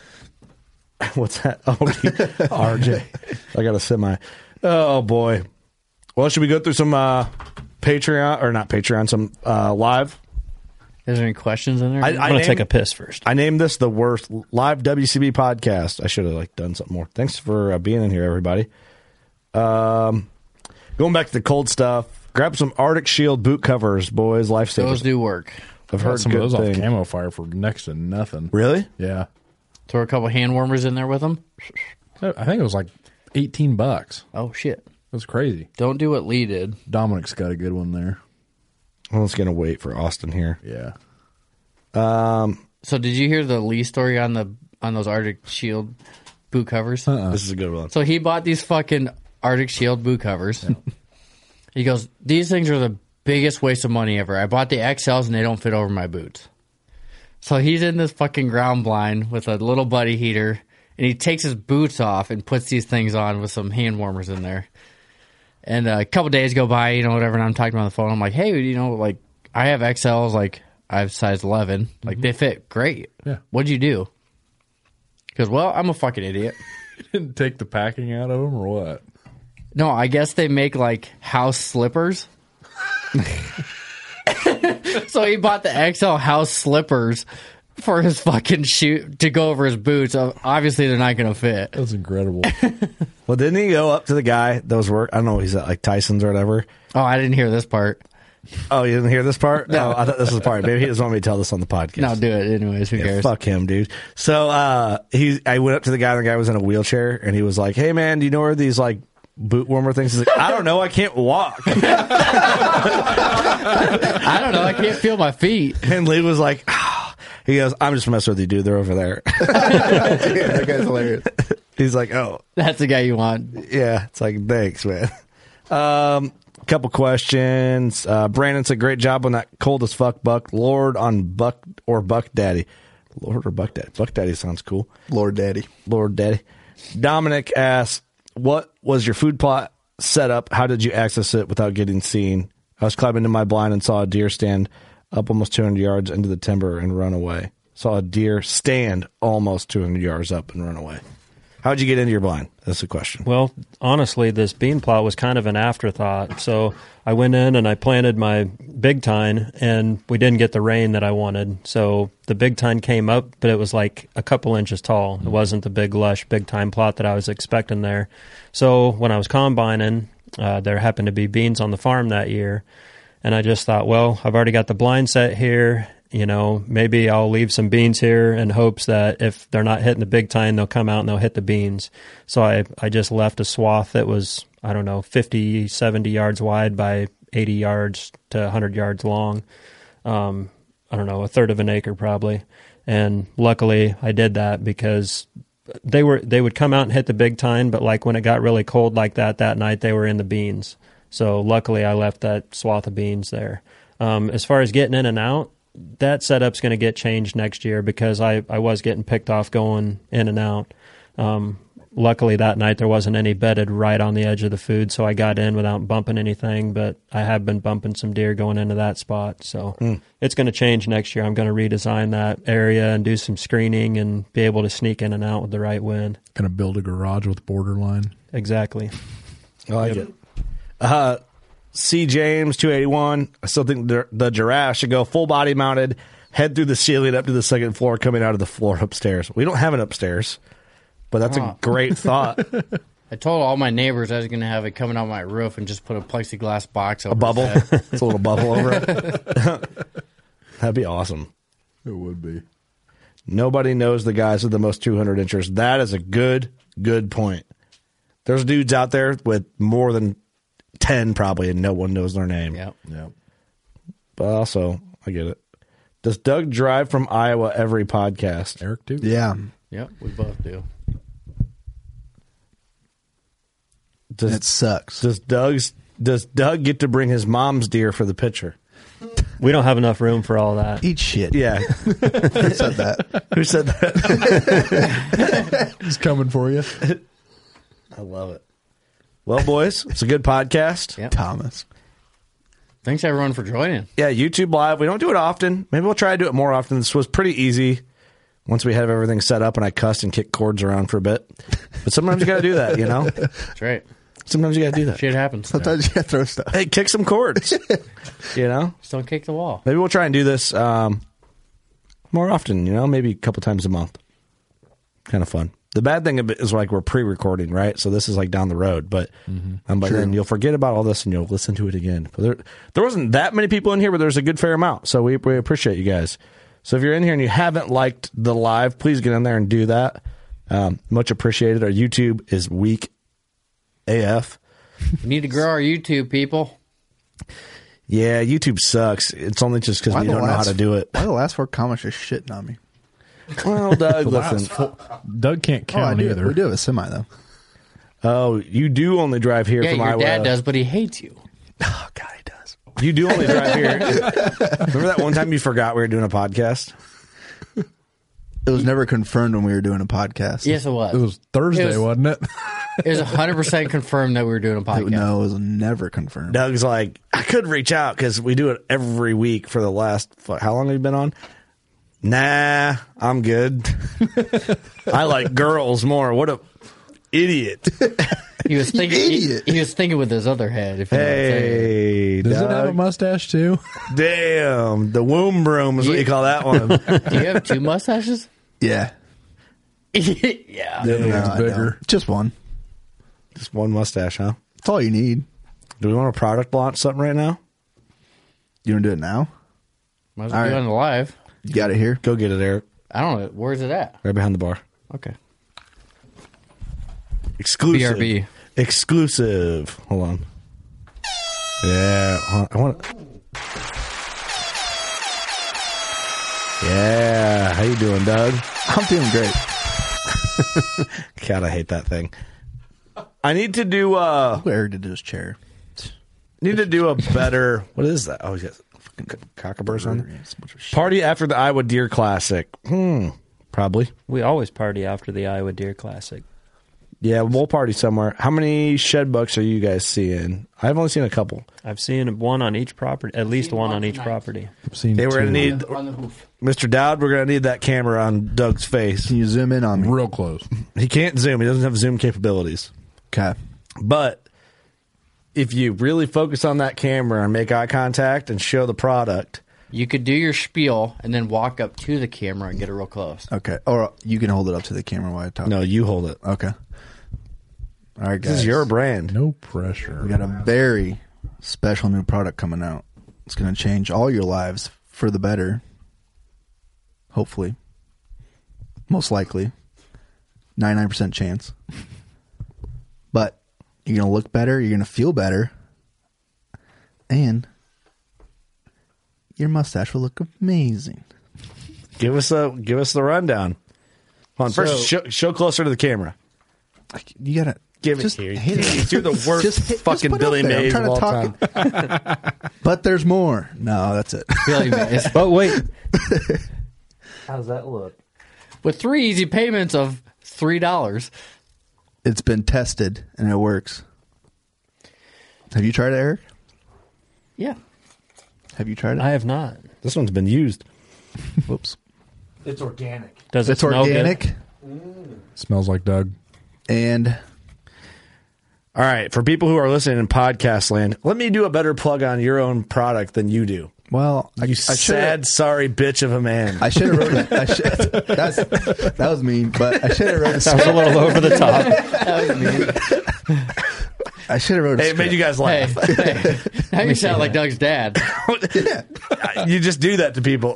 [SPEAKER 3] what's that? Oh, RJ, I got a semi. Oh boy. Well, should we go through some uh, Patreon or not Patreon? Some uh, live.
[SPEAKER 5] Is there any questions in there?
[SPEAKER 3] I-
[SPEAKER 4] I'm gonna
[SPEAKER 3] named-
[SPEAKER 4] take a piss first.
[SPEAKER 3] I named this the worst live WCB podcast. I should have like done something more. Thanks for uh, being in here, everybody. Um, going back to the cold stuff. Grab some Arctic Shield boot covers, boys.
[SPEAKER 5] Those
[SPEAKER 3] Lifesavers.
[SPEAKER 5] do work.
[SPEAKER 3] I've
[SPEAKER 7] Heard
[SPEAKER 3] heard
[SPEAKER 7] some
[SPEAKER 3] good
[SPEAKER 7] of those
[SPEAKER 3] things.
[SPEAKER 7] off camo fire for next to nothing.
[SPEAKER 3] Really?
[SPEAKER 7] Yeah.
[SPEAKER 5] Throw a couple hand warmers in there with them.
[SPEAKER 7] I think it was like 18 bucks.
[SPEAKER 5] Oh shit!
[SPEAKER 7] It was crazy.
[SPEAKER 5] Don't do what Lee did.
[SPEAKER 7] Dominic's got a good one there.
[SPEAKER 3] I was gonna wait for Austin here.
[SPEAKER 7] Yeah.
[SPEAKER 5] So did you hear the Lee story on the on those Arctic Shield boot covers?
[SPEAKER 7] Uh,
[SPEAKER 3] This is a good one.
[SPEAKER 5] So he bought these fucking Arctic Shield boot covers. he goes, These things are the biggest waste of money ever. I bought the XLs and they don't fit over my boots. So he's in this fucking ground blind with a little buddy heater and he takes his boots off and puts these things on with some hand warmers in there. And uh, a couple days go by, you know, whatever, and I'm talking on the phone. I'm like, Hey, you know, like I have XLs, like I have size 11. Like they fit great.
[SPEAKER 7] Yeah.
[SPEAKER 5] What'd you do? Because, well, I'm a fucking idiot.
[SPEAKER 7] Didn't take the packing out of them or what?
[SPEAKER 5] No, I guess they make like house slippers. so he bought the XL house slippers for his fucking shoot to go over his boots. Uh, Obviously, they're not going to fit.
[SPEAKER 7] That's incredible.
[SPEAKER 3] Well, didn't he go up to the guy that was work? I don't know. He's at like Tyson's or whatever.
[SPEAKER 5] Oh, I didn't hear this part.
[SPEAKER 3] Oh, you didn't hear this part?
[SPEAKER 5] No.
[SPEAKER 3] Oh, I thought this was the part. Maybe he doesn't want me to tell this on the podcast.
[SPEAKER 5] No, do it anyways. Who
[SPEAKER 3] Yeah,
[SPEAKER 5] cares?
[SPEAKER 3] Fuck him, dude. So uh, he, I went up to the guy. and The guy was in a wheelchair, and he was like, "Hey, man, do you know where these like boot warmer things?" He's like, "I don't know. I can't walk.
[SPEAKER 5] I don't know. I can't feel my feet."
[SPEAKER 3] And Lee was like, "Ah." "He goes, I'm just messing with you, dude. They're over there."
[SPEAKER 6] that guy's hilarious.
[SPEAKER 3] He's like, "Oh,
[SPEAKER 5] that's the guy you want."
[SPEAKER 3] Yeah, it's like, thanks, man. Um, couple questions. Uh, Brandon said, "Great job on that cold as fuck buck Lord on Buck or Buck Daddy, Lord or Buck Daddy. Buck Daddy sounds cool.
[SPEAKER 6] Lord Daddy,
[SPEAKER 3] Lord Daddy." Dominic asked, "What was your food plot setup? How did you access it without getting seen?" I was climbing to my blind and saw a deer stand up almost 200 yards into the timber and run away. Saw a deer stand almost 200 yards up and run away. How'd you get into your blind? That's the question.
[SPEAKER 4] Well, honestly, this bean plot was kind of an afterthought. So I went in and I planted my big tine, and we didn't get the rain that I wanted. So the big tine came up, but it was like a couple inches tall. It wasn't the big, lush, big tine plot that I was expecting there. So when I was combining, uh, there happened to be beans on the farm that year. And I just thought, well, I've already got the blind set here. You know, maybe I'll leave some beans here in hopes that if they're not hitting the big time, they'll come out and they'll hit the beans. So I, I just left a swath that was, I don't know, 50, 70 yards wide by 80 yards to 100 yards long. Um, I don't know, a third of an acre probably. And luckily I did that because they were they would come out and hit the big time, but like when it got really cold like that that night, they were in the beans. So luckily, I left that swath of beans there. Um, as far as getting in and out, that setup's going to get changed next year because I I was getting picked off going in and out. Um, luckily that night there wasn't any bedded right on the edge of the food, so I got in without bumping anything. But I have been bumping some deer going into that spot, so
[SPEAKER 3] Mm.
[SPEAKER 4] it's going to change next year. I'm going to redesign that area and do some screening and be able to sneak in and out with the right wind.
[SPEAKER 7] Going to build a garage with borderline.
[SPEAKER 4] Exactly.
[SPEAKER 3] I like it. Uh, C James two eighty one. I still think the, the giraffe should go full body mounted, head through the ceiling up to the second floor, coming out of the floor upstairs. We don't have an upstairs, but that's
[SPEAKER 5] Huh.
[SPEAKER 3] a great thought.
[SPEAKER 5] I told all my neighbors I was going to have it coming on my roof and just put a plexiglass box over
[SPEAKER 3] a bubble.
[SPEAKER 5] his head.
[SPEAKER 3] it's a little bubble over it. That'd be awesome.
[SPEAKER 7] It would be.
[SPEAKER 3] Nobody knows the guys with the most two hundred inches. That is a good good point. There's dudes out there with more than ten probably, and no one knows their name.
[SPEAKER 5] Yep.
[SPEAKER 7] Yep.
[SPEAKER 3] But also, I get it. Does Doug drive from Iowa every podcast?
[SPEAKER 7] Eric too.
[SPEAKER 6] Yeah.
[SPEAKER 5] Yep, we both do.
[SPEAKER 3] Does,
[SPEAKER 6] It sucks.
[SPEAKER 3] Does Doug's Does Doug get to bring his mom's deer for the picture?
[SPEAKER 4] We don't have enough room for all that.
[SPEAKER 6] Eat shit.
[SPEAKER 3] Yeah. Who
[SPEAKER 6] said that?
[SPEAKER 3] Who said that?
[SPEAKER 7] He's coming for you.
[SPEAKER 3] I love it. Well, boys, it's a good podcast.
[SPEAKER 6] Thomas.
[SPEAKER 5] Thanks everyone for joining.
[SPEAKER 3] Yeah, YouTube Live. We don't do it often. Maybe we'll try to do it more often. This was pretty easy once we have everything set up and I cussed and kicked cords around for a bit. But sometimes you got to do that, you know?
[SPEAKER 5] That's right.
[SPEAKER 3] Sometimes you got to do that.
[SPEAKER 5] Shit happens.
[SPEAKER 6] Sometimes you gotta throw stuff.
[SPEAKER 3] Hey, kick some cords, you know?
[SPEAKER 5] Just don't kick the wall.
[SPEAKER 3] Maybe we'll try and do this um, more often, you know, maybe a couple times a month. Kind of fun. The bad thing of it is like we're pre recording, right? So this is like down the road, but um, by
[SPEAKER 6] True.
[SPEAKER 3] then you'll forget about all this and you'll listen to it again. But there, there wasn't that many people in here, but there's a good fair amount. So we, we appreciate you guys. So if you're in here and you haven't liked the live, please get in there and do that. Um, much appreciated. Our YouTube is weak AF.
[SPEAKER 5] We need to grow our YouTube people.
[SPEAKER 3] Yeah, YouTube sucks. It's only just because
[SPEAKER 6] Why
[SPEAKER 3] we
[SPEAKER 6] the
[SPEAKER 3] don't know how
[SPEAKER 6] last-
[SPEAKER 3] to do it.
[SPEAKER 6] Why the last four comments just shitting on me?
[SPEAKER 3] Well, Doug, listen.
[SPEAKER 7] Doug can't
[SPEAKER 6] Oh, I
[SPEAKER 7] count
[SPEAKER 6] do.
[SPEAKER 7] either.
[SPEAKER 6] We do have a semi though.
[SPEAKER 3] Oh, you do only drive here
[SPEAKER 5] Yeah,
[SPEAKER 3] from
[SPEAKER 5] your
[SPEAKER 3] Iowa.
[SPEAKER 5] dad does, but he hates you.
[SPEAKER 3] You do only drive here. Remember that one time you forgot we were doing a podcast?
[SPEAKER 6] It was never confirmed when we were doing a podcast.
[SPEAKER 5] Yes, it was.
[SPEAKER 7] It was Thursday,
[SPEAKER 5] It was-
[SPEAKER 7] wasn't it?
[SPEAKER 5] It was hundred percent confirmed that we were doing a
[SPEAKER 6] It-
[SPEAKER 5] podcast.
[SPEAKER 6] no, it was never confirmed.
[SPEAKER 3] Doug's like, I could reach out because we do it every week for the last. What, how long have you been on? Nah, I'm good. I like girls more. What a idiot!
[SPEAKER 5] He was thinking.
[SPEAKER 6] idiot.
[SPEAKER 5] He, he was thinking with his other head. If you know what I'm saying.
[SPEAKER 3] Hey,
[SPEAKER 7] Does it have a
[SPEAKER 3] Doug.
[SPEAKER 7] mustache too?
[SPEAKER 3] damn, the womb broom is what you call that one.
[SPEAKER 5] do you have two mustaches?
[SPEAKER 6] yeah.
[SPEAKER 5] yeah.
[SPEAKER 7] The other
[SPEAKER 6] No,
[SPEAKER 7] one's
[SPEAKER 6] I
[SPEAKER 7] bigger.
[SPEAKER 6] don't. Just one.
[SPEAKER 3] Just one mustache, huh?
[SPEAKER 6] That's all you need.
[SPEAKER 3] Do we want to product launch something right now?
[SPEAKER 6] You want to do it now?
[SPEAKER 5] Might as well do it on the live.
[SPEAKER 6] You got it here.
[SPEAKER 3] Go get it, Eric.
[SPEAKER 5] I don't know. Where's it at?
[SPEAKER 3] Right behind the bar.
[SPEAKER 5] Okay.
[SPEAKER 3] Exclusive.
[SPEAKER 5] BRB.
[SPEAKER 3] Exclusive. Hold on. Yeah, hold on. I want. Yeah, how you doing, Doug?
[SPEAKER 6] I'm doing great.
[SPEAKER 3] God, I hate that thing. I need to do. uh
[SPEAKER 6] Who Eric did to his chair?
[SPEAKER 3] Need to do a better. what is that? Oh, yes. Fucking c- cockaburst on there. Party after the Iowa Deer Classic. Hmm. Probably.
[SPEAKER 4] We always party after the Iowa Deer Classic.
[SPEAKER 3] Yeah, we'll party somewhere. How many shed bucks are you guys seeing? I've only seen a couple.
[SPEAKER 4] I've seen one on each property, at least one on each property.
[SPEAKER 3] They were gonna need
[SPEAKER 5] On the hoof.
[SPEAKER 3] Mr. Dowd. We're gonna need that camera on Doug's face. Can
[SPEAKER 6] you zoom in on me?
[SPEAKER 3] Real close. He can't zoom. He doesn't have zoom capabilities.
[SPEAKER 6] Okay.
[SPEAKER 3] But if you really focus on that camera and make eye contact and show the product,
[SPEAKER 5] You could do your spiel and then walk up to the camera and get it real close.
[SPEAKER 6] Okay. Or you can hold it up to the camera while I talk.
[SPEAKER 3] No, you hold it.
[SPEAKER 6] Okay. All right, guys.
[SPEAKER 3] this is your brand.
[SPEAKER 7] No pressure.
[SPEAKER 6] We got a very special new product coming out. It's going to change all your lives for the better. Hopefully. Most likely. 99% chance. But you're going to look better, you're going to feel better, and your mustache will look amazing.
[SPEAKER 3] Give us a give us the rundown. Hold on, first
[SPEAKER 6] So-
[SPEAKER 3] show, show closer to the camera.
[SPEAKER 6] You got to
[SPEAKER 3] Give
[SPEAKER 6] Just
[SPEAKER 3] it here.
[SPEAKER 6] hit it.
[SPEAKER 3] You're the worst
[SPEAKER 6] Just hit- just
[SPEAKER 3] fucking
[SPEAKER 6] put it
[SPEAKER 3] Billy
[SPEAKER 6] up there. I'm
[SPEAKER 3] Mays
[SPEAKER 6] trying
[SPEAKER 3] of
[SPEAKER 6] to
[SPEAKER 3] all
[SPEAKER 6] talk
[SPEAKER 3] time.
[SPEAKER 6] But there's more. No, that's it.
[SPEAKER 5] Billy Mays.
[SPEAKER 4] But wait,
[SPEAKER 5] How does that look? With three easy payments of three dollars.
[SPEAKER 6] It's been tested and it works. Have you tried it, Eric?
[SPEAKER 5] Yeah.
[SPEAKER 6] Have you tried it?
[SPEAKER 4] I have not.
[SPEAKER 3] This one's been used.
[SPEAKER 6] Whoops.
[SPEAKER 13] It's organic.
[SPEAKER 4] Does it
[SPEAKER 6] it's
[SPEAKER 4] smell good?
[SPEAKER 6] organic
[SPEAKER 7] Mm. Smells like Doug.
[SPEAKER 6] and
[SPEAKER 3] All right, for people who are listening in podcast land, let me do a better plug on your own product than you do.
[SPEAKER 6] well, I,
[SPEAKER 3] You
[SPEAKER 6] I
[SPEAKER 3] sad, sorry bitch of a man.
[SPEAKER 6] I should have wrote it. I should, that's, that was mean, but I should have wrote.
[SPEAKER 4] That
[SPEAKER 6] A
[SPEAKER 4] was a
[SPEAKER 6] script.
[SPEAKER 4] little over the top.
[SPEAKER 6] I should have wrote. A
[SPEAKER 3] Hey, it made you guys
[SPEAKER 5] Hey,
[SPEAKER 3] laugh.
[SPEAKER 5] hey. now you sound like Doug's dad.
[SPEAKER 3] you just do that to people.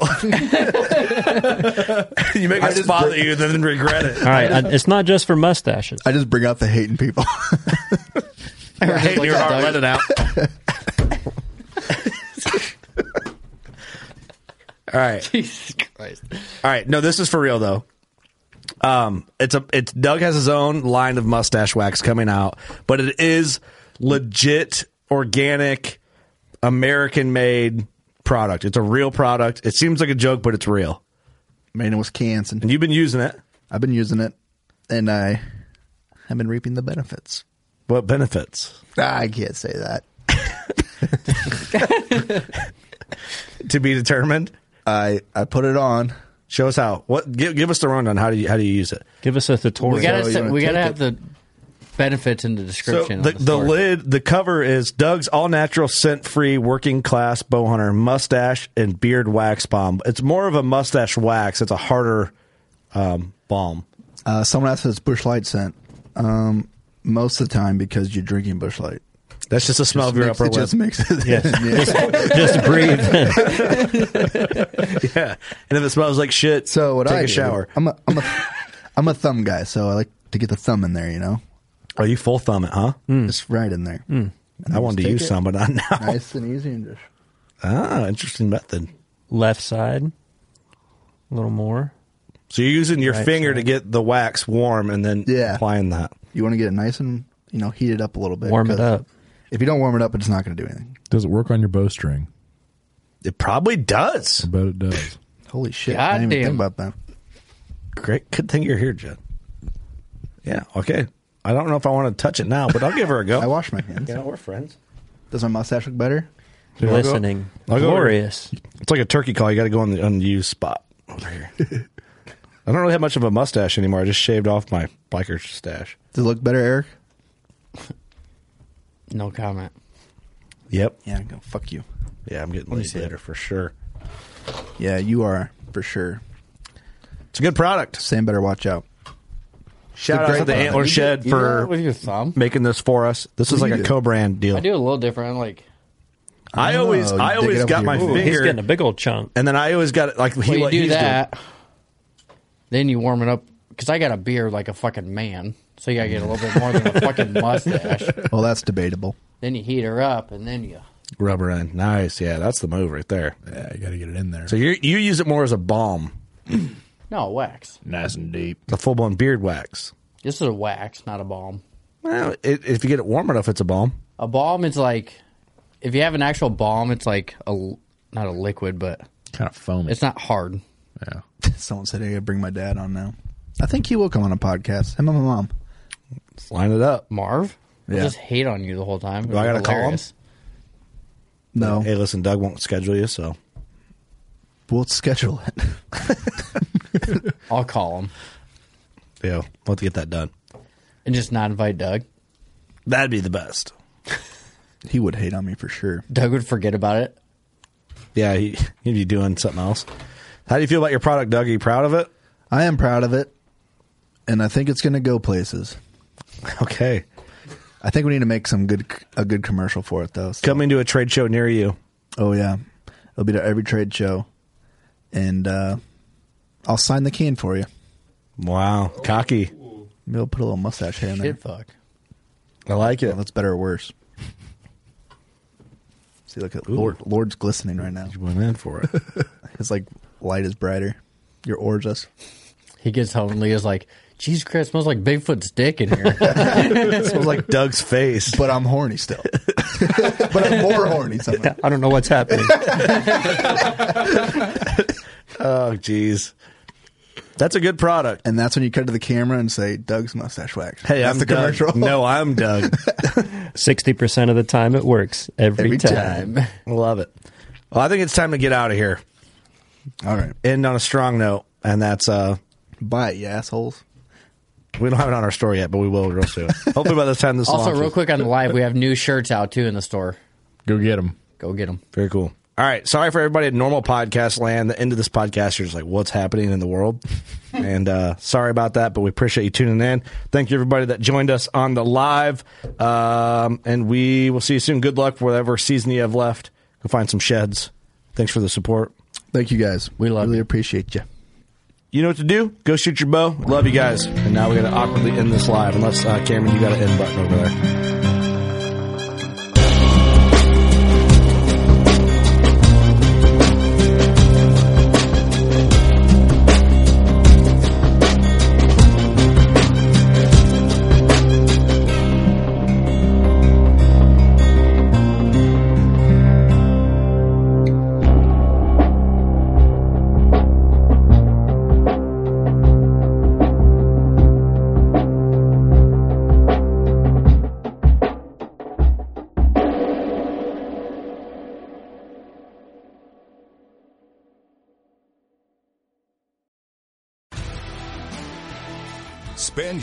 [SPEAKER 3] you make
[SPEAKER 6] I
[SPEAKER 3] us
[SPEAKER 6] just
[SPEAKER 3] bother
[SPEAKER 6] bring-
[SPEAKER 3] you, then regret it.
[SPEAKER 4] All right, and it's not just for mustaches.
[SPEAKER 6] I just bring out the hating people.
[SPEAKER 3] I hate
[SPEAKER 5] like
[SPEAKER 3] your
[SPEAKER 5] that,
[SPEAKER 3] heart,
[SPEAKER 5] Doug.
[SPEAKER 3] let it out. All right.
[SPEAKER 5] Jesus Christ.
[SPEAKER 3] All right, no, this is for real though. Um, it's a it's Doug has his own line of mustache wax coming out, but it is legit, organic, American made product. It's a real product. It seems like a joke, but it's real.
[SPEAKER 6] Man, it was Wisconsin.
[SPEAKER 3] And you've been using it.
[SPEAKER 6] I've been using it, and I have been reaping the benefits.
[SPEAKER 3] What benefits?
[SPEAKER 6] I can't say that.
[SPEAKER 3] To be determined.
[SPEAKER 6] I I put it on.
[SPEAKER 3] Show us how. What give, give us the rundown. How do you how do you use it?
[SPEAKER 4] Give us a tutorial.
[SPEAKER 5] We gotta
[SPEAKER 6] you
[SPEAKER 5] say-
[SPEAKER 6] wanna
[SPEAKER 5] we gotta
[SPEAKER 6] take
[SPEAKER 5] have the benefits in the description.
[SPEAKER 3] the,
[SPEAKER 5] of
[SPEAKER 3] the
[SPEAKER 5] store.
[SPEAKER 3] lid, the cover is Doug's all natural, scent free, working class bow hunter mustache and beard wax bomb. It's more of a mustache wax. It's a harder um, balm.
[SPEAKER 6] Uh, someone asked if it's bush light scent. Um, most of the time because you're drinking bush light.
[SPEAKER 3] That's just the smell of your
[SPEAKER 6] Mix-
[SPEAKER 3] upper
[SPEAKER 6] it
[SPEAKER 3] lip.
[SPEAKER 6] just mixes. Yeah.
[SPEAKER 4] Just breathe.
[SPEAKER 3] yeah, and if it smells like shit,
[SPEAKER 6] So what
[SPEAKER 3] take
[SPEAKER 6] I
[SPEAKER 3] a
[SPEAKER 6] do,
[SPEAKER 3] shower.
[SPEAKER 6] I'm a I'm a I'm a thumb guy, so I like to get the thumb in there. You know,
[SPEAKER 3] Oh, you full thumb it, huh?
[SPEAKER 6] just right in there.
[SPEAKER 3] Hmm. I wanted to
[SPEAKER 6] Hmm, take
[SPEAKER 3] use
[SPEAKER 6] it.
[SPEAKER 3] some, but not now.
[SPEAKER 6] Nice and easy, and just
[SPEAKER 3] Ah, interesting method.
[SPEAKER 4] Left side, a little more.
[SPEAKER 3] So you're using your
[SPEAKER 4] Right
[SPEAKER 3] finger
[SPEAKER 4] side.
[SPEAKER 3] to get the wax warm, and then
[SPEAKER 6] Yeah.
[SPEAKER 3] applying that.
[SPEAKER 6] you want to get it nice and you know heat it up a little bit.
[SPEAKER 4] Warm it
[SPEAKER 6] 'cause
[SPEAKER 4] up.
[SPEAKER 6] If you don't warm it up, it's not going to do anything.
[SPEAKER 7] Does it work on your bowstring?
[SPEAKER 3] It probably does.
[SPEAKER 7] I bet it does.
[SPEAKER 6] Holy shit! I didn't even think
[SPEAKER 5] Goddamn.
[SPEAKER 6] about that.
[SPEAKER 3] Great. Good thing you're here, Jed. Yeah. Okay. I don't know if I want to touch it now, but I'll give her a go.
[SPEAKER 6] I wash my hands.
[SPEAKER 3] Yeah, we're friends.
[SPEAKER 6] Does my mustache look better?
[SPEAKER 3] I'll go-
[SPEAKER 4] Listening.
[SPEAKER 3] I'll go-
[SPEAKER 4] Glorious.
[SPEAKER 3] It's like a turkey call. You got to go on the unused spot over here. I don't really have much of a mustache anymore. I just shaved off my biker stash.
[SPEAKER 6] Does it look better, Eric?
[SPEAKER 5] No comment.
[SPEAKER 3] Yep.
[SPEAKER 6] Yeah, go fuck you.
[SPEAKER 3] Yeah, I'm getting
[SPEAKER 6] Let me
[SPEAKER 3] laid
[SPEAKER 6] see
[SPEAKER 3] later for sure.
[SPEAKER 6] Yeah, you are for sure.
[SPEAKER 3] It's a good product.
[SPEAKER 6] Sam, better watch out.
[SPEAKER 3] Shout out
[SPEAKER 6] great
[SPEAKER 3] to the
[SPEAKER 6] product.
[SPEAKER 3] Antler Shed
[SPEAKER 5] You do that
[SPEAKER 3] for
[SPEAKER 5] with your thumb.
[SPEAKER 3] making this for us. This is
[SPEAKER 6] What do
[SPEAKER 3] like
[SPEAKER 6] you
[SPEAKER 3] a
[SPEAKER 6] do?
[SPEAKER 3] co-brand deal.
[SPEAKER 5] I do a little different. I'm like
[SPEAKER 3] I always,
[SPEAKER 13] Oh, you
[SPEAKER 3] I
[SPEAKER 13] dig it
[SPEAKER 3] always
[SPEAKER 13] up
[SPEAKER 3] got
[SPEAKER 13] with
[SPEAKER 3] my
[SPEAKER 13] your- Ooh,
[SPEAKER 3] finger.
[SPEAKER 13] he's getting a
[SPEAKER 4] big old chunk.
[SPEAKER 3] And then I always got it like he,
[SPEAKER 5] Well, you
[SPEAKER 3] what
[SPEAKER 5] do
[SPEAKER 3] he's
[SPEAKER 5] that, then you warm it up. Because I got a beard like a fucking man, so you gotta get a little bit more than a fucking mustache.
[SPEAKER 6] Well, that's debatable.
[SPEAKER 5] Then you heat her up, and then you
[SPEAKER 3] doing. Rubber in, nice. Yeah, that's the move right there.
[SPEAKER 7] Yeah, you got to get it in there.
[SPEAKER 3] So you you use it more as a balm,
[SPEAKER 5] no wax.
[SPEAKER 7] Nice and deep.
[SPEAKER 3] the full blown beard wax.
[SPEAKER 5] This is a wax, not a balm.
[SPEAKER 3] Well, it, if you get it warm enough, it's a balm.
[SPEAKER 5] A balm is like if you have an actual balm, it's like a l- not a liquid, but
[SPEAKER 7] kind of foamy.
[SPEAKER 5] It's not hard.
[SPEAKER 7] Yeah.
[SPEAKER 6] Someone said I gotta bring my dad on now. I think he will come on a podcast. Him and my mom.
[SPEAKER 3] Let's line it up,
[SPEAKER 5] Marv.
[SPEAKER 6] Yeah.
[SPEAKER 5] I'll just hate on you the whole time.
[SPEAKER 3] Do I gotta call him?
[SPEAKER 6] No.
[SPEAKER 3] Hey, listen, Doug won't schedule you, so
[SPEAKER 6] we'll schedule it.
[SPEAKER 5] call him? I'll call him
[SPEAKER 3] yeah, we'll have to get that done.
[SPEAKER 5] and just not invite Doug.
[SPEAKER 3] That'd be the best.
[SPEAKER 6] He would hate on me for sure.
[SPEAKER 5] Doug would forget about it.
[SPEAKER 3] Yeah, he, he'd be doing something else. How do you feel about your product, Doug? Are you proud of it?
[SPEAKER 6] I am proud of it, and I think it's going to go places.
[SPEAKER 3] Okay.
[SPEAKER 6] I think we need to make some good a good commercial for it though. so-
[SPEAKER 3] Coming to a trade show near you.
[SPEAKER 6] Oh yeah, it'll be to every trade show, and uh, I'll sign the can for you.
[SPEAKER 3] Wow, cocky.
[SPEAKER 6] Maybe I'll put a little mustache hair in there.
[SPEAKER 5] Shit, fuck.
[SPEAKER 3] I like it.
[SPEAKER 6] Well, that's better or worse. See, look at Lord, Lord's glistening right now.
[SPEAKER 3] You went in for it.
[SPEAKER 6] It's like light is brighter. Your orgeous.
[SPEAKER 5] He gets home and Leah's like, "Jeez, Chris smells like Bigfoot's dick in here."
[SPEAKER 3] it smells like Doug's face.
[SPEAKER 6] But I'm horny still. but I'm more horny somehow.
[SPEAKER 4] I don't know what's happening.
[SPEAKER 3] Oh, jeez. That's a good product.
[SPEAKER 6] And that's when you cut to the camera and say, Doug's mustache wax.
[SPEAKER 3] Hey,
[SPEAKER 6] that's
[SPEAKER 3] I'm
[SPEAKER 6] the
[SPEAKER 3] Doug.
[SPEAKER 6] commercial.
[SPEAKER 3] No, I'm Doug.
[SPEAKER 4] Sixty percent of the time, it works every,
[SPEAKER 6] Every
[SPEAKER 4] time.
[SPEAKER 6] time.
[SPEAKER 3] Love it. Well, I think it's time to get out of here.
[SPEAKER 6] All right.
[SPEAKER 3] End on a strong note, and that's uh
[SPEAKER 6] Buy it, you assholes.
[SPEAKER 3] we don't have it on our store yet, but we will real soon. Hopefully by this time this
[SPEAKER 5] also,
[SPEAKER 3] launches.
[SPEAKER 5] real quick on the live, we have new shirts out too in the store.
[SPEAKER 7] Go get them.
[SPEAKER 5] Go get them.
[SPEAKER 3] Very cool. All right. Sorry for everybody at normal podcast land. The end of this podcast, you're just like, what's happening in the world? and uh, sorry about that, but we appreciate you tuning in. Thank you, everybody that joined us on the live. Um, and we will see you soon. Good luck for whatever season you have left. Go find some sheds. Thanks for the support.
[SPEAKER 6] Thank you guys. We
[SPEAKER 5] love
[SPEAKER 6] Really appreciate you.
[SPEAKER 3] You know what to do. Go shoot your bow. Love you guys. And now we got to awkwardly end this live. Unless, uh, Cameron, you got an end button over there.
[SPEAKER 12] Spend